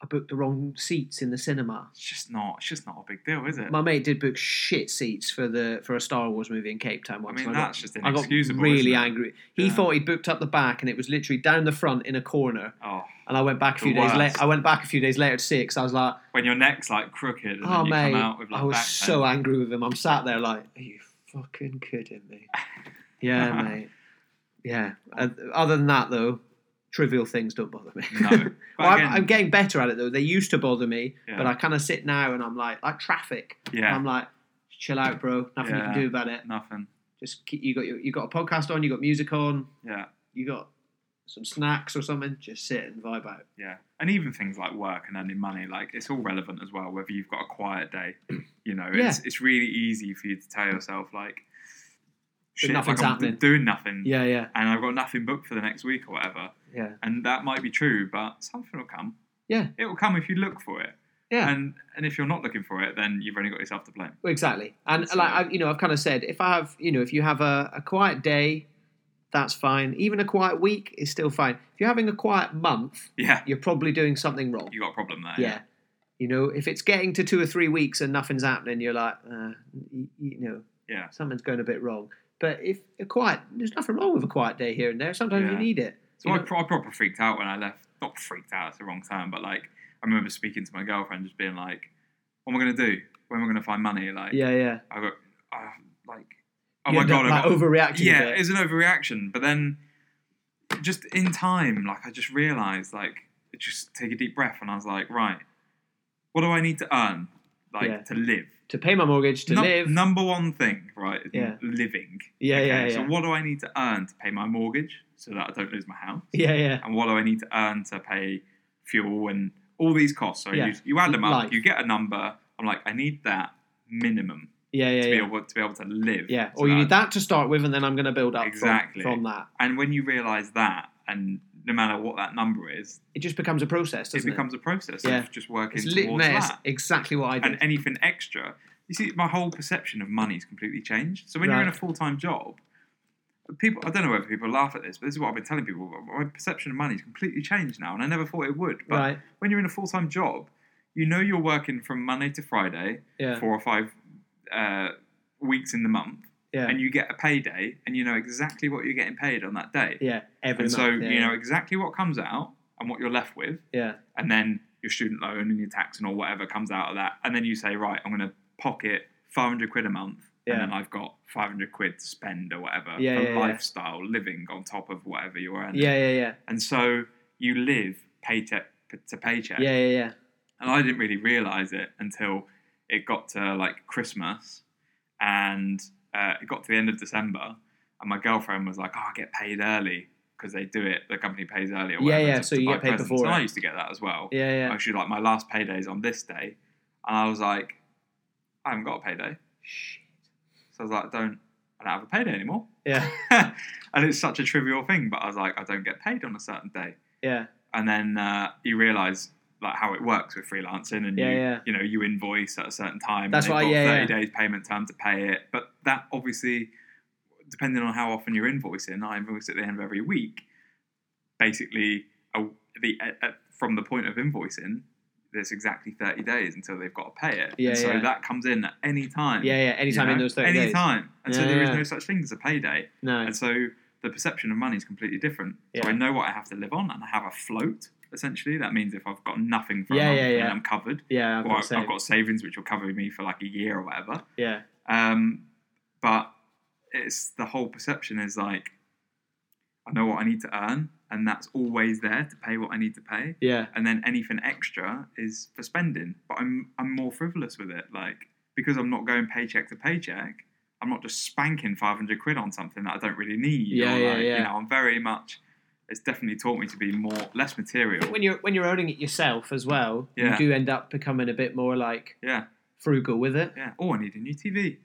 A: I booked the wrong seats in the cinema.
B: It's just not. It's just not a big deal, is it?
A: My mate did book shit seats for the for a Star Wars movie in Cape Town
B: I
A: once.
B: mean,
A: and I got-
B: that's just
A: I got
B: inexcusable.
A: really
B: isn't it?
A: angry. He
B: Yeah.
A: thought he'd booked up the back, and it was literally down the front in a corner.
B: Oh,
A: And I went back a
B: The
A: few days later.
B: worst.
A: I went back a few days later to see it 'cause I was like,
B: when your neck's like crooked and
A: "Oh
B: then you
A: mate,
B: come out with like
A: I was
B: back
A: so angry with him." I'm sat there like, "Are you fucking kidding
B: (laughs)
A: me?" Yeah, mate. Yeah. Uh, other than that, though, trivial things don't bother me. (laughs)
B: pain. No, but
A: Well, I'm,
B: again,
A: I'm getting better at it though. They used to bother me,
B: Yeah.
A: but I kind of sit now and I'm like, like traffic.
B: yeah,
A: I'm like, chill out, bro. Nothing you
B: Yeah.
A: can do about it.
B: nothing.
A: Just keep, you got your, you got a podcast on, you got music on,
B: Yeah,
A: you got some snacks or something. Just sit and vibe out.
B: yeah. And even things like work and earning money, like it's all relevant as well. Whether you've got a quiet
A: (clears throat)
B: day, you know, it's it's really easy for you to tell yourself like, shit,
A: nothing's
B: like, I'm
A: happening.
B: doing nothing,
A: Yeah, yeah,
B: and I've got nothing booked for the next week or whatever.
A: yeah,
B: and that might be true, but something will come.
A: Yeah.
B: it will come if you look for it.
A: yeah.
B: And and if you're not looking for it, then you've only got yourself to blame.
A: exactly. And
B: That's
A: like
B: right.
A: I, you know, I've kind of said, if I have, you know, if you have a, a quiet day, that's fine. Even a quiet week is still fine. If you're having a quiet month,
B: Yeah,
A: you're probably doing something wrong.
B: you got a problem there.
A: yeah. You know, if it's getting to two or three weeks and nothing's happening, you're like, uh, you, you know,
B: Yeah.
A: something's going a bit wrong. But if a quiet, there's nothing wrong with a quiet day here and there. Sometimes you
B: Yeah.
A: need it.
B: So
A: You
B: I,
A: know-
B: pro- I proper freaked out when I left. Not freaked out. It's the wrong term, but like I remember speaking to my girlfriend, just being like, "What am I going to do? When am I going to find money?" Like,
A: yeah, yeah.
B: I got uh, like, oh
A: You
B: my
A: end
B: god,
A: up,
B: I
A: like
B: got
A: overreacting.
B: yeah,
A: a bit.
B: it's an overreaction. But then, just in time, like I just realised, like just take a deep breath, and I was like, right, what do I need to earn, like
A: Yeah.
B: to live?
A: to pay my mortgage, to
B: Num-
A: live.
B: Number one thing, right? is
A: Yeah.
B: Living.
A: yeah, yeah, yeah,
B: So what do I need to earn to pay my mortgage so that I don't lose my house?
A: yeah, yeah,
B: And what do I need to earn to pay fuel and all these costs? So
A: Yeah.
B: you, you add them up,
A: Life.
B: you get a number. I'm like, I need that minimum
A: yeah, yeah,
B: to be
A: yeah.
B: able to be able to live.
A: Yeah,
B: So
A: or you need that to start with, and then I'm going to build up from-
B: Exactly.
A: from, that.
B: And when you realise that, and no matter what that number is,
A: It just becomes a process,
B: it
A: doesn't it?
B: becomes a process
A: Yeah.
B: of just working
A: it's
B: towards
A: lit- mate, it's
B: that.
A: exactly what I did.
B: And anything extra, you see, my whole perception of money's completely changed. So when you're in a
A: Right.
B: full time job, people I don't know whether people laugh at this, but this is what I've been telling people. My perception of money's completely changed now, and I never thought it would. But
A: right?
B: when you're in a full time job, you know you're working from Monday to Friday,
A: Yeah,
B: four or five uh, weeks in the month,
A: yeah,
B: and you get a payday, and you know exactly what you're getting paid on that day.
A: yeah. Every month,
B: and so
A: yeah,
B: you know exactly what comes out and what you're left with
A: yeah,
B: and then your student loan and your tax and all whatever comes out of that and then you say right i'm going to pocket 500 quid a month
A: Yeah.
B: and then i've got 500 quid to spend or whatever
A: Yeah,
B: for
A: yeah, yeah.
B: lifestyle living on top of whatever you're earning
A: yeah, yeah, yeah,
B: and so you live paycheck to paycheck
A: yeah, yeah, yeah.
B: and i didn't really realize it until it got to like christmas and uh, it got to the end of December, and my girlfriend was like, "Oh, I get paid early because they do it. The company pays early." Or
A: Yeah,
B: whatever
A: yeah,
B: to-
A: so
B: to
A: you
B: buy
A: get paid
B: presents."
A: before
B: And I
A: it.
B: used to get that as well.
A: Yeah, yeah.
B: Actually, like my last payday is on this day, and I was like, "I haven't got a payday,"
A: Shit.
B: so I was like, "Don't." I don't have a payday anymore. (laughs)
A: Yeah,
B: and it's such a trivial thing, but I was like, I don't get paid on a certain day.
A: yeah,
B: and then uh, you realize like how it works with freelancing and
A: Yeah,
B: you,
A: yeah.
B: you know you invoice at a certain time
A: That's
B: and
A: why-
B: they've got
A: yeah,
B: 30 days payment time to pay it but that obviously depending on how often you're invoicing i invoice at the end of every week basically a, the a, a- from the point of invoicing there's exactly 30 days until they've got to pay it
A: Yeah,
B: and so
A: yeah.
B: that comes in at any time
A: yeah, yeah. Anytime
B: you
A: in
B: know,
A: those thirty
B: any
A: days.
B: time and so
A: Yeah,
B: there is
A: yeah.
B: no such thing as a payday
A: No.
B: and so the perception of money is completely different.
A: Yeah.
B: So I know what I have to live on and I have a float, essentially. That means if I've got nothing for a
A: Yeah,
B: month,
A: yeah,
B: then
A: yeah.
B: I'm covered.
A: Yeah, I've
B: or
A: got, to say.
B: I've got savings which will cover me for like a year or whatever.
A: Yeah,
B: Um, but it's the whole perception is like, I know what I need to earn, and that's always there to pay what I need to pay.
A: yeah,
B: And then anything extra is for spending. But I'm I'm more frivolous with it, like because I'm not going paycheck to paycheck. I'm not just spanking 500 quid on something that I don't really need.
A: Yeah,
B: or
A: yeah,
B: like,
A: yeah.
B: You know, I'm very much. It's definitely taught me to be more less material.
A: When you're when you're owning it yourself as well, you
B: Yeah.
A: do end up becoming a bit more like
B: Yeah,
A: frugal with it.
B: yeah. Oh, I need a new TV.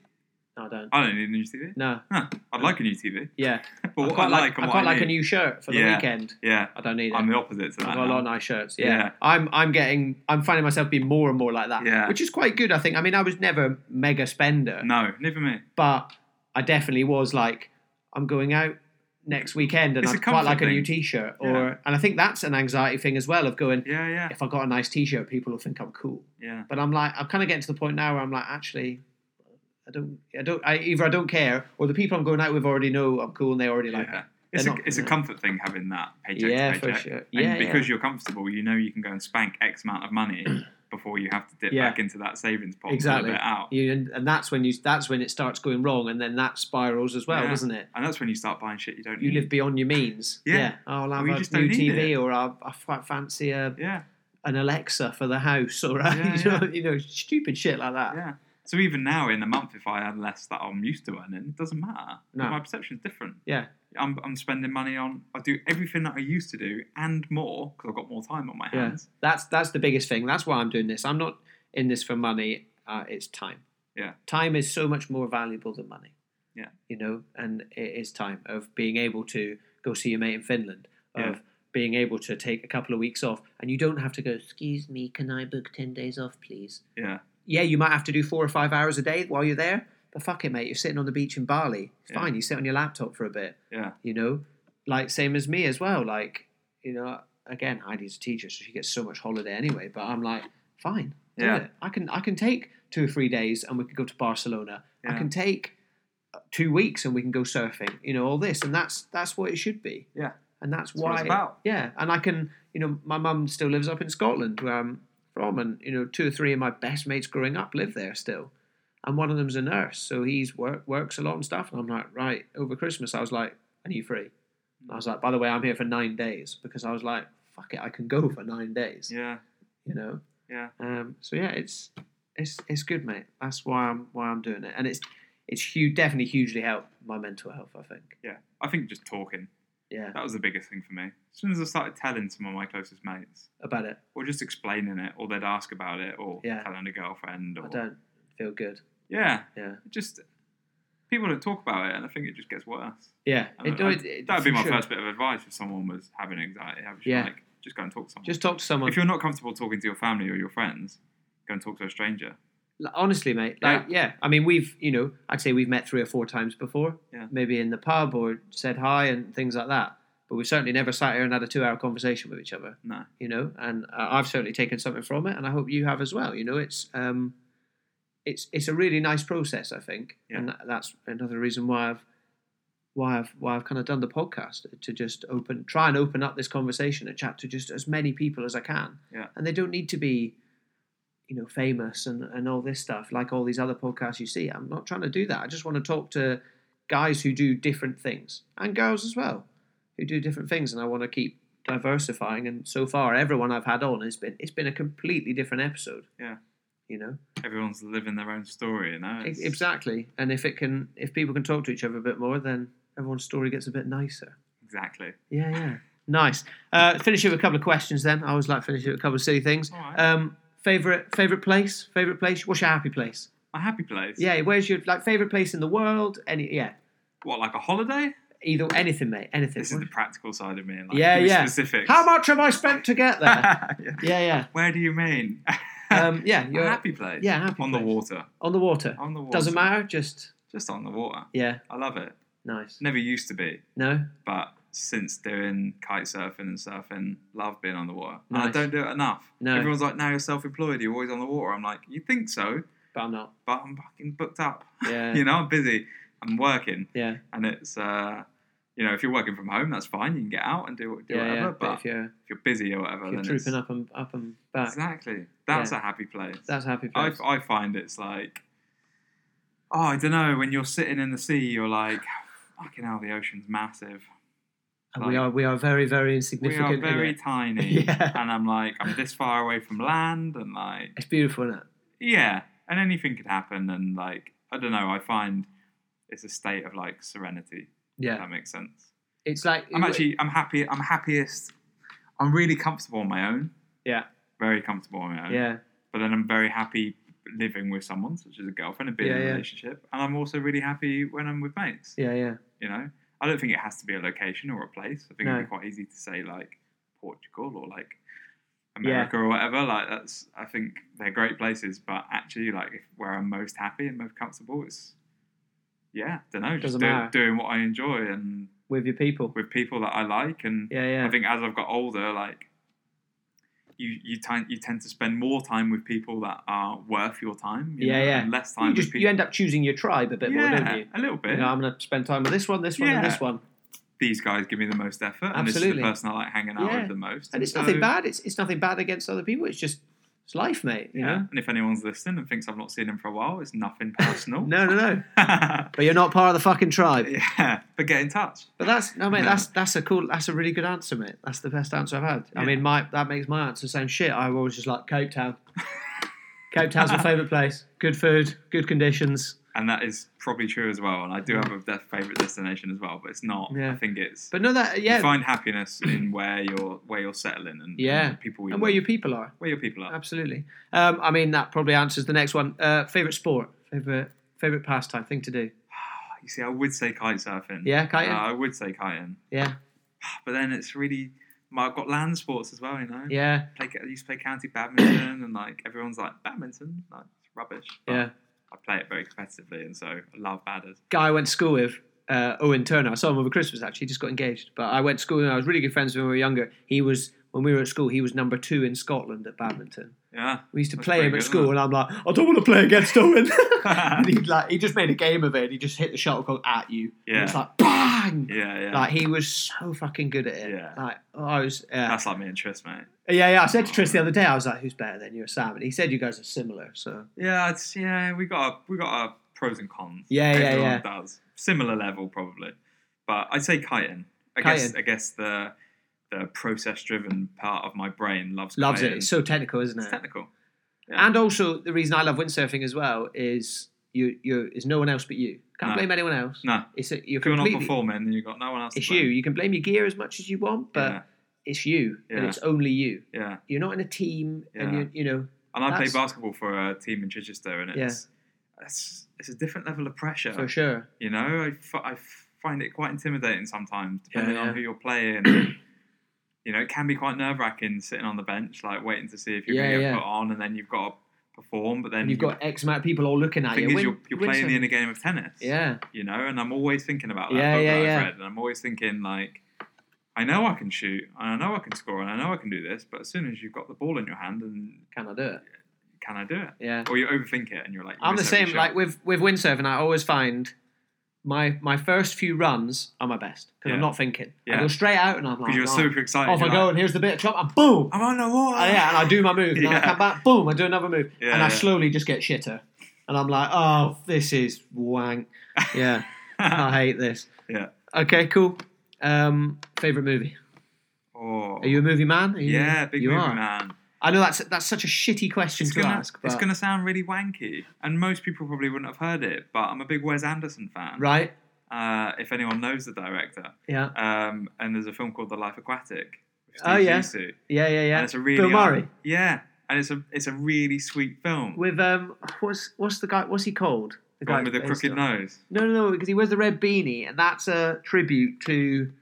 A: No, I don't.
B: I don't need a new TV.
A: No,
B: Huh, I'd like a new TV.
A: yeah.
B: (laughs) But
A: I
B: what I
A: quite
B: like, and
A: I
B: what
A: quite
B: I
A: like a
B: need-
A: new shirt for the
B: Yeah.
A: weekend.
B: Yeah,
A: I don't need it.
B: I'm the opposite to that.
A: I've got a
B: now.
A: lot of nice shirts. Yeah.
B: Yeah.
A: I'm I'm getting I'm finding myself being more and more like that.
B: Yeah.
A: Which is quite good, I think. I mean, I was never mega spender,
B: No, never me.
A: but I definitely was like, I'm going out next weekend and
B: It's
A: I'd
B: a
A: quite
B: comfort
A: like a new
B: thing.
A: t-shirt or
B: Yeah.
A: and I think that's an anxiety thing as well of going
B: Yeah, yeah,
A: if I got a nice t-shirt people will think I'm cool.
B: yeah.
A: But I'm like I'm kind of getting to the point now where I'm like actually I don't I don't I either I don't care or the people I'm going out with already know I'm cool and they already like
B: yeah.
A: that.
B: It's, a,
A: They're not-
B: it's a
A: yeah.
B: comfort thing having that paycheck
A: Yeah,
B: to
A: for
B: paycheck.
A: sure.
B: And
A: Yeah,
B: because you're comfortable, you know you can go and spank X amount
A: (clears throat)
B: of money before you have to dip
A: Yeah.
B: back into that savings pot
A: Exactly.
B: and pull it out.
A: You, and, and that's when you that's when it starts going wrong and then that spirals as well,
B: Yeah.
A: doesn't it?
B: And that's when you start buying shit you don't
A: You
B: need.
A: live beyond your means.
B: Yeah.
A: Oh, I'll
B: Well,
A: have
B: you
A: a
B: just
A: new
B: don't need
A: TV
B: it.
A: or I'll, I quite fancy a,
B: yeah,
A: an Alexa for the house (laughs) or a,
B: Yeah,
A: you, know, you know stupid shit like that.
B: yeah. So even now in a month, if I earn less that I'm used to earning, it doesn't matter.
A: No.
B: My perception's different.
A: Yeah.
B: I'm, I'm spending money on, I do everything that I used to do and more because I've got more time on my
A: Yeah.
B: hands.
A: That's that's the biggest thing. That's why I'm doing this. I'm not in this for money. Uh, it's time.
B: Yeah.
A: Time is so much more valuable than money.
B: Yeah.
A: You know, and it is time of being able to go see your mate in Finland. Of
B: Yeah.
A: being able to take a couple of weeks off, and you don't have to go. Excuse me, can I book ten days off, please?
B: Yeah.
A: Yeah, you might have to do four or five hours a day while you're there, but fuck it, mate. You're sitting on the beach in Bali. It's
B: Yeah.
A: fine. You sit on your laptop for a bit
B: Yeah.
A: you know, like same as me as well. Like, you know, again, Heidi's a teacher, so she gets so much holiday anyway. But I'm like, fine, do
B: Yeah.
A: it. I can I can take two or three days, and we could go to Barcelona. I
B: Yeah.
A: can take uh, two weeks, and we can go surfing. You know, all this, and that's that's what it should be.
B: Yeah.
A: and that's,
B: That's
A: why.
B: what it's about.
A: Yeah, and I can, you know, my mum still lives up in Scotland where I'm from, and you know, two or three of my best mates growing up live there still and one of them's a nurse, so he's work, works a lot and stuff. And I'm like, right, over Christmas, I was like, I need free. And
B: Mm.
A: I was like, by the way, I'm here for nine days because I was like, fuck it, I can go for nine days,
B: Yeah.
A: you know.
B: Yeah.
A: Um, so yeah, it's it's it's good, mate. That's why I'm why I'm doing it, and it's it's huge, definitely hugely helped my mental health. I think.
B: Yeah. I think just talking.
A: Yeah,
B: That was the biggest thing for me. As soon as I started telling some of my closest mates,
A: about it,
B: or just explaining it, or they'd ask about it, or
A: Yeah.
B: telling a girlfriend, or
A: I don't feel good.
B: yeah,
A: Yeah,
B: it just people don't talk about it, and I think it just gets worse.
A: yeah.
B: And
A: It-
B: I-
A: it- it-
B: That'd be
A: for
B: my
A: sure.
B: first bit of advice if someone was having anxiety. I was just
A: Yeah.
B: like, just go and talk to someone.
A: Just talk to someone.
B: if you're not comfortable talking to your family or your friends, go and talk to a stranger.
A: Like, honestly, mate. Like, yeah. I mean, we've you know, I'd say we've met three or four times before.
B: Yeah.
A: Maybe in the pub or said hi and things like that. But we've certainly never sat here and had a two-hour conversation with each other.
B: No,
A: You know, and uh, I've certainly taken something from it, and I hope you have as well. You know, it's um, it's it's a really nice process, I think,
B: Yeah.
A: and that- that's another reason why I've why I've why I've kind of done the podcast to just open, try and open up this conversation and chat to just as many people as I can.
B: Yeah.
A: and they don't need to be, you know, famous and and all this stuff like all these other podcasts you see. I'm not trying to do that. I just want to talk to guys who do different things and girls as well who do different things, and I want to keep diversifying. And so far, everyone I've had on has been it's been a completely different episode.
B: Yeah.
A: you know
B: Everyone's living their own story, you know.
A: E-
B: It's-
A: exactly and if it can if people can talk to each other a bit more then everyone's story gets a bit nicer
B: Exactly.
A: yeah yeah nice uh, finish it with a couple of questions then i always like to finish it with a couple of silly things
B: All right.
A: um, favorite favorite place favorite place what's your happy place
B: A happy place.
A: yeah where's your like favorite place in the world any yeah
B: What, like a holiday?
A: either anything mate anything
B: This is the practical side of me. Like,
A: yeah
B: give me
A: yeah
B: Specifics.
A: how
B: (laughs)
A: much have i spent to get there
B: Yeah.
A: yeah yeah
B: Where do you mean? (laughs)
A: um, yeah
B: a
A: you're
B: happy place.
A: yeah, happy
B: on the
A: place.
B: water.
A: on the water
B: On the water.
A: doesn't matter just
B: Just on the water.
A: yeah
B: I love it.
A: nice
B: Never used to be,
A: no
B: but since doing kite surfing and surfing, love being on the water. And I
A: Nice.
B: don't do it enough.
A: No.
B: Everyone's like, now you're self-employed. You're always on the water. I'm like, you think so?
A: but i'm not
B: But I'm fucking booked up. (laughs)
A: yeah
B: you know, I'm busy. I'm working,
A: yeah
B: and it's uh, you know, if you're working from home, that's fine. You can get out and do, do
A: yeah,
B: whatever.
A: yeah.
B: But
A: But if you're,
B: if you're busy or whatever,
A: if you're
B: then it's,
A: trooping up and up and back,
B: exactly. That's
A: Yeah.
B: a happy place.
A: that's a happy
B: I,
A: place.
B: I find it's like, oh, I don't know. When you're sitting in the sea, you're like, fucking hell, the ocean's massive.
A: and we
B: like-
A: are we are very very
B: We are
A: insignificant. in
B: very
A: it.
B: tiny,
A: (laughs) Yeah.
B: and I'm like, I'm this far away from land, and like,
A: It's beautiful, isn't it?
B: yeah, and anything could happen, and like, I don't know. I find it's a state of like serenity. If
A: Yeah,
B: that makes sense.
A: it's like
B: I'm actually I'm happy I'm happiest I'm really comfortable on my own.
A: Yeah.
B: Very comfortable on my own.
A: yeah
B: But then I'm very happy living with someone, such as a girlfriend, and being in
A: Yeah,
B: a
A: yeah.
B: relationship. And I'm also really happy when I'm with mates.
A: yeah yeah
B: You know? I don't think it has to be a location or a place. I think
A: No.
B: it'd be quite easy to say like Portugal or like America or whatever. Like that's I think they're great places, but actually like if, where I'm most happy and most comfortable it's yeah, don't know, just
A: Doesn't
B: do,
A: matter.
B: doing what I enjoy and
A: with your people.
B: with people that I like and
A: Yeah yeah
B: I think as I've got older, like you you tend you tend to spend more time with people that are worth your time. you
A: Yeah,
B: know,
A: yeah.
B: And less time
A: you just
B: with people.
A: you end up choosing your tribe a bit more,
B: yeah,
A: don't you?
B: a little bit.
A: You know, I'm going to spend time with this one, this one, and
B: Yeah.
A: this one.
B: These guys give me the most effort, and this is the
A: Absolutely.
B: person I like hanging out
A: Yeah.
B: with the most.
A: And it's
B: so-
A: nothing bad. It's it's nothing bad against other people. It's just it's life, mate. You
B: Yeah. And if anyone's listening and thinks I've not seen him for a while, it's nothing personal.
A: know. (laughs) No no no. But you're not part of the fucking tribe.
B: (laughs) yeah, but get in touch.
A: But that's no, mate.
B: No.
A: That's that's a cool. That's a really good answer, mate. That's the best answer I've had. I
B: Yeah.
A: mean, my that makes my answer sound shit. I always just like Cape Town. Cape Town's my favourite place. Good food, good conditions.
B: And that is probably true as well. And I do have a def- favorite destination as well, but it's not. I
A: Yeah.
B: think it's
A: But no, that
B: you
A: yeah,
B: find happiness in where you're where you're settling and
A: Yeah.
B: and the people you
A: and where
B: love.
A: your people are.
B: where your people are.
A: Absolutely. Um, I mean, that probably answers the next one. Uh, favourite sport, favourite favourite pastime, thing to do.
B: You see, I would say kite surfing.
A: Yeah,
B: Uh,
A: kiting.
B: I would say kiting,
A: yeah,
B: but then it's really I've got land sports as well. You know,
A: yeah,
B: Play, I used to play county badminton, and like everyone's like badminton, like it's rubbish. But
A: yeah.
B: I play it very competitively, and so I love badders.
A: guy I went to school with, uh, Owen Turner. I saw him over Christmas actually, he just got engaged. But I went to school and I was really good friends when we were younger. He was when we were at school, he was number two in Scotland at badminton.
B: Yeah,
A: We used to
B: That's
A: play
B: pretty
A: him at
B: good,
A: school,
B: isn't
A: and I'm like, I don't want to play against
B: (laughs)
A: Owen. and he like he just made a game of it. And he just hit the shuttlecock at you.
B: Yeah.
A: and it's like bang.
B: yeah, yeah.
A: Like he was so fucking good at it.
B: Yeah.
A: Like oh, I was. Yeah.
B: That's like me and Tris, mate.
A: yeah, yeah. I said to Tris the other day, I was like, "Who's better than you, or Sam?" And he said, "You guys are similar." So
B: Yeah, it's yeah. We got our, we got our pros and cons.
A: Yeah, yeah,
B: Everyone
A: yeah.
B: Does similar level probably, but I'd say kiting. I guess
A: Kiting.
B: I guess the the process driven part of my brain loves
A: loves it.
B: kiting.
A: It's so technical, isn't
B: It's
A: it?
B: technical. Yeah.
A: And also, the reason I love windsurfing as well is you. You is no one else but you. Can't
B: No.
A: blame anyone else.
B: No,
A: It's a, you're
B: if you're not
A: completely.
B: performing, then you've got no one else.
A: it's
B: to blame.
A: you. You can blame your gear as much as you want, but
B: yeah,
A: it's you, and
B: Yeah.
A: it's only you.
B: yeah.
A: You're not in a team, and
B: Yeah.
A: you, you know.
B: And I play
A: That's-
B: basketball for a team in Chichester, and
A: Yeah.
B: it's it's, it's a different level of pressure.
A: For sure.
B: You know, I, f- I find it quite intimidating sometimes, depending
A: yeah.
B: on who you're playing.
A: (clears throat)
B: you know, it can be quite nerve wracking sitting on the bench, like waiting to see if you're
A: Yeah,
B: going to get
A: yeah.
B: put on, and then you've got to perform. But then
A: And you've got X amount of people all looking
B: the
A: at
B: thing
A: you.
B: is,
A: Win-
B: you're, you're playing
A: windsurfing.
B: in a game of tennis.
A: Yeah,
B: You know, and I'm always thinking about that.
A: Yeah,
B: book
A: yeah,
B: that I've
A: yeah.
B: read, and I'm always thinking like. I know I can shoot, and I know I can score, and I know I can do this. But as soon as you've got the ball in your hand, and
A: can I do it?
B: can I do it?
A: Yeah.
B: Or you overthink it, and you're like, you
A: I'm the
B: miss every
A: same.
B: shot.
A: Like with with windsurfing, I always find my my first few runs are my best because
B: Yeah.
A: I'm not thinking.
B: Yeah.
A: I go straight out, and I'm like,
B: because you're
A: "Right,
B: super excited.
A: off I
B: you're
A: go,
B: like,
A: and here's the bit of chop, and
B: (laughs)
A: boom,
B: I'm on the water.
A: And Oh, yeah, and I do my move, and then I
B: Yeah.
A: come back, boom, I do another move,
B: Yeah,
A: and I
B: yeah.
A: slowly just get shitter, and I'm like, oh, this is
B: (laughs)
A: wank. Yeah, I hate this.
B: Yeah.
A: Okay, cool. Um, favorite movie?
B: Oh,
A: Are you a movie man? Are you-
B: yeah, big
A: you
B: movie
A: are.
B: man.
A: I know that's that's such a shitty question
B: It's
A: to
B: gonna,
A: ask.
B: it's
A: but-
B: gonna sound really wanky, and most people probably wouldn't have heard it. But I'm a big Wes Anderson fan.
A: right?
B: Uh, if anyone knows the director,
A: Yeah,
B: um, and there's a film called The Life Aquatic. with
A: Oh,
B: Steve
A: yeah.
B: Zissou.
A: yeah, yeah, yeah.
B: and it's a really
A: Bill Murray
B: yeah, and it's a it's a really sweet film.
A: with um, what's what's the guy? What's he called? The
B: The one with the
A: who plays
B: crooked
A: Doc-
B: nose.
A: No, no, no, because he wears the red beanie, and that's a tribute to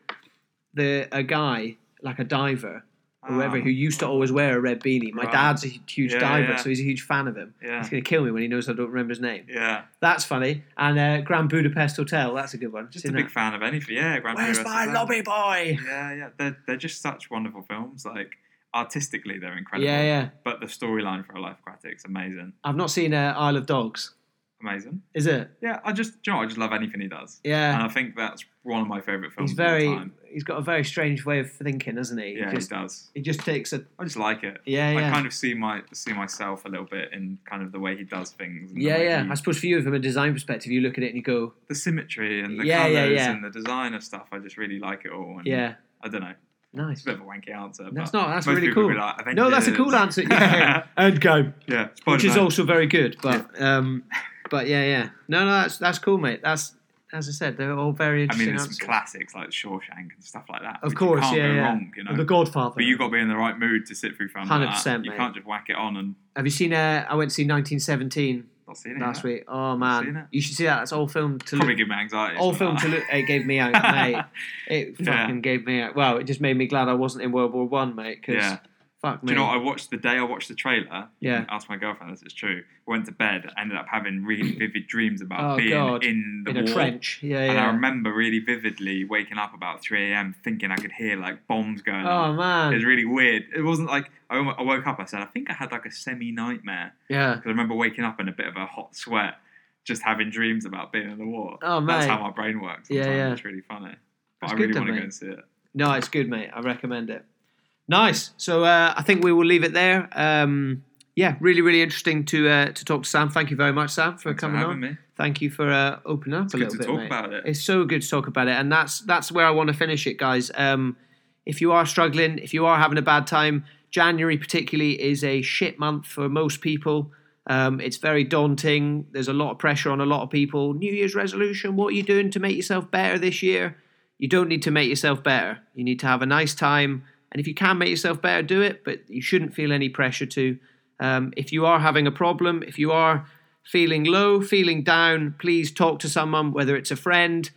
A: the a guy like a diver or whatever
B: Ah,
A: who used to always wear a red beanie. My
B: Right.
A: dad's a hu- huge
B: Yeah,
A: diver,
B: yeah.
A: so he's a huge fan of him.
B: Yeah,
A: He's gonna kill me when he knows I don't remember his name.
B: yeah.
A: That's funny. And uh, Grand Budapest Hotel, that's a good one.
B: Just
A: Seen
B: a big fan of anything. Yeah,
A: that.
B: Grand
A: Where's
B: Prix
A: my
B: Wrestling.
A: lobby boy?
B: Yeah, yeah. They're they're just such wonderful films. Like artistically, they're incredible.
A: Yeah, yeah.
B: But the storyline for A Life Aquatic's amazing,
A: I've not seen uh, Isle of Dogs.
B: amazing.
A: Is it?
B: Yeah, I just do you know what? I just love anything he does,
A: Yeah.
B: and I think that's one of my favorite films.
A: he's
B: Of all
A: very.
B: time.
A: He's got a very strange way of thinking, hasn't he?
B: Yeah,
A: he just,
B: he does.
A: he just takes a.
B: I just like it.
A: Yeah, yeah.
B: I kind of see my see myself a little bit in kind of the way he does things. And the
A: Yeah,
B: way
A: yeah.
B: he-
A: I suppose for you, from a design perspective, you look at it and you go,
B: the symmetry and the
A: Yeah,
B: colours
A: yeah, yeah.
B: and the design of stuff. I just really like it all. And
A: "Yeah,
B: I don't know. It's
A: nice."
B: a bit of a wanky answer.
A: That's
B: but
A: not- that's
B: most
A: really
B: people would
A: cool.
B: be like,
A: No, that's a
B: "Avengers."
A: cool
B: (laughs)
A: answer. Yeah, Endgame,
B: yeah.
A: which is
B: Spider-Man.
A: also very good. But um, but yeah, yeah. No, no, that's that's cool, mate. That's as I said, they're all very
B: I mean,
A: interesting
B: there's
A: answers.
B: some classics like Shawshank and stuff like that.
A: Of
B: which
A: course,
B: you can't
A: yeah,
B: go
A: yeah.
B: wrong, you know.
A: the Godfather.
B: but you got to be in the right mood to sit through films. like
A: 100%,
B: that. You
A: mate.
B: can't just whack it on and
A: Have you seen? Uh, I went to see 1917
B: not see it.
A: last
B: yeah.
A: week. Oh
B: seen
A: man,
B: it.
A: you should see that. That's all film to
B: Probably
A: look.
B: give me anxiety.
A: All film
B: something like
A: to
B: that.
A: look. It gave me out,
B: (laughs)
A: mate. It
B: Yeah.
A: fucking gave me out. Well, it just made me glad I wasn't in World War One, mate. Because
B: Yeah.
A: fuck me.
B: Do you know what? I watched the day I watched the trailer.
A: Yeah.
B: Asked my girlfriend this. It's true. Went to bed. Ended up having
A: (coughs)
B: really vivid dreams about
A: Oh,
B: being
A: God.
B: in the
A: in a
B: war.
A: trench. Yeah,
B: And I
A: yeah.
B: remember really vividly waking up about 3 a.m. thinking I could hear like bombs going
A: Oh
B: off. It
A: man.
B: was really weird. It wasn't like I, almo- I woke up. I said I think I had like a semi nightmare
A: Yeah.
B: because I remember waking up in a bit of a hot sweat, just having dreams about being in the war.
A: Oh,
B: That's
A: mate.
B: how my brain works.
A: Yeah,
B: Sometimes.
A: yeah.
B: It's really funny. But
A: That's
B: I
A: good
B: really
A: then,
B: want to
A: mate.
B: go and see it.
A: No, it's good, mate. I recommend it. Nice. So uh, I think we will leave it there. Um, yeah, really, really interesting to uh, to talk to Sam. Thank you very much, Sam, for
B: Thanks for
A: coming
B: having
A: on.
B: me.
A: Thank you for uh, opening up a
B: good
A: little
B: to
A: bit.
B: talk
A: mate.
B: about it.
A: It's so good to talk about it, and that's that's where I want to finish it, guys. Um, if you are struggling, if you are having a bad time, January particularly is a shit month for most people. Um, it's very daunting. There's a lot of pressure on a lot of people. New Year's resolution: What are you doing to make yourself better this year? You don't need to make yourself better. You need to have a nice time, and if you can make yourself better, do it. But you shouldn't feel any pressure to. Um, if you are having a problem, if you are feeling low, feeling down, please talk to someone, whether it's a friend,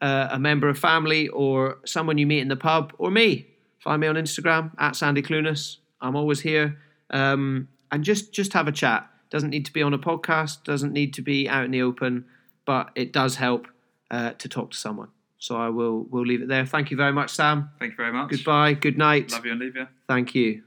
A: uh, a member of family, or someone you meet in the pub, or me. Find me on Instagram at Sandy Clunas. I'm always here, um, and just just have a chat. Doesn't need to be on a podcast. Doesn't need to be out in the open, but it does help uh, to talk to someone. So I will will leave it there. Thank you very much, Sam.
B: Thank you very much.
A: Goodbye. Good night.
B: Love you and leave you.
A: Thank you.